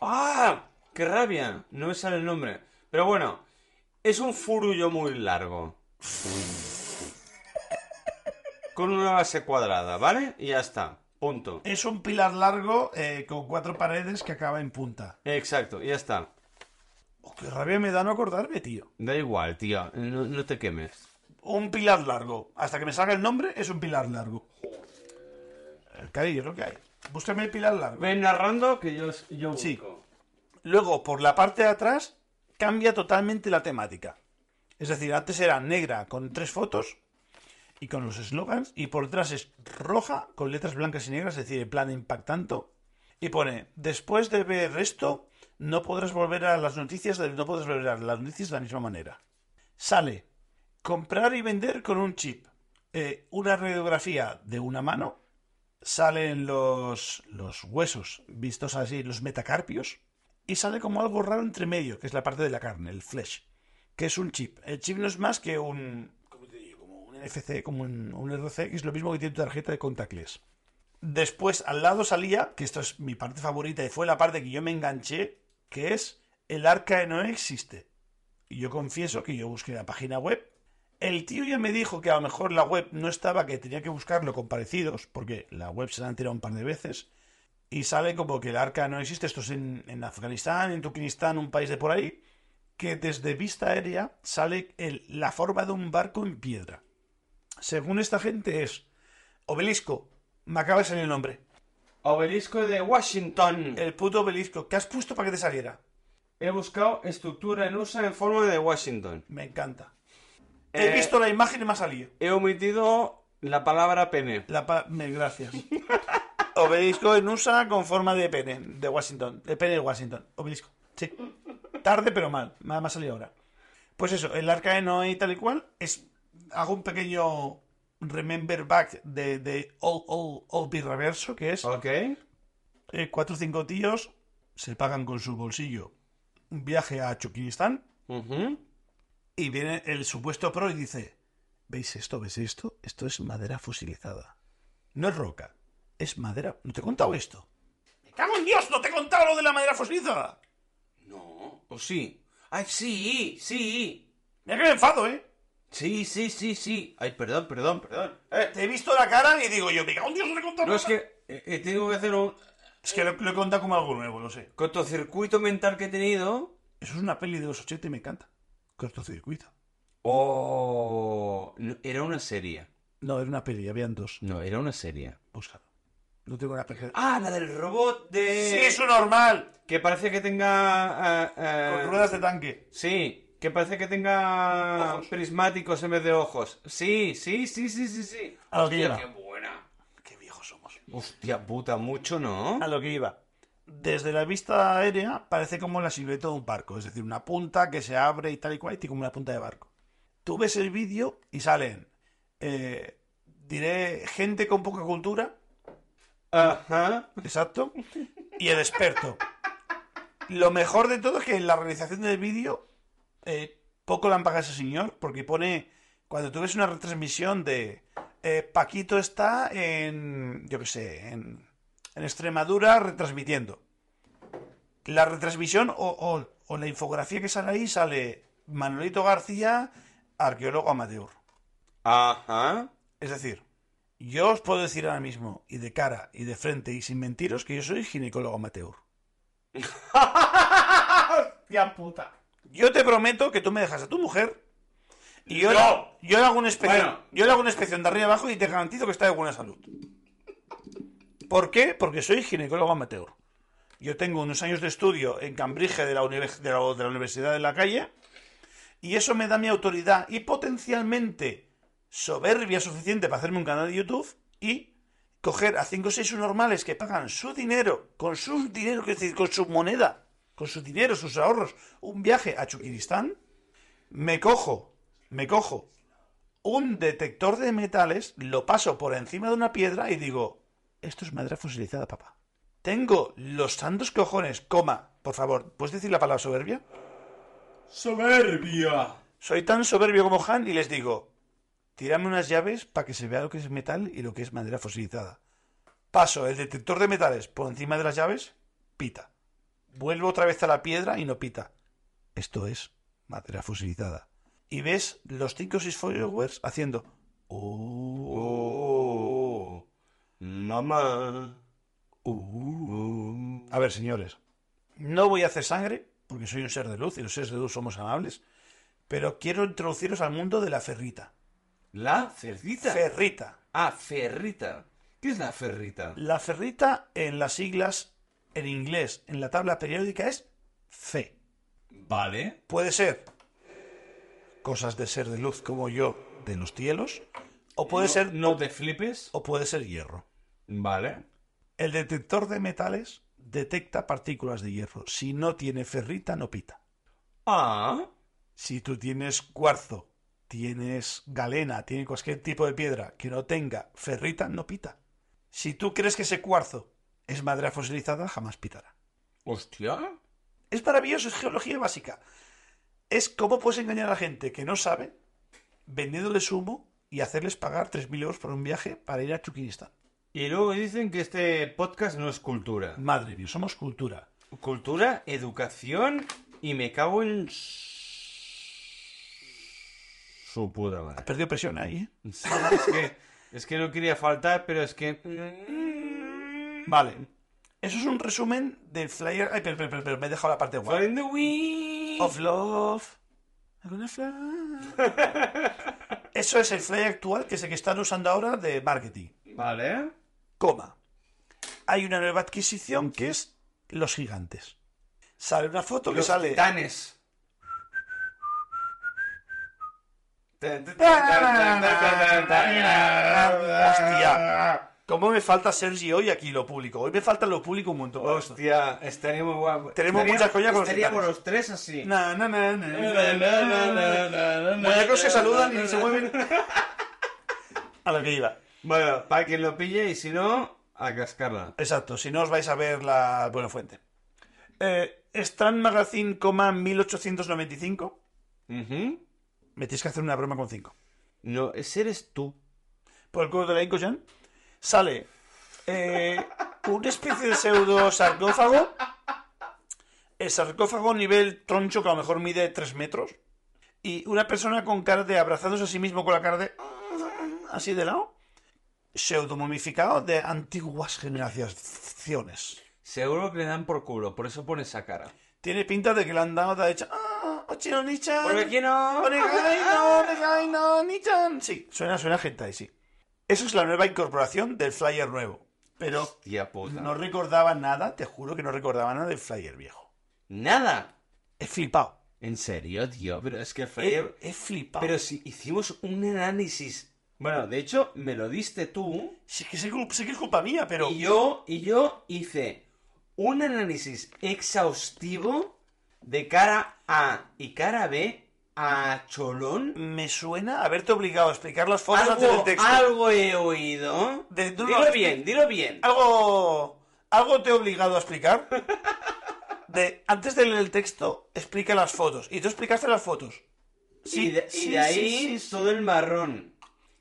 Speaker 1: ¡Ah! ¡Qué rabia! No me sale el nombre. Pero bueno, es un furullo muy largo. Con una base cuadrada, ¿vale? Y ya está. Punto.
Speaker 2: Es un pilar largo eh, con cuatro paredes que acaba en punta.
Speaker 1: Exacto, ya está.
Speaker 2: Oh, qué rabia me da no acordarme, tío.
Speaker 1: Da igual, tío. No, no te quemes.
Speaker 2: Un pilar largo. Hasta que me salga el nombre, es un pilar largo. El cariño, lo que hay. Búscame el pilar largo.
Speaker 1: Ven narrando que yo, yo
Speaker 2: Sí.
Speaker 1: busco.
Speaker 2: Luego, por la parte de atrás, cambia totalmente la temática. Es decir, antes era negra con tres fotos y con los slogans, y por detrás es roja con letras blancas y negras, es decir, el plan impactante. Y pone, después de ver esto, no podrás volver a las noticias, de, no podrás volver a las noticias de la misma manera. Sale, comprar y vender con un chip. Eh, una radiografía de una mano. Salen los, los huesos, vistos así, los metacarpios y sale como algo raro entre medio, que es la parte de la carne, el flesh, que es un chip. El chip no es más que un, ¿cómo te digo? Como un NFC, como un, un RC, que es lo mismo que tiene tu tarjeta de contactless. Después, al lado salía, que esto es mi parte favorita y fue la parte que yo me enganché, que es el arca de Noé existe. Y yo confieso que yo busqué la página web. El tío ya me dijo que a lo mejor la web no estaba, que tenía que buscarlo con parecidos, porque la web se la han tirado un par de veces. Y sale como que el arca no existe. Esto es en, en Afganistán, en Turkmenistán, un país de por ahí. Que desde vista aérea sale el- la forma de un barco en piedra. Según esta gente es obelisco. Me acaba de salir el nombre.
Speaker 1: Obelisco de Washington.
Speaker 2: El puto obelisco. ¿Qué has puesto para que te saliera?
Speaker 1: He buscado estructura en USA en forma de Washington.
Speaker 2: Me encanta.
Speaker 1: Eh,
Speaker 2: He visto la imagen y me ha salido.
Speaker 1: He omitido la palabra pene.
Speaker 2: La pa- me- gracias. Obelisco en USA con forma de pene de Washington. De pene de Washington. Obelisco. Sí. Tarde pero mal. Me ha me ha salido ahora. Pues eso, el arca de Noé y tal y cual. Es, hago un pequeño remember back de, de All, All, All Be Reverso, que es
Speaker 1: Ok.
Speaker 2: eh, cuatro o cinco tíos se pagan con su bolsillo un viaje a Chuquistán
Speaker 1: Ujú.
Speaker 2: y viene el supuesto pro y dice, ¿veis esto? ¿Veis esto? Esto es madera fusilizada. No es roca, es madera. ¿No te he contado esto? ¡Me cago en Dios! ¡No te he contado lo de la madera fusilizada!
Speaker 1: No. ¿O Pues sí? Ay, sí, sí.
Speaker 2: Mira que me enfado, ¿eh?
Speaker 1: Sí, sí, sí, sí. Ay, perdón, perdón, perdón. Eh,
Speaker 2: Te he visto la cara y digo yo, ¡me cago en Dios! ¡No te he contado
Speaker 1: no, es
Speaker 2: nada".
Speaker 1: que eh, eh, tengo que hacer un
Speaker 2: Es que lo, lo he contado como algo nuevo, lo sé.
Speaker 1: cortocircuito mental que he tenido.
Speaker 2: Eso es una peli de los 80 y me encanta. Cortocircuito.
Speaker 1: Oh. no, era una serie.
Speaker 2: No, era una peli, habían dos.
Speaker 1: No, era una serie.
Speaker 2: Búscalo. No tengo la peli.
Speaker 1: Ah, la del robot de...
Speaker 2: ¡Sí, eso normal!
Speaker 1: Que parece que tenga... eh, eh,
Speaker 2: Con ruedas de tanque.
Speaker 1: Sí, que parece que tenga
Speaker 2: Ojos.
Speaker 1: prismáticos en vez de ojos. Sí, sí, sí, sí, sí, sí.
Speaker 2: A lo
Speaker 1: Hostia,
Speaker 2: que iba.
Speaker 1: qué buena.
Speaker 2: ¡Qué viejos somos!
Speaker 1: Hostia puta, mucho, ¿no?
Speaker 2: A lo que iba. desde la vista aérea parece como la silueta de un barco, es decir, una punta que se abre y tal y cual, y tiene como una punta de barco. Tú ves el vídeo y salen, eh, diré, gente con poca cultura,
Speaker 1: Ajá.
Speaker 2: exacto, y el experto. Lo mejor de todo es que en la realización del vídeo eh, poco le han pagado a ese señor, porque pone, cuando tú ves una retransmisión de eh, Paquito está en, yo qué sé, en, en Extremadura retransmitiendo. La retransmisión o, o- o la infografía que sale ahí sale Manuelito García, arqueólogo amateur.
Speaker 1: Ajá.
Speaker 2: Es decir, yo os puedo decir ahora mismo, y de cara, y de frente, y sin mentiros, que yo soy ginecólogo amateur.
Speaker 6: ¡Hostia puta!
Speaker 2: Yo te prometo que tú me dejas a tu mujer y yo,
Speaker 6: No.
Speaker 2: yo le hago una inspección,
Speaker 6: Bueno.
Speaker 2: yo le hago una inspección de arriba abajo y te garantizo que está de buena salud. ¿Por qué? Porque soy ginecólogo amateur. Yo tengo unos años de estudio en Cambridge de la, unive- de la- de la Universidad de la Calle y eso me da mi autoridad y potencialmente soberbia suficiente para hacerme un canal de YouTube y coger a 5 o 6 normales que pagan su dinero, con su dinero, es decir, con su moneda, con su dinero, sus ahorros, un viaje a Chuquiristán, me cojo, me cojo un detector de metales, lo paso por encima de una piedra y digo, esto es madera fosilizada, papá. Tengo los santos cojones, coma, por favor, ¿puedes decir la palabra soberbia?
Speaker 6: ¡Soberbia!
Speaker 2: Soy tan soberbio como Han y les digo, tirame unas llaves para que se vea lo que es metal y lo que es madera fosilizada. Paso el detector de metales por encima de las llaves, pita. Vuelvo otra vez a la piedra y no pita. Esto es madera fosilizada. Y ves los 5 o 6 followers haciendo... "Oh,
Speaker 1: Oh. Mamá. Uh.
Speaker 2: A ver, señores, no voy a hacer sangre, porque soy un ser de luz y los seres de luz somos amables, pero quiero introduciros al mundo de la ferrita.
Speaker 1: La ferrita.
Speaker 2: Ferrita.
Speaker 1: ah, ferrita. ¿Qué es la ferrita?
Speaker 2: La ferrita en las siglas en inglés, en la tabla periódica, es fe.
Speaker 1: Vale.
Speaker 2: Puede ser cosas de ser de luz como yo de los cielos, o puede ser
Speaker 1: No te flipes.
Speaker 2: o puede ser hierro.
Speaker 1: Vale.
Speaker 2: El detector de metales detecta partículas de hierro. Si no tiene ferrita, no pita.
Speaker 1: Ah.
Speaker 2: Si tú tienes cuarzo, tienes galena, tienes cualquier tipo de piedra que no tenga ferrita, no pita. Si tú crees que ese cuarzo es madera fosilizada, jamás pitará.
Speaker 1: Hostia.
Speaker 2: Es maravilloso, es geología básica. Es cómo puedes engañar a la gente que no sabe vendiéndoles humo y hacerles pagar 3.000 euros por un viaje para ir a Chuquinistán.
Speaker 1: Y luego dicen que este podcast no es cultura.
Speaker 2: Madre mía, somos cultura.
Speaker 1: Cultura, educación y me cago en... s- Su puta madre.
Speaker 2: Perdió presión ahí, ¿eh?
Speaker 1: Sí, Es que, es que no quería faltar, pero es que...
Speaker 2: Vale. Eso es un resumen del flyer... Ay, pero, pero, pero, pero, me he dejado la parte guay.
Speaker 1: Find the wind.
Speaker 2: of Love. I'm gonna fly. Eso es el flyer actual, que es el que están usando ahora de marketing.
Speaker 1: Vale.
Speaker 2: Coma. Hay una nueva adquisición que es los gigantes. Sale una foto que
Speaker 1: Los
Speaker 2: sale.
Speaker 1: titanes.
Speaker 2: Hostia. ¿Cómo me falta Sergi hoy aquí lo público? Hoy me falta lo público un montón.
Speaker 1: Hostia, estaría muy guapo.
Speaker 2: Tenemos
Speaker 1: Estaría-
Speaker 2: muchas collas con los
Speaker 1: Estaríamos
Speaker 2: titanes.
Speaker 1: los tres así.
Speaker 2: Na, na, na, na, na, na, na. Muñecos que saludan y se mueven. A lo que iba.
Speaker 1: Bueno, para quien lo pille y si no, a cascarla.
Speaker 2: Exacto, si no os vais a ver la buena fuente. Eh, Strand Magazine, coma, 1895.
Speaker 1: Ujú.
Speaker 2: Me tienes que hacer una broma con 5.
Speaker 1: No, ese eres tú.
Speaker 2: Por el culo de la Incojan sale eh, una especie de pseudo sarcófago. El sarcófago nivel troncho que a lo mejor mide 3 metros. Y una persona con cara de abrazándose a sí mismo con la cara de... mm, Así de lado. Pseudo momificado de antiguas generaciones.
Speaker 1: Seguro que le dan por culo, por eso pone esa cara.
Speaker 2: Tiene pinta de que le han dado de hecho. ¡Ah! ¡Ochino Nichan!
Speaker 1: Porque aquí no.
Speaker 2: ¡Onegai no! ¡Onegai no! ¡Nichan! Sí, suena, suena gente ahí, sí. Eso es la nueva incorporación del flyer nuevo. Pero
Speaker 1: Hostia puta.
Speaker 2: no recordaba nada, te juro que no recordaba nada del flyer viejo.
Speaker 1: Nada.
Speaker 2: He flipado.
Speaker 1: En serio, tío. Pero es que
Speaker 2: He,
Speaker 1: Freyer.
Speaker 2: he flipado.
Speaker 1: Pero si hicimos un análisis. Bueno, de hecho, me lo diste tú.
Speaker 2: Sí que, sé, cul- sé que es culpa mía, pero.
Speaker 1: Y yo, y yo hice un análisis exhaustivo de cara A y cara B a Cholón.
Speaker 2: Me suena haberte obligado a explicar las formas antes del
Speaker 1: Algo,
Speaker 2: texto.
Speaker 1: algo he oído.
Speaker 2: De- tú no- Ah,
Speaker 1: dilo bien, dilo bien.
Speaker 2: Algo, algo te he obligado a explicar. De, antes de leer el texto, explica las fotos. Y tú explicaste las fotos.
Speaker 1: y de, y
Speaker 2: sí,
Speaker 1: de ahí
Speaker 2: sí, sí, sí.
Speaker 1: todo el marrón.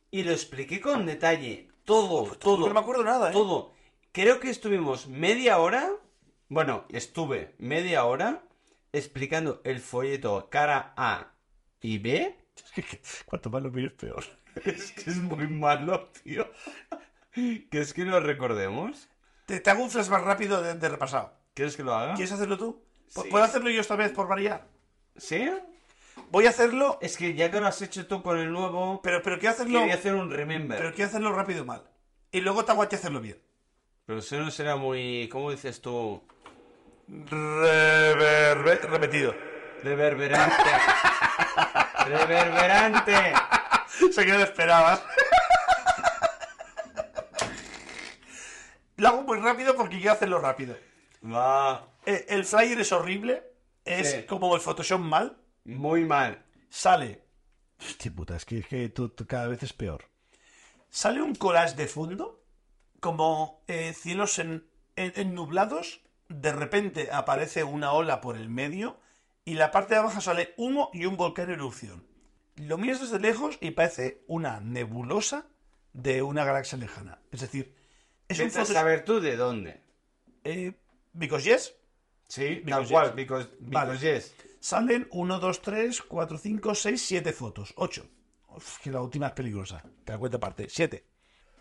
Speaker 1: Y lo expliqué con detalle. Todo, todo.
Speaker 2: No me acuerdo nada, ¿eh?
Speaker 1: Todo. Creo que estuvimos media hora. Bueno, estuve media hora explicando el folleto cara A y B.
Speaker 2: Cuanto más lo mires, peor.
Speaker 1: Es que es muy malo, tío. ¿Quieres que lo recordemos?
Speaker 2: Te, te hago un flashback rápido de, de repasado.
Speaker 1: ¿Quieres que lo haga?
Speaker 2: ¿Quieres hacerlo tú? Pu-
Speaker 1: Sí.
Speaker 2: ¿Puedo hacerlo yo esta vez por variar?
Speaker 1: ¿Sí?
Speaker 2: Voy a hacerlo,
Speaker 1: Es que ya que lo has hecho tú con el nuevo,
Speaker 2: pero, pero quiero hacerlo.
Speaker 1: quería hacer un remember.
Speaker 2: Pero quiero hacerlo rápido y mal. Y luego te hago a ti hacerlo bien.
Speaker 1: Pero eso no será muy... ¿Cómo dices tú?
Speaker 2: repetido.
Speaker 1: Reverberante. Reverberante.
Speaker 2: Sé que no lo esperabas. Lo hago muy rápido porque quiero hacerlo rápido.
Speaker 1: Va.
Speaker 2: Eh, El flyer es horrible. Es
Speaker 1: Sí.
Speaker 2: como el Photoshop mal.
Speaker 1: Muy mal.
Speaker 2: Sale. Hostia puta, es que, cada vez es peor. Sale un collage de fondo. Como eh, cielos en, en- ennublados. De repente aparece una ola por el medio. Y la parte de abajo sale humo y un volcán en erupción. Lo miras desde lejos y parece una nebulosa de una galaxia lejana. Es decir, es un
Speaker 1: Vete a
Speaker 2: Photoshop.
Speaker 1: saber tú de dónde.
Speaker 2: eh, because yes,
Speaker 1: Sí,
Speaker 2: Because
Speaker 1: tal
Speaker 2: yes.
Speaker 1: cual. Because,
Speaker 2: Vale.
Speaker 1: because yes.
Speaker 2: Salen 1, 2, 3, 4, 5, 6, 7 fotos. 8. que la última es peligrosa. Te la cuento aparte. 7.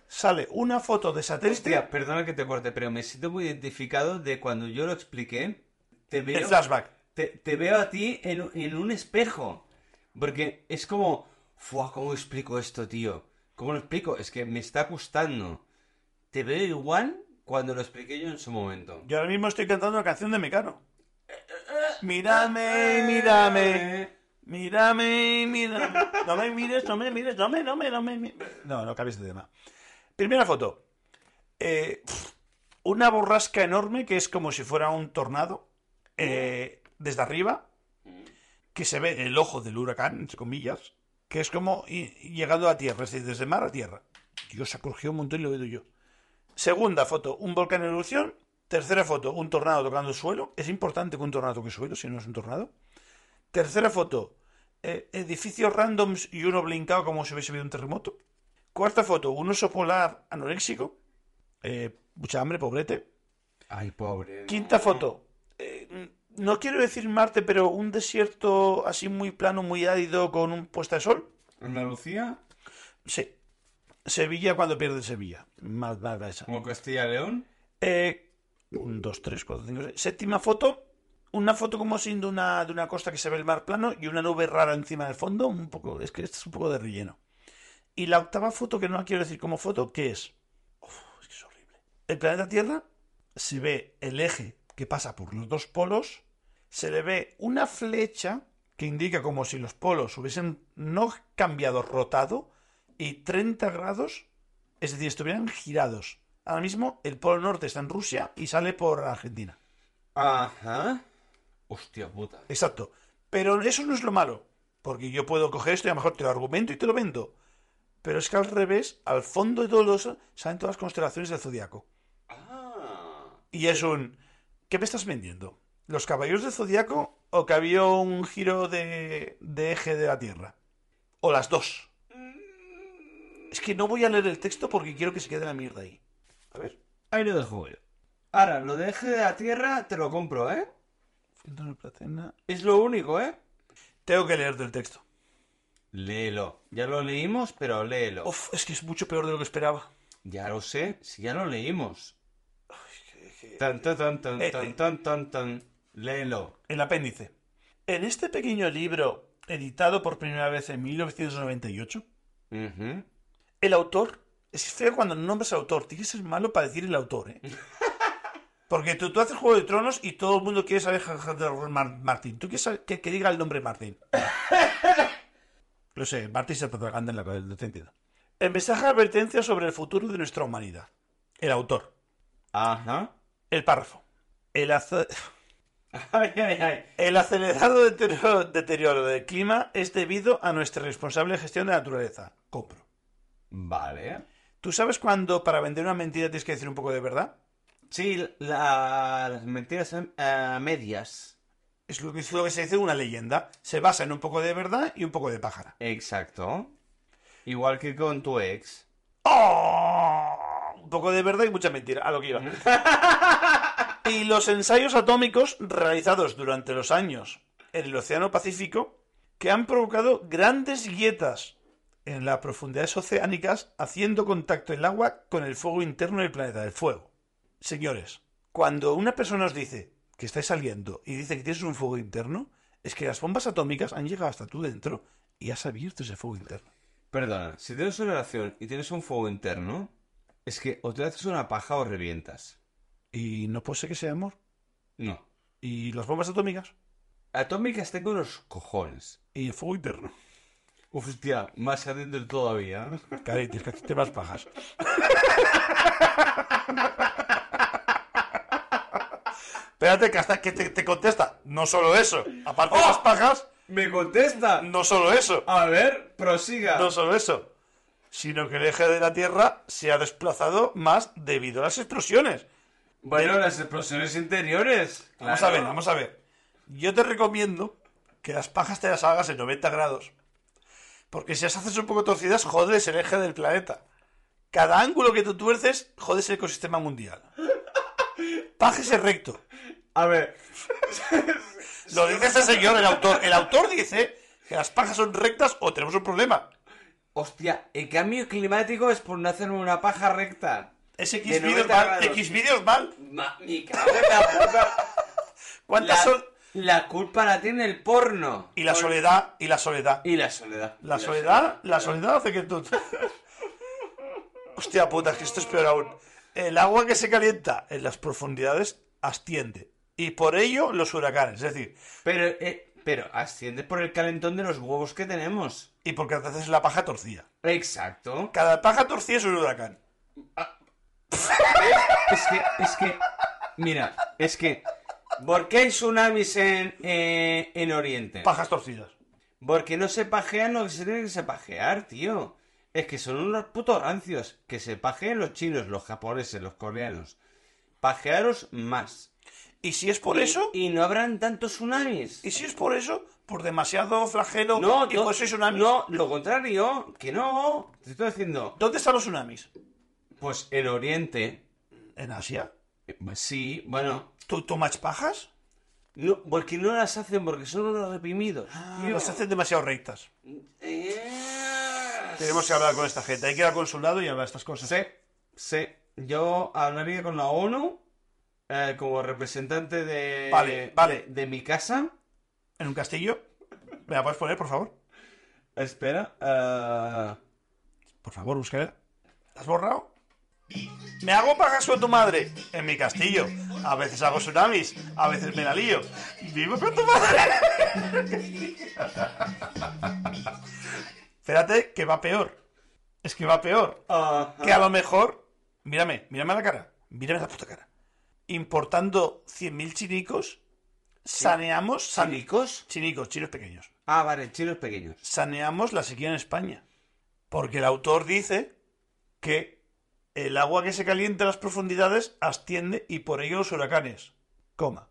Speaker 2: Sale una foto de satélite.
Speaker 1: Hostia, perdona que te corte, pero me siento muy identificado de cuando yo lo expliqué. Te
Speaker 2: el
Speaker 1: veo,
Speaker 2: flashback.
Speaker 1: te, te veo a ti en, en un espejo. Porque es como... Fua, ¿cómo explico esto, tío? ¿Cómo lo explico? Es que me está gustando. Te veo igual cuando lo expliqué yo en su momento.
Speaker 2: Yo ahora mismo estoy cantando una canción de Mecano. Mírame, mírame. Mírame, mírame. No me mires, no me mires, no me, no me, no me. mi- No, no cambies de tema. Primera foto. Eh, pf, una borrasca enorme que es como si fuera un tornado eh, desde arriba, que se ve el ojo del huracán, entre comillas, que es como i- llegando a tierra, es decir, desde mar a tierra. Dios, ha crujido un montón y lo he oído yo. Segunda foto, un volcán en erupción. Tercera foto, un tornado tocando el suelo. Es importante que un tornado toque el suelo, si no es un tornado. Tercera foto. eh, edificios randoms y uno blinkado como si hubiese habido un terremoto. Cuarta foto. Un oso polar anoréxico. Eh, mucha hambre, pobrete.
Speaker 1: Ay, pobre.
Speaker 2: Quinta foto. eh, no quiero decir Marte, pero un desierto así muy plano, muy árido, con un puesta de sol.
Speaker 1: Andalucía,
Speaker 2: Sí. Sevilla cuando pierde Sevilla. Más nada esa.
Speaker 1: como Castilla y León.
Speaker 2: Eh, un, dos, tres, cuatro, cinco, seis. Séptima foto. Una foto como siendo una, de una costa que se ve el mar plano y una nube rara encima del fondo. Un poco, es que esto es un poco de relleno. Y la octava foto, que no la quiero decir como foto, ¿qué es? Uf, es que es horrible. El planeta Tierra se ve el eje que pasa por los dos polos. Se le ve una flecha que indica como si los polos hubiesen no cambiado, rotado, y 30 grados es decir, estuvieran girados. Ahora mismo el Polo Norte está en Rusia y sale por Argentina.
Speaker 1: Ajá. Hostia puta.
Speaker 2: Exacto. Pero eso no es lo malo. Porque yo puedo coger esto y a lo mejor te lo argumento y te lo vendo. Pero es que al revés, al fondo de todo eso, salen todas las constelaciones del Zodíaco.
Speaker 1: Ah.
Speaker 2: Y es un... ¿Qué me estás vendiendo? ¿Los caballeros del Zodíaco o que había un giro de, de eje de la Tierra? O las dos. Es que no voy a leer el texto porque quiero que se quede la mierda ahí. A ver.
Speaker 1: Ahí lo dejo yo. Ahora, lo de eje de la tierra te lo compro, ¿eh? Es lo único, ¿eh?
Speaker 2: Tengo que leerte el texto.
Speaker 1: Léelo. Ya lo leímos, pero léelo.
Speaker 2: Uf, es que es mucho peor de lo que esperaba.
Speaker 1: Ya lo sé, si ya lo leímos. Tan, tan, tan, tan,
Speaker 2: Eh, eh.
Speaker 1: tan, tan, tan, tan. Léelo.
Speaker 2: El apéndice. En este pequeño libro, editado por primera vez en 1998,
Speaker 1: Ujú.
Speaker 2: el autor. Es que es feo cuando no nombres al autor, tienes que ser malo para decir el autor, ¿eh? Porque tú, tú haces Juego de Tronos y todo el mundo quiere saber Jorge de Mar- Martín. Tú quieres saber que, que diga el nombre Martín. Lo sé, Martín se propaganda en la cabeza, te entiendo. El mensaje de advertencia sobre el futuro de nuestra humanidad. El autor.
Speaker 1: Ajá.
Speaker 2: El párrafo. el, azo-
Speaker 1: Ay, ay, ay.
Speaker 2: el acelerado deterioro, deterioro del clima es debido a nuestra responsable gestión de la naturaleza. Compro.
Speaker 1: Vale.
Speaker 2: ¿Tú sabes cuándo para vender una mentira tienes que decir un poco de verdad?
Speaker 1: Sí, la- las mentiras a medias.
Speaker 2: Es lo que, es lo que se dice una leyenda. Se basa en un poco de verdad y un poco de pájara.
Speaker 1: Exacto. Igual que con tu ex.
Speaker 2: ¡Oh! Un poco de verdad y mucha mentira, a lo que iba. y los ensayos atómicos realizados durante los años en el Océano Pacífico que han provocado grandes grietas en las profundidades oceánicas haciendo contacto el agua con el fuego interno del planeta, el fuego. Señores, cuando una persona os dice que estáis saliendo y dice que tienes un fuego interno, es que las bombas atómicas han llegado hasta tú dentro y has abierto ese fuego interno.
Speaker 7: Perdona, si tienes una relación y tienes un fuego interno, es que o te haces una paja o revientas.
Speaker 2: Y no puede ser que sea amor.
Speaker 7: No.
Speaker 2: ¿Y las bombas atómicas?
Speaker 7: Atómicas tengo los cojones.
Speaker 2: Y el fuego interno.
Speaker 7: Hostia, más adentro todavía.
Speaker 2: Caray, tienes que hacerte más pajas. Espérate, que hasta que te, te contesta. No solo eso. Aparte de las pajas,
Speaker 7: ¡Me contesta!
Speaker 2: no solo eso.
Speaker 7: A ver, prosiga.
Speaker 2: No solo eso. Sino que el eje de la Tierra se ha desplazado más debido a las explosiones.
Speaker 7: Bueno, las explosiones interiores.
Speaker 2: Vamos a ver, vamos a ver. Yo te recomiendo que las pajas te las hagas en 90 grados. Porque si las haces un poco torcidas, jodes el eje del planeta. Cada ángulo que tú tuerces, jodes el ecosistema mundial. Pájese recto.
Speaker 7: A ver,
Speaker 2: Lo dice este señor, el autor. El autor dice que las pajas son rectas o tenemos un problema.
Speaker 1: Hostia, el cambio climático es por no hacerme una paja recta.
Speaker 2: Es
Speaker 1: De
Speaker 2: X
Speaker 1: 90
Speaker 2: vídeos mal.
Speaker 1: grados.
Speaker 2: X vídeos mal.
Speaker 1: Ma- mi cago en la puta.
Speaker 2: ¿Cuántas
Speaker 1: La-
Speaker 2: son?
Speaker 1: La culpa la tiene el porno.
Speaker 2: Y la soledad, y la soledad.
Speaker 1: Y la soledad.
Speaker 2: La
Speaker 1: Y
Speaker 2: soledad, la soledad hace que tú... Hostia puta, es que esto es peor aún. El agua que se calienta en las profundidades asciende. Y por ello los huracanes. Es decir,
Speaker 1: Pero, eh, pero asciende por el calentón de los huevos que tenemos.
Speaker 2: y porque te haces la paja torcida.
Speaker 1: Exacto.
Speaker 2: Cada paja torcida es un huracán.
Speaker 1: Es que, es que, mira, es que, ¿por qué hay tsunamis en, eh, en Oriente?
Speaker 2: Pajas torcidas.
Speaker 1: Porque no se pajean lo que se tiene que se pajear, tío. Es que son unos putos rancios. Que se pajeen los chinos, los japoneses, los coreanos. Pajearos más.
Speaker 2: Y si es por eso,
Speaker 1: Y no habrán tantos tsunamis.
Speaker 2: y si es por eso, por demasiado flagelo
Speaker 1: No,
Speaker 2: y
Speaker 1: no,
Speaker 2: por eso hay tsunamis.
Speaker 1: no, lo contrario, que no. Te estoy diciendo,
Speaker 2: ¿Dónde están los tsunamis?
Speaker 1: pues en Oriente,
Speaker 2: En Asia.
Speaker 1: eh, pues sí, bueno,
Speaker 2: ¿Tú tomas pajas?
Speaker 1: no, porque no las hacen porque son unos reprimidos.
Speaker 2: Ah,
Speaker 1: tío.
Speaker 2: las hacen demasiado rectas.
Speaker 1: Eh,
Speaker 2: Tenemos que hablar con esta gente. Hay que ir al consulado y hablar de estas cosas.
Speaker 1: Sí, sí. Yo hablaría con la ONU eh, como representante de,
Speaker 2: Vale, vale.
Speaker 1: de, de mi casa.
Speaker 2: ¿En un castillo? ¿Me la puedes poner, por favor?
Speaker 1: Espera. eh,
Speaker 2: Por favor, búscala. ¿La has borrado? Me hago pagas con tu madre en mi castillo. A veces hago tsunamis, a veces me la lío. ¡Vivo con tu madre! Espérate, que va peor. Es que va peor.
Speaker 1: ah,
Speaker 2: Que a lo mejor. Mírame, mírame la cara. Mírame la puta cara. Importando 100.000 chinicos, saneamos. san-
Speaker 1: ¿Chinicos?
Speaker 2: Chinicos, chinos pequeños.
Speaker 1: Ah, vale, chinos pequeños.
Speaker 2: saneamos la sequía en España. Porque el autor dice que el agua que se calienta en las profundidades asciende y por ello los huracanes, coma,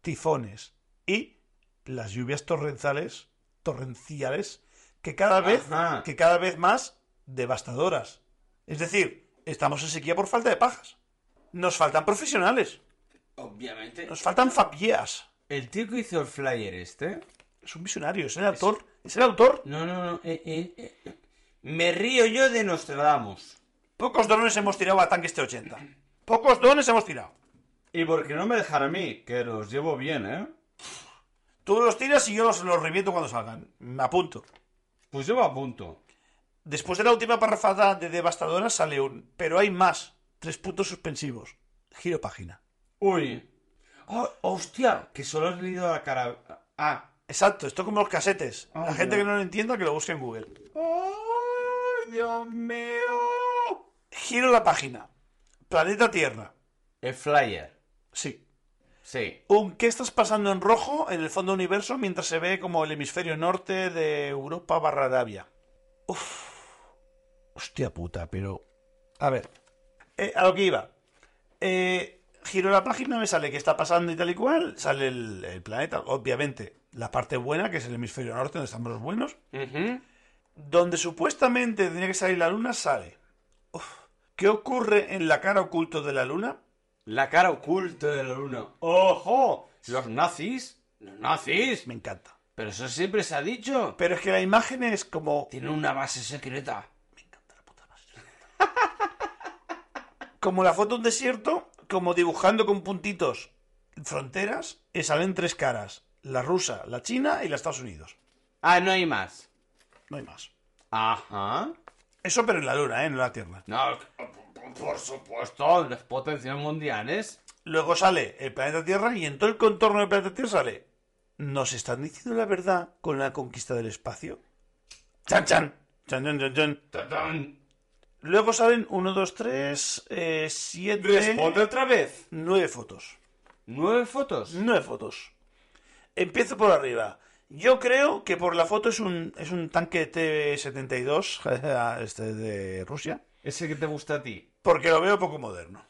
Speaker 2: tifones y las lluvias torrenciales, torrenciales que cada vez,
Speaker 1: Ajá.
Speaker 2: que cada vez más devastadoras. Es decir, estamos en sequía por falta de pajas. Nos faltan profesionales,
Speaker 1: Obviamente.
Speaker 2: nos faltan fapieas.
Speaker 1: El tío que hizo el flyer este.
Speaker 2: Es un visionario, es el autor, es el autor.
Speaker 1: No, no, no. eh, eh, eh. Me río yo de Nostradamus.
Speaker 2: Pocos dones hemos tirado a tanques T80. Pocos dones hemos tirado.
Speaker 7: y porque no me dejar a mí, que los llevo bien, ¿eh?
Speaker 2: Tú los tiras y yo los, los reviento cuando salgan. Me apunto.
Speaker 7: Pues llevo a punto.
Speaker 2: Después de la última parrafada de devastadora sale un. Pero hay más. Tres puntos suspensivos. Giro página.
Speaker 1: Uy. Oh, hostia, que solo has leído la cara. Ah.
Speaker 2: Exacto, esto como los casetes.
Speaker 7: Ah,
Speaker 2: la gente
Speaker 7: ya.
Speaker 2: que no lo entienda que lo busque en Google.
Speaker 7: Dios mío!
Speaker 2: Giro la página. Planeta Tierra.
Speaker 1: El flyer.
Speaker 2: Sí.
Speaker 7: Sí.
Speaker 2: Un ¿qué estás pasando en rojo en el fondo del universo mientras se ve como el hemisferio norte de Europa barra Arabia? Uf. Hostia puta, pero. A ver. Eh, a lo que iba. Eh, giro la página, me sale qué está pasando y tal y cual. Sale el, el planeta, obviamente. La parte buena, que es el hemisferio norte, donde estamos los buenos.
Speaker 1: Ujú.
Speaker 2: Donde supuestamente tenía que salir la luna, sale. Uf. ¿Qué ocurre en la cara oculto de la luna?
Speaker 1: La cara oculta de la luna. ¡Ojo! Los nazis. Los nazis.
Speaker 2: Me encanta.
Speaker 1: Pero eso siempre se ha dicho.
Speaker 2: Pero es que la imagen es como.
Speaker 1: Tiene una base secreta.
Speaker 2: Me encanta la puta base. como la foto de un desierto, como dibujando con puntitos fronteras, y salen tres caras: la rusa, la china y la Estados Unidos.
Speaker 1: Ah, no hay más.
Speaker 2: No hay más.
Speaker 1: Ajá.
Speaker 2: Eso, pero en la luna, ¿eh? no en la tierra.
Speaker 1: No, por supuesto, las potencias mundiales.
Speaker 2: Luego sale el planeta Tierra y en todo el contorno del planeta Tierra sale. ¿Nos están diciendo la verdad con la conquista del espacio? ¡Chan, chan! ¡Chan, chan, chan, chan!
Speaker 1: ¡Tatán!
Speaker 2: Luego salen 1, 2, 3,
Speaker 7: ¿Eh?
Speaker 2: 7,
Speaker 1: Responde otra vez.
Speaker 2: 9 eh, fotos.
Speaker 1: Nueve fotos.
Speaker 7: Mm.
Speaker 2: Nueve fotos. Empiezo por arriba. Yo creo que por la foto es un, es un tanque T-72 este de Rusia.
Speaker 7: Ese que te gusta a ti.
Speaker 2: Porque lo veo poco moderno.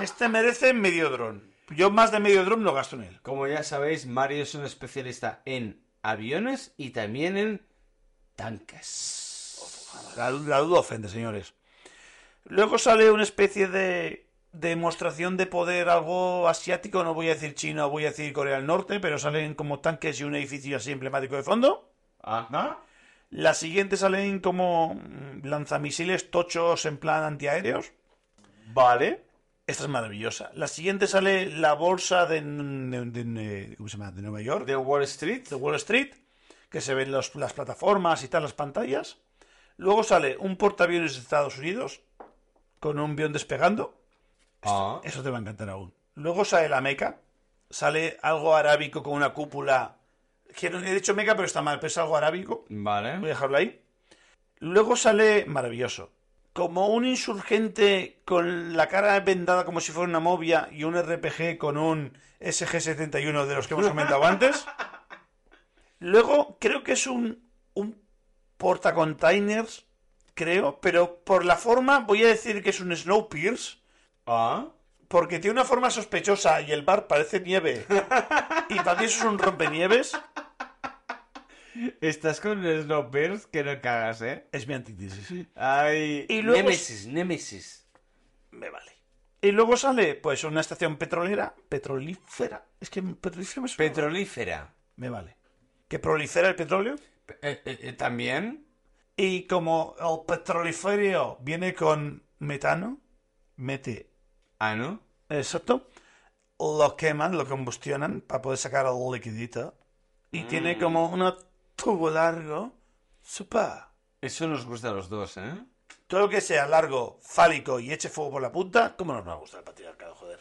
Speaker 2: Este merece medio dron. Yo más de medio dron lo gasto en él.
Speaker 7: Como ya sabéis, Mario es un especialista en aviones y también en tanques.
Speaker 2: La, la duda ofende, señores. Luego sale una especie de demostración de poder, algo asiático, no voy a decir China, voy a decir Corea del Norte, pero salen como tanques y un edificio así emblemático de fondo.
Speaker 7: Ajá.
Speaker 2: Las siguientes salen como mm, lanzamisiles tochos en plan antiaéreos.
Speaker 7: Vale.
Speaker 2: Esta es maravillosa. La siguiente sale la bolsa de, de- de- ¿cómo se llama? de Nueva York,
Speaker 7: De Wall Street.
Speaker 2: de Wall Street, que se ven los- las plataformas y tal, las pantallas. Luego sale un portaaviones de Estados Unidos con un avión despegando.
Speaker 7: Ah.
Speaker 2: Eso te va a encantar aún. Luego sale la Meca. Sale algo arábico con una cúpula. Que no- he dicho Meca, pero está mal, pero es algo arábico. Voy
Speaker 7: Vale.
Speaker 2: a dejarlo ahí. Luego sale maravilloso. Como un insurgente con la cara vendada como si fuera una movia y un RPG con un SG-71 de los que hemos comentado antes. Luego creo que es un, un portacontainers, creo, pero por la forma voy a decir que es un Snowpiercer
Speaker 7: Ah.
Speaker 2: porque tiene una forma sospechosa y el bar parece nieve. Y para ti eso es un rompenieves.
Speaker 7: Estás con Snowpiercer que no cagas, ¿eh?
Speaker 2: Es mi antítesis.
Speaker 7: Ay.
Speaker 2: Y luego-
Speaker 1: Némesis, Némesis.
Speaker 2: me vale. Y luego sale, pues, una estación petrolera, petrolífera. Es que petrolífera me suena.
Speaker 1: Petrolífera.
Speaker 2: me vale. Que prolifera el petróleo.
Speaker 1: Eh, eh, eh, ¿También?
Speaker 2: Y como el petrolífero viene con metano, mete,
Speaker 7: Ah, ¿no?
Speaker 2: exacto, lo queman, lo combustionan para poder sacar el liquidito. Y tiene como un tubo largo, supa.
Speaker 7: Eso nos gusta a los dos, ¿eh?
Speaker 2: Todo lo que sea largo, fálico y eche fuego por la punta, ¿cómo nos va a gustar el patriarcado, joder?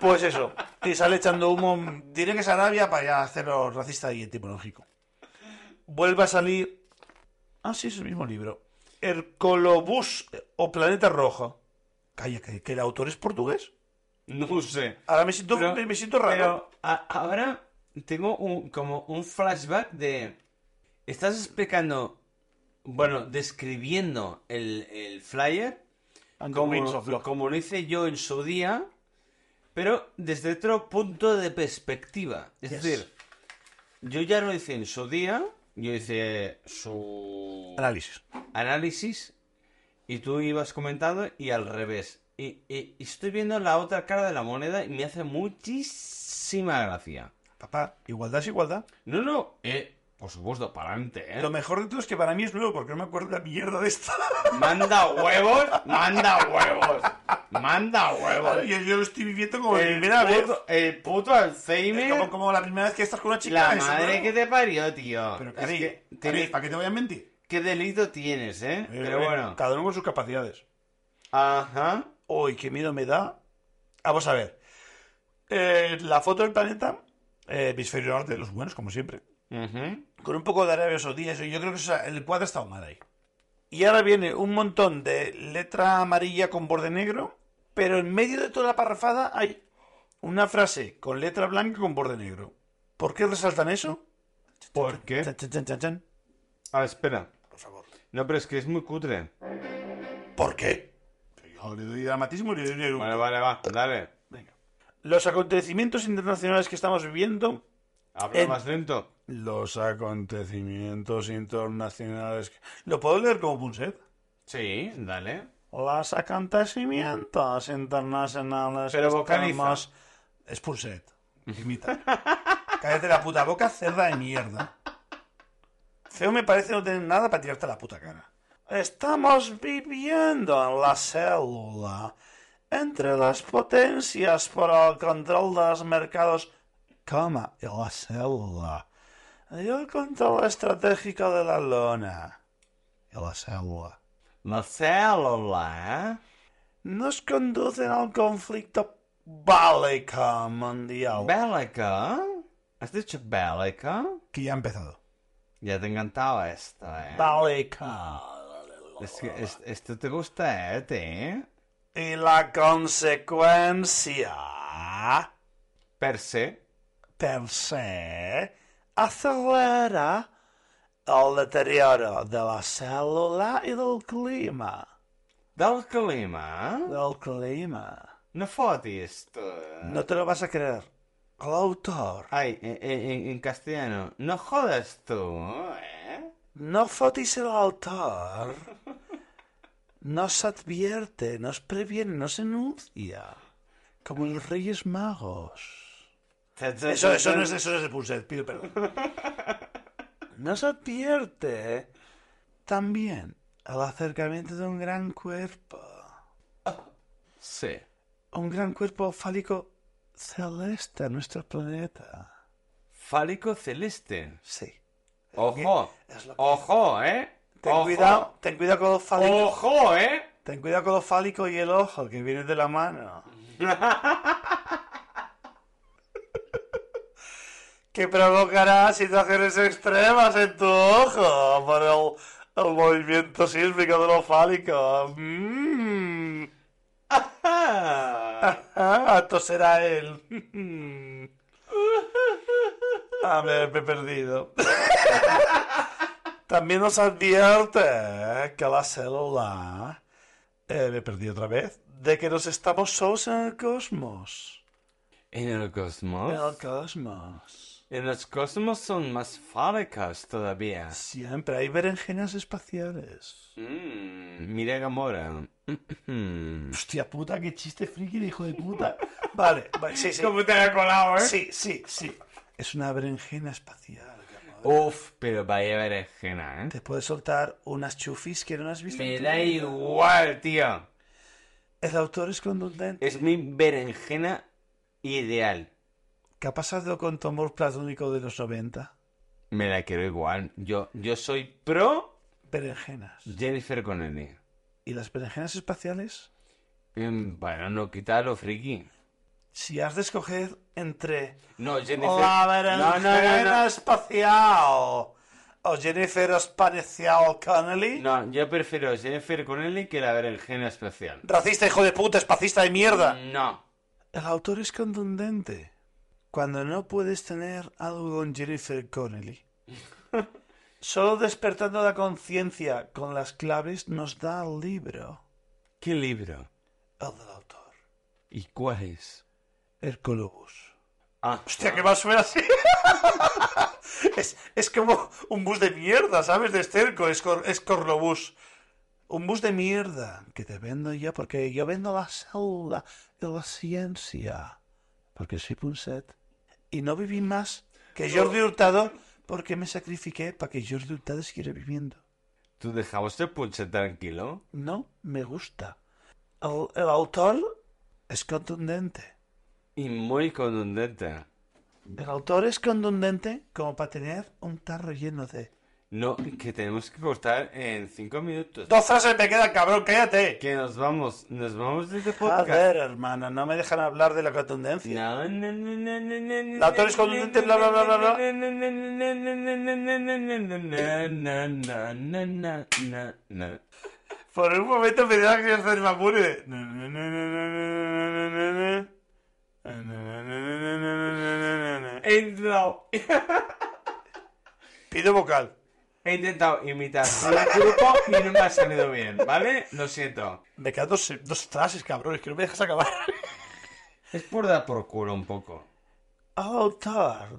Speaker 2: Pues eso, y sale echando humo, diré que es Arabia para ya hacerlo racista y etimológico. Vuelve a salir... Ah, sí, es el mismo libro. Hercolobús o Planeta Rojo. Calla, que, que el autor es portugués.
Speaker 7: No sé.
Speaker 2: Ahora me siento,
Speaker 7: Pero-
Speaker 2: me, me siento raro.
Speaker 7: Pero a- ahora tengo un- como un flashback de... Estás explicando, bueno, describiendo el, el flyer,
Speaker 2: And the winds
Speaker 7: como,
Speaker 2: of love.
Speaker 7: como lo hice yo en su día, pero desde otro punto de perspectiva. Es
Speaker 2: Yes.
Speaker 7: decir, yo ya lo hice en su día, yo hice su
Speaker 2: Análisis.
Speaker 7: análisis y tú ibas comentando y al revés. Y, y- y estoy viendo la otra cara de la moneda y me hace muchísima gracia.
Speaker 2: Papá, igualdad es igualdad.
Speaker 7: No, no, eh, por supuesto, para adelante, ¿eh?
Speaker 2: Lo mejor de todo es que para mí es nuevo porque no me acuerdo la mierda de esta.
Speaker 7: Manda huevos, manda huevos, manda huevos.
Speaker 2: Yo, yo lo estoy viviendo como la
Speaker 7: El
Speaker 2: primera vez.
Speaker 7: puto, el puto Alzheimer,
Speaker 2: Es como, como la primera vez que estás con una chica.
Speaker 7: la
Speaker 2: eso,
Speaker 7: madre
Speaker 2: ¿no? Ah,
Speaker 7: que te parió, tío.
Speaker 2: Pero,
Speaker 7: Es
Speaker 2: cari,
Speaker 7: que
Speaker 2: cari,
Speaker 7: tienes-
Speaker 2: ¿para qué te voy a mentir?
Speaker 7: ¿Qué delito tienes, eh?
Speaker 2: Eh,
Speaker 7: Pero
Speaker 2: eh,
Speaker 7: bueno.
Speaker 2: Cada uno con sus capacidades.
Speaker 7: Ajá.
Speaker 2: Uy, qué miedo me da. Ah, Vamos a ver. Eh, la foto del planeta, eh, hemisferio norte, los buenos, como siempre.
Speaker 7: Ujú.
Speaker 2: Con un poco de Arabia Saudí, eso. Yo creo que eso- el cuadro está mal ahí. Y ahora viene un montón de letra amarilla con borde negro, Pero en medio de toda la parrafada hay una frase con letra blanca con borde negro. ¿Por qué resaltan eso?
Speaker 1: ¿Por qué?
Speaker 2: Chan, chan, chan, chan, chan.
Speaker 1: A ver, espera.
Speaker 2: Por favor.
Speaker 1: No, pero es que es muy cutre.
Speaker 2: ¿Por qué? Yo le doy dramatismo y le doy un eructo.
Speaker 1: Vale, vale, va, dale.
Speaker 2: Venga. Los acontecimientos internacionales que estamos viviendo
Speaker 1: Habla
Speaker 2: En-
Speaker 1: más lento.
Speaker 2: Los acontecimientos internacionales. que- ¿Lo puedo leer como Punset?
Speaker 1: Sí, dale.
Speaker 2: Los acontecimientos internacionales.
Speaker 1: Pero
Speaker 2: que
Speaker 1: vocaliza.
Speaker 2: estamos- Es Punset. Imita. Cállate la puta boca, cerda de mierda. Feo me parece no tener nada para tirarte la puta cara. Estamos viviendo en la célula. Entre las potencias por el control de los mercados. Coma, y la célula. Y el control estratégico de la lona. Y la célula.
Speaker 1: La célula,
Speaker 2: Nos conducen al conflicto bélico mundial.
Speaker 1: Bélica. ¿Has dicho bélica?
Speaker 2: que ya ha empezado.
Speaker 1: Ya te encantaba esto, eh.
Speaker 2: Bélico.
Speaker 1: Es que es- esto te gusta, eh, te.
Speaker 2: Y la consecuencia,
Speaker 1: Per se.
Speaker 2: per se, acelera el deterioro de la célula y del clima.
Speaker 1: Del clima.
Speaker 2: Del clima.
Speaker 1: No fotis, tu.
Speaker 2: No te lo vas a creer. El autor
Speaker 1: Ay, en, en- en castellano. No jodas tú, eh.
Speaker 2: No fotis el autor. Nos advierte, nos previene, nos enuncia. Como los Reyes Magos. Eso, eso no es, eso no es de Pulset, pido perdón. Nos advierte también el acercamiento de un gran cuerpo.
Speaker 1: Sí.
Speaker 2: Un gran cuerpo fálico celeste a nuestro planeta.
Speaker 1: Fálico celeste.
Speaker 2: Sí.
Speaker 1: Ojo.
Speaker 2: Es lo que-
Speaker 1: Ojo, eh.
Speaker 2: Ten
Speaker 1: Ojo.
Speaker 2: cuidado, ten cuidado con los fálicos.
Speaker 1: Ojo, eh.
Speaker 2: Ten cuidado con los fálicos y el ojo, que viene de la mano. que provocará situaciones extremas en tu ojo por el, el movimiento sísmico de los fálicos. Mm. Ah, esto será él. Mm. A ver, Ah, me he perdido. También nos advierte que la célula... Eh, me perdí otra vez. De que nos estamos solos en el cosmos.
Speaker 1: En el
Speaker 2: En
Speaker 1: cosmos.
Speaker 2: el cosmos.
Speaker 1: En los cosmos son más fálicas todavía.
Speaker 2: Siempre hay berenjenas espaciales.
Speaker 1: Mm, mira Gamora.
Speaker 2: Hostia puta, qué chiste friki de hijo de puta. Vale, vale, sí, sí.
Speaker 1: te ha colado, ¿eh?
Speaker 2: Sí, sí, sí. Es una berenjena espacial. cabrón.
Speaker 1: Uf, pero vaya berenjena, ¿eh?
Speaker 2: Te puede soltar unas chufis que no has visto. en
Speaker 1: Me
Speaker 2: tu
Speaker 1: da
Speaker 2: vida.
Speaker 1: igual, tío.
Speaker 2: El autor es contundente.
Speaker 1: Es mi berenjena ideal.
Speaker 2: ¿Qué ha pasado con tu amor platónico de los 90?
Speaker 1: Me la quiero igual. Yo, yo soy pro
Speaker 2: Berenjenas.
Speaker 1: Jennifer Connelly.
Speaker 2: ¿Y las berenjenas espaciales?
Speaker 1: Mm, Bueno, no quita lo friki.
Speaker 2: Si has de escoger entre
Speaker 1: No, Jennifer.
Speaker 2: La berenjena
Speaker 1: No, no, no, no.
Speaker 2: espacial o Jennifer espacial Connelly.
Speaker 1: No, yo prefiero Jennifer Connelly que la berenjena especial.
Speaker 2: Racista, hijo de puta, espacista de mierda.
Speaker 1: No.
Speaker 2: El autor es contundente. Cuando no puedes tener algo con Jennifer Connelly. Solo despertando la conciencia con las claves nos da el libro.
Speaker 1: ¿Qué libro?
Speaker 2: El del autor.
Speaker 1: ¿Y cuál es?
Speaker 2: Herculobus.
Speaker 1: Ah,
Speaker 2: Hostia, que más suena así. es, es como un bus de mierda, ¿sabes? De esterco, es, cor- es cornobús. Un bus de mierda que te vendo yo porque yo vendo la célula de la ciencia. Porque soy Punset. Y no viví más que Jordi Hurtado porque me sacrifiqué para que Jordi Hurtado siguiera viviendo.
Speaker 1: ¿Tú dejabas el punche tranquilo?
Speaker 2: No me gusta. El, el autor es contundente.
Speaker 1: Y muy contundente.
Speaker 2: El autor es contundente como para tener un tarro lleno de...
Speaker 1: No, que tenemos que cortar en cinco minutos.
Speaker 2: Dos frases me quedan, cabrón, cállate.
Speaker 1: Que nos vamos, nos vamos de este podcast.
Speaker 2: Joder, hermano, no me dejan hablar de la contundencia.
Speaker 1: No, no, no, no, no, no, no.
Speaker 2: La autor es contundente, bla, bla, bla, bla, bla.
Speaker 1: No, no, no, no, no, no, no, no, no, no, no, no, no, no, no.
Speaker 2: Por un momento me da que hacer Mamure. No, no, no, no, no, no, Eh,
Speaker 8: he intentado,
Speaker 2: Pido vocal.
Speaker 8: he intentado imitar a un grupo y no me ha salido bien, ¿vale? Lo siento.
Speaker 2: Me quedan dos, dos frases, cabrones, que no me dejas acabar.
Speaker 1: Es por dar por culo un poco.
Speaker 2: Autor,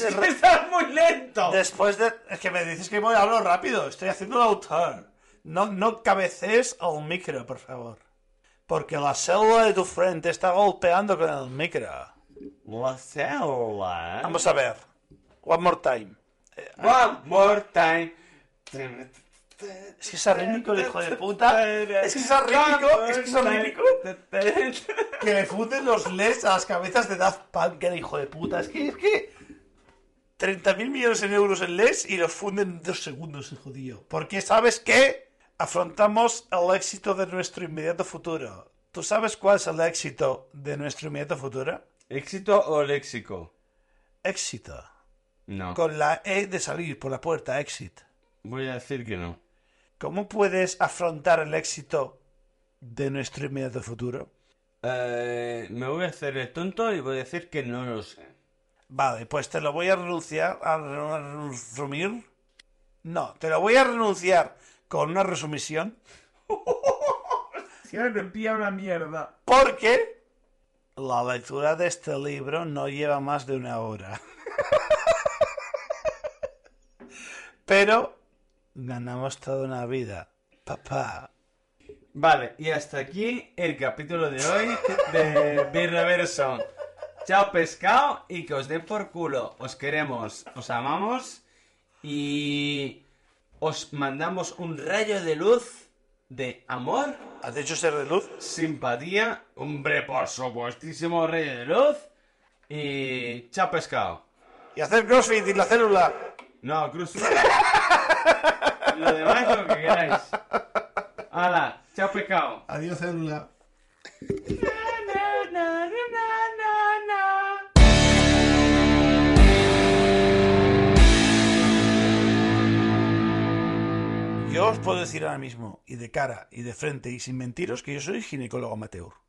Speaker 2: de... re-
Speaker 8: Estás muy lento.
Speaker 2: Después de... Es que me dices que voy a hablar rápido. Estoy haciendo un autor. No, no cabeces al micro, por favor. Porque la célula de tu frente está golpeando con el micro.
Speaker 1: La célula. ¿eh?
Speaker 2: Vamos a ver. One more time.
Speaker 1: One more time.
Speaker 2: Es que es arrítmico el hijo de puta. Es que es arrítmico. Es que es arrítmico. Que le funden los LEDs a las cabezas de Daft Punk, el hijo de puta. Es que, es que. 30.000 millones de euros en LEDs y los funden en dos segundos, hijo de tío. Porque sabes que afrontamos el éxito de nuestro inmediato futuro. ¿Tú sabes cuál es el éxito de nuestro inmediato futuro?
Speaker 1: ¿Éxito o léxico?
Speaker 2: Éxito.
Speaker 1: No.
Speaker 2: Con la E de salir por la puerta, exit.
Speaker 1: Voy a decir que no.
Speaker 2: ¿Cómo puedes afrontar el éxito de nuestro inmediato futuro?
Speaker 1: Eh, me voy a hacer el tonto y voy a decir que no lo sé.
Speaker 2: Vale, pues te lo voy a renunciar. ¿A resumir? No, te lo voy a renunciar con una resumisión.
Speaker 8: Si ahora te pilla una mierda.
Speaker 2: Porque la lectura de este libro no lleva más de una hora. Pero ganamos toda una vida. Papá.
Speaker 1: Vale, y hasta aquí el capítulo de hoy de Birreverso. Chao pescado y que os den por culo. Os queremos, os amamos y os mandamos un rayo de luz de amor,
Speaker 2: ¿Has hecho ser de luz?
Speaker 1: simpatía, hombre, por supuestísimo rayo de luz y chao pescado.
Speaker 2: Y hacer crossfit y la célula.
Speaker 1: No, cruz. lo demás lo que queráis. Hala, chao pescado.
Speaker 2: Adiós, célula. Yo os puedo decir ahora mismo, y de cara, y de frente, y sin mentiros, que yo soy ginecólogo amateur.